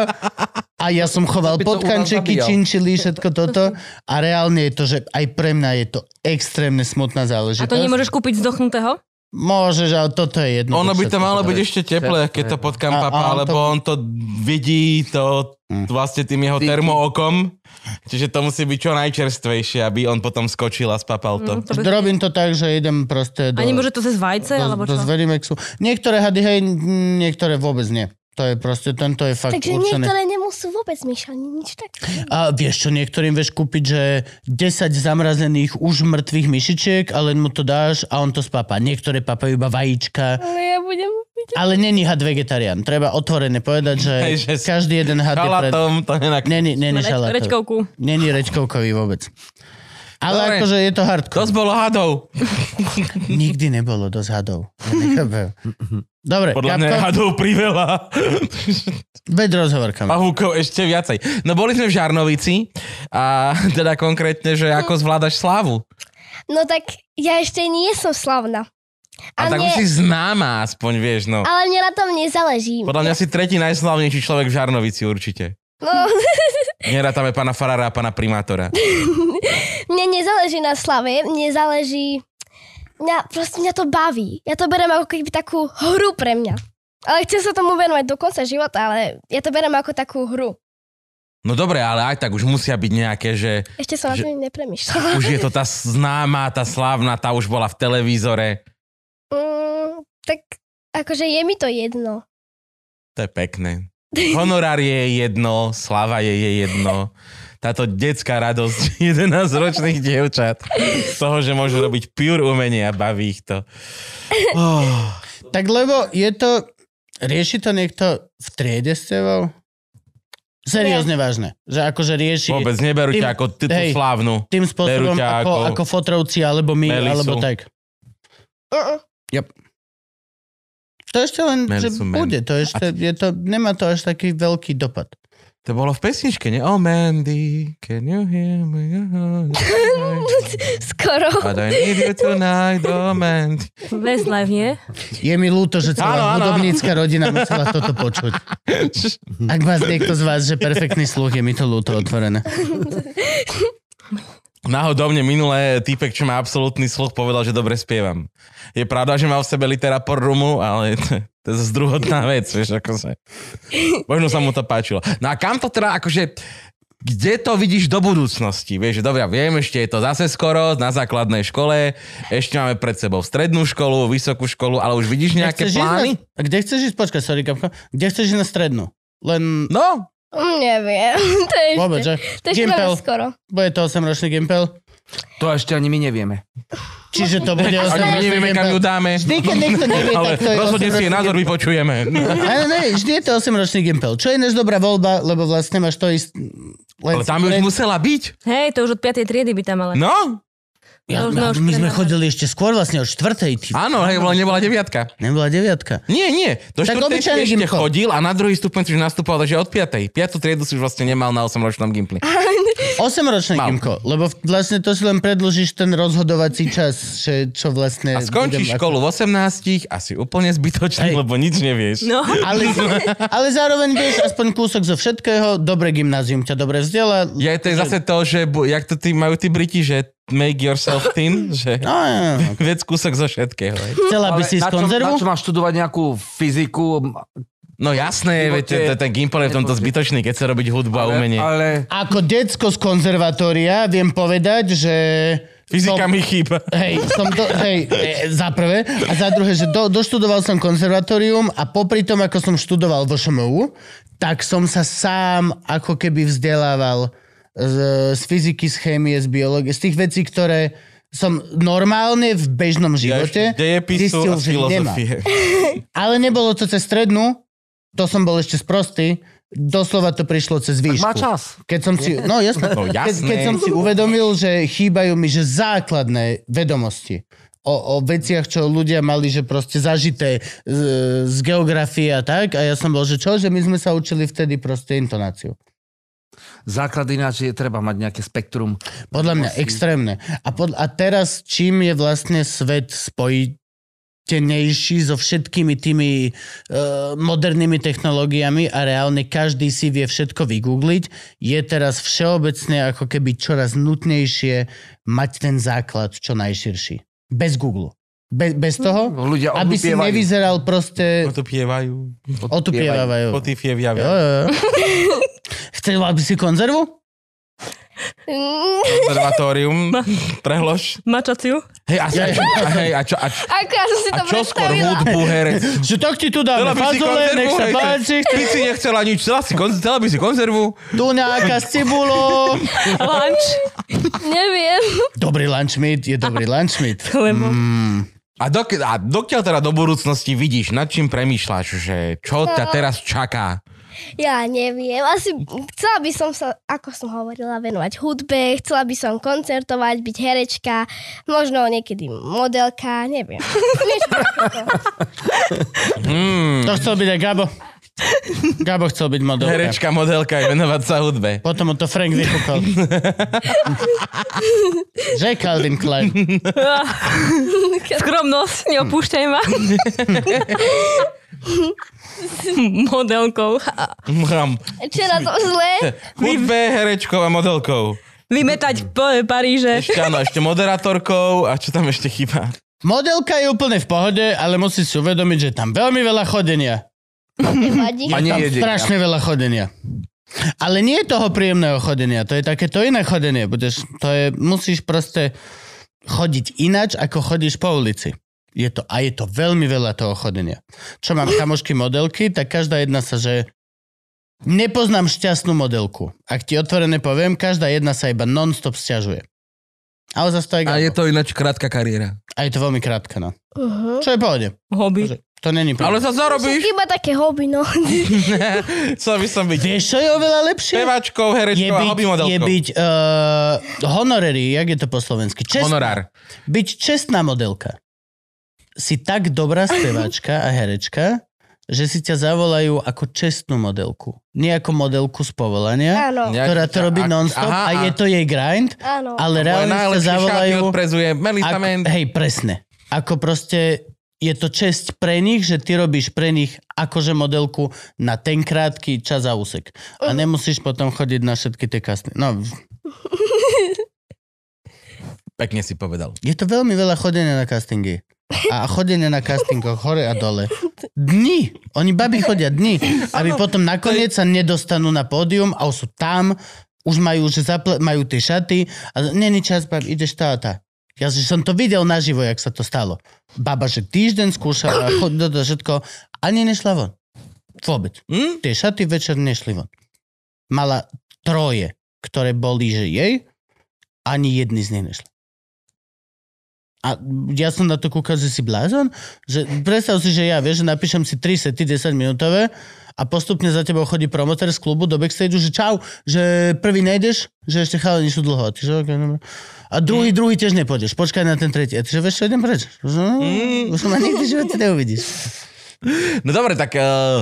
F: A ja som choval
D: To by to u nás
F: potkančeky,
D: zabíjal.
F: činčili, všetko toto. A reálne je to, že aj pre mňa je to extrémne smutná
C: A
F: záležitosť.
C: to nemôžeš kúpiť zdochnutého?
F: Môžeš, ale toto je jedno.
B: Ono by to malo byť ešte teplé, keď to potkám
F: A- a
B: papa,
F: on to- Hm.
B: lebo on to vidí to vlastne tým jeho termookom. Čiže to musí byť čo najčerstvejšie, aby on potom skočil a spapal to.
C: Mm, to by...
F: Robím to tak, že idem proste do...
C: A nemôže to cez vajce,
F: do,
C: alebo
F: do
C: čo?
F: Zverimexu. Niektoré hady, hej, n- niektoré vôbec nie. To je proste, tento je fakt
E: Takže
F: určený.
E: niektoré nemusú vôbec myšať, nič tak.
F: A vieš čo, niektorým vieš kúpiť, že 10 zamrazených už mŕtvych myšičiek a len mu to dáš a on to spápa. Niektoré papajú iba vajíčka.
E: Ale ja budem...
C: myslíte?
F: Ale není had vegetarián. Treba otvorene povedať, že,
B: Hej, že s
F: každý jeden had je pred...
B: Chalatom, to je na...
F: Není, není
C: Reč-
F: šalátový.
C: Rečkovku.
F: Není rečkovkový vôbec. Ale
B: Dobre.
F: akože je to hardcore.
B: Dosť bolo hadov.
F: Nikdy nebolo dosť hadov. Nechápem. Dobre,
B: Podľa mňa je
F: Kapko,
B: hadov priveľa.
F: ved rozhovor, kam.
B: Pavúkov ešte viacej. No boli sme v Žarnovici a teda konkrétne, že ako zvládaš slávu.
E: No tak ja ešte nie som slavná.
B: A,
E: A
B: tak
E: mne,
B: už si známa aspoň, vieš, no.
E: ale mne na tom nezáleží.
B: Podľa mňa si tretí najslavnejší človek v Žarnovici určite.
E: No,
B: Nerátame pána Farára a pána primátora.
E: mne nezáleží na slave, mne záleží... Mňa, proste mňa to baví. Ja to berem ako keby takú hru pre mňa. Ale chcem sa tomu venovať do konca života, ale ja to berem ako takú hru.
B: No dobre, ale aj tak už musia byť nejaké, že
E: Ešte som na
B: Že-
E: to nepremýšľala.
B: už je to tá známa, tá slávna, tá už bola v televízore.
E: Mm, tak akože je mi to jedno.
B: To je pekné. Honorár je jedno, slava je, je jedno. Táto detská radosť 11-ročných dievčat z toho, že môžu robiť pure umenie a baví ich to. Oh,
F: Tak lebo je to... Rieši to niekto v triede s tebou? Seriózne vážne. Že akože rieši
B: vôbec neberú ťa ako ty tú
F: Hej.
B: slávnu.
F: tým spôsobom
B: Berú ťa
F: ako,
B: ako-
F: ako fotrovci, alebo my,
B: Melisu.
F: alebo tak.
E: Mm, mm.
F: To ešte len, že
B: Melisu, men.
F: bude. To ešte, je to, nemá to až taký veľký dopad.
B: To bolo v pesničke, nie? Oh, Mandy, can you hear me?
E: Skoro.
B: But I need you tonight, oh, Mandy.
C: Westlife, nie?
F: Je mi ľúto, že celá
B: Áno, áno, áno.
F: hudobnícka rodina musela toto počuť. Ak vás niekto z vás, že perfektný sluch, je mi to ľúto otvorené.
B: Náhodou mne minulé týpek, čo má absolútny sluch, povedal, že dobre spievam. Je pravda, že má v sebe litera por rumu, ale to, to je zase druhotná vec, vieš, akože. Možno sa mu to páčilo. No a kam to teda, akože, kde to vidíš do budúcnosti? Vieš, že dobre, ja viem, ešte je to zase skoro, na základnej škole, ešte máme pred sebou strednú školu, vysokú školu, ale už vidíš nejaké
F: Chceš ísť na-
B: plány?
F: A Kde chceš ísť? Počkaj, sorry, kapko. Kde chceš ísť na strednú? Len
B: No,
E: Mm, neviem. To je
F: vôbec,
E: ešte,
F: že?
E: to je ešte
F: Gimpel.
E: veľmi skoro.
F: Bude to 8-ročný gimpel.
D: To ešte ani my nevieme.
F: Čiže to bude
B: ani my
F: 8-ročný
B: nevieme, kam ju
F: gimpel.
B: dáme.
F: Vždy, keď niekto nevie,
B: Ale
F: tak to je
B: rozhodne si jej
F: 8-ročný
B: názor vypočujeme.
F: Áno, ne, vždy je to 8-ročný gimpel. Čo je než dobrá voľba, lebo vlastne máš to isté... Len,
B: Ale tam by už musela byť.
C: Hej, to už od 5. triedy by tam ale.
B: No,
F: ja,
C: to už
F: ja,
C: máš
F: my sme
C: trénovať.
F: chodili ešte skôr vlastne od štvrtej, ty.
B: áno, hej, bola- nebola deviatka.
F: Nebola deviatka.
B: Nie, nie. Do
F: Tak
B: štvrtej si
F: obyčajný
B: ešte
F: gimko.
B: chodil a na druhý stupeň si už nastupoval, takže od piatej. Piatú triedu si už vlastne nemal na 8-ročnom gimpli.
F: 8-ročné
B: Mal.
F: Kimko, lebo v- vlastne to si len predlžíš ten rozhodovací čas, že čo vlastne...
B: A
F: budem ako-
B: skončíš školu v 18 asi úplne
F: Hej.
B: zbytočný, lebo nič nevieš.
C: No,
F: Ale, ale zároveň vieš aspoň kúsok zo všetkého, dobre gymnázium ťa dobre vzdiela.
B: Ja to je zase to, že bu- jak to tí, majú tí Briti, že make yourself thin, že
F: No, no, no.
B: vec kúsok zo všetkého. hej.
F: Chcela by
D: Ale
F: si z
D: na, čo, na
F: konzervu?
D: čo máš študovať nejakú fyziku?
B: No jasné,
D: Živote-
B: veď ten, ten gimpel je v tomto zbytočný, keď sa robiť hudba a umenie.
D: ale
F: Ako decko z konzervatória viem povedať, že...
B: Fyzika
F: som-
B: mi chýba.
F: Hej, som do, hej, e, za prvé. A za druhé, že do, doštudoval som konzervatórium a popri tom, ako som študoval vo ŠMU, tak som sa sám ako keby vzdelával z, z fyziky, z chémie, z biológie, z tých vecí, ktoré som normálne v bežnom živote
B: Dejepisu a
F: že nemám.
B: filozofie.
F: Ale nebolo to cez strednú, to som bol ešte sprostý, doslova to prišlo cez výšku.
D: má čas.
F: Keď som si, no jasné,
B: No,
F: keď,
B: jasné.
F: keď som si uvedomil, že chýbajú mi že základné vedomosti o, o veciach, čo ľudia mali, že proste zažité z, z geografie a tak. A ja som bol, že čo, že my sme sa učili vtedy proste intonáciu.
D: Základ ináč je treba mať nejaké spektrum.
F: Podľa mňa extrémne. A, pod, a teraz, čím je vlastne svet spojitenejší so všetkými tými e, modernými technológiami a reálne každý si vie všetko vygoogliť, je teraz všeobecne ako keby čoraz nutnejšie mať ten základ čo najširší. Bez Google. Be, bez toho,
B: Mm.
D: Ľudia
F: aby si
D: odupievajú.
F: nevyzeral proste...
B: No to pievajú.
F: Otupievajú.
B: Spotify je
F: Jo, jo, jo. Chcela by si konzervu?
E: Mm,
B: observatórium, prehlož.
C: mačaciu.
B: Hej, a, a, a, hej, a čo, a, čo-
E: ako ja som si
B: a
E: to
B: čo skôr
E: predstavila.
B: hudbu, herec?
F: Že tak ti tu dáme
B: Chcela by si
F: fazole,
B: konzervu,
F: nech sa
B: hej,
F: páči,
B: Ty si nechcela nič, chcela, si konz- chcela by si konzervu.
F: Tu nejaká s cibulou.
C: Lunch.
E: Neviem.
F: Dobrý lunch meat je dobrý lunch meat.
C: Lebo...
B: A, dok- a dokiaľ teda do budúcnosti vidíš, nad čím premýšľaš, že čo ťa teraz čaká?
E: Ja neviem, asi chcela by som sa, ako som hovorila, venovať hudbe, chcela by som koncertovať, byť herečka, možno niekedy modelka, neviem. Niečo také.
F: To chcel byť aj Gabo. Gabo chcel byť modelka.
B: Herečka, modelka aj venovať sa hudbe.
F: Potom mu to Frank vychúkal. že Calvin Klein.
C: Skromnosť, neopúšťaj ma. Modelkou. A
B: Mram.
E: Čo je na to zlé?
B: Hudbe, herečkou a modelkou.
C: Vymetať po Paríže.
B: Ešte áno, ešte moderátorkou a čo tam ešte chýba?
F: Modelka je úplne v pohode, ale musí si uvedomiť, že je tam veľmi veľa chodenia.
E: Nevadí.
D: A nie
F: Tam
D: jedenia.
F: strašne veľa chodenia. Ale nie je toho príjemného chodenia, to je takéto iné chodenie. Budeš, to je, musíš proste chodiť ináč, ako chodíš po ulici. Je to, a je to veľmi veľa toho chodenia. Čo mám kamošky modelky, tak každá jedna sa, že nepoznám šťastnú modelku. Ak ti otvorene poviem, každá jedna sa iba non-stop sťažuje. Ale zase to je,
B: A je to ináč krátka kariéra.
F: a je to veľmi krátka, no.
E: Uh-huh.
F: Čo je v pohode.
C: Hobby.
F: To není
B: Ale
F: problém.
B: sa zarobíš.
E: Iba také hobby, no.
B: Chcel by som byť
F: Vieš, čo je oveľa lepšie?
B: spevačkou,
F: Je
B: herečkou a
F: byť,
B: hobby
F: je
B: modelkou.
F: byť uh, honorary, jak je to po slovensky? Čestná,
B: Honorár.
F: Byť čestná modelka. Si tak dobrá speváčka a herečka, že si ťa zavolajú ako čestnú modelku. Nie ako modelku z povolania,
E: Áno,
B: Nejak-
F: ktorá to robí
B: Ak-
F: non-stop
B: aha,
F: a je to jej grind,
E: áno.
F: ale
B: Moje
F: reálne sa
B: najlepšie šaty
F: zavolajú...
B: odprezuje Melissa
F: Ako,
B: Mann.
F: hej, presne. Ako proste je to čest pre nich, že ty robíš pre nich akože modelku na ten krátky čas a úsek. A nemusíš potom chodiť na všetky tie kasty. No,
B: Pekne si povedal.
F: je to veľmi veľa chodenia na castingy. A chodenie na castingoch hore a dole. Dni. Oni baby chodia dni, aby potom nakoniec sa nedostanú na pódium a sú tam, už majú, že zapl- majú tie šaty a není čas, bab, ideš tá a tá. Ja že som to videl naživo, jak sa to stalo. Baba, že týždeň skúšala, chodila do všetko, ani nešla von. Vôbec.
B: Hm?
F: Tie šaty večer nešli von. Mala troje, ktoré boli, že jej, ani jedny z nej nešli. A ja som na to kúkal, že si blázon. Že predstav si, že ja, vieš, že napíšem si 3 sety 10 minútové a postupne za tebou chodí promotor z klubu do backstage, že čau, že prvý nejdeš, že ešte chalani sú dlho. A, ty, že, okay, dobre. a druhý,
B: Mm.
F: druhý tiež nepôjdeš, počkaj na ten tretí. A ty, že vieš čo, idem preč. Že, no,
B: Mm.
F: Už ma nikdy v živote neuvidíš.
B: No dobre, tak uh,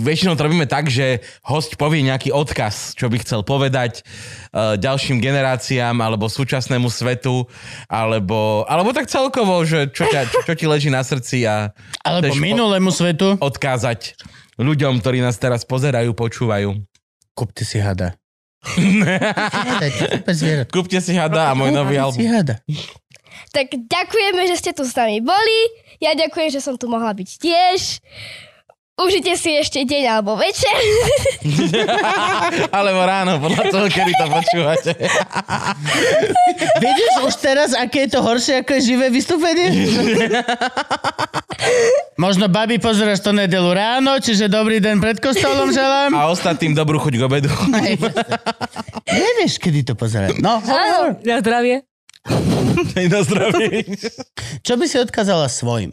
B: väčšinou to robíme tak, že host povie nejaký odkaz, čo by chcel povedať uh, ďalším generáciám alebo súčasnému svetu, alebo, alebo tak celkovo, že čo, ťa, čo, čo ti leží na srdci a
F: Alebo
B: Chceš po-
F: minulému svetu.
B: odkázať ľuďom, ktorí nás teraz pozerajú, počúvajú.
F: Kúpte si hada. Hada, to je super zviera.
B: Kúpte si hada a môj nový
F: Kúpte si
B: album.
F: hada.
E: Tak ďakujeme, že ste tu s nami boli. Ja ďakujem, že som tu mohla byť tiež. Užite si ešte deň alebo večer.
B: Alebo ráno, podľa toho, kedy to počúvate.
F: Vidíš už teraz, aké je to horšie, ako je živé vystúpenie? Možno babi pozeráš to nedelu ráno, čiže dobrý deň pred kostolom želám.
B: A ostatným dobrú chuť k obedu.
F: Hej. Nevieš, kedy to pozerať. No, hovor.
C: Na zdravie.
B: Na zdravie.
F: čo by si odkázala svojim?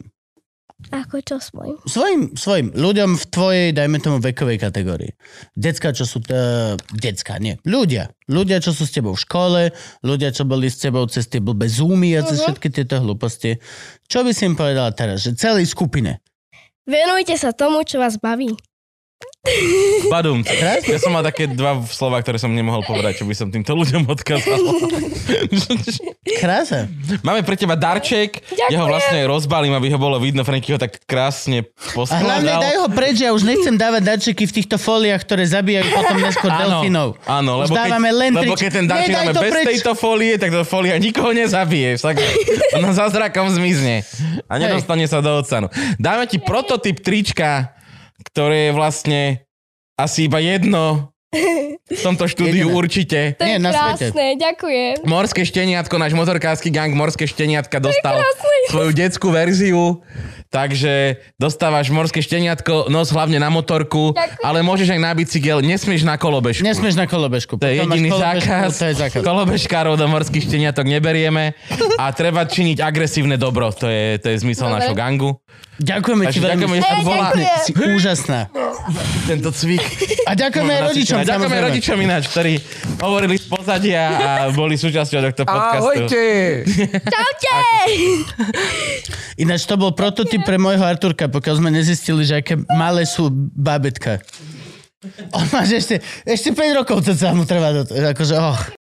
E: Ako čo s mojim?
F: Svojim, svojim ľuďom v tvojej, dajme tomu, vekovej kategórii. Decka, čo sú... Uh, decka, nie. Ľudia. Ľudia, čo sú s tebou v škole, ľudia, čo boli s tebou cez tie blbé zoomy a cez všetky tieto hlúposti. Čo by si im povedala teraz? Že celej skupine.
E: Venujte sa tomu, čo vás baví.
B: Badum. Ja som mal také dva slova, ktoré som nemohol povedať, čo by som týmto ľuďom odkázal.
F: Krása.
B: Máme pre teba darček. Ďakujem. Ja ho vlastne aj rozbalím, aby ho bolo vidno. Franky ho tak krásne
F: A hlavne daj
B: poskladal.
F: ho preč, ja už nechcem dávať darčeky v týchto fóliách, ktoré zabíjajú potom neskôr delfínov.
B: áno,
F: Už
B: lebo keď,
F: dávame len
B: lebo
F: tričky.
B: keď ten darček
F: Nie, daj
B: dáme
F: to
B: bez
F: preč.
B: tejto folie, tak to folia nikoho nezabije. Tak ona zázrakom zmizne a nedostane sa do oceánu. Dáme ti prototyp trička, ktoré je vlastne asi iba jedno V tomto štúdiu
F: Jediné.
B: určite.
E: To
F: Nie,
E: je
F: na svete.
E: krásne, ďakujem.
B: Morské šteniatko, náš motorkársky gang Morské šteniatka dostal svoju detskú verziu, takže dostávaš morské šteniatko, nos hlavne na motorku,
E: Ďakujem.
B: ale môžeš aj na bicykel, nesmieš na kolobežku.
F: Nesmieš na kolobežku.
B: To je
F: Pokiaľ máš
B: jediný
F: kolobežku,
B: zákaz.
F: To je zákaz.
B: Kolobežkárov do morských šteniatok neberieme a treba činiť agresívne dobro, to je, to je zmysel
E: Dobre.
B: nášho gangu.
F: Ďakujeme ti
B: Takže
F: veľmi.
B: ďakujeme, že sa
E: Ej,
B: volá
E: ďakujem.
F: Si úžasná.
B: tento cvik.
F: A ďakujeme aj rodičom,
B: A Ďakujeme
F: samozrejme.
B: rodičom ináč, ktorí hovorili z pozadia a boli súčasťou tohto podcastu.
D: Ahojte!
E: Čaute!
F: Ináč to bol prototyp pre môjho Arturka, pokiaľ sme nezistili, že aké malé sú babetka. On má že ešte, ešte 5 rokov to sa mu trvá. Do, akože, oh.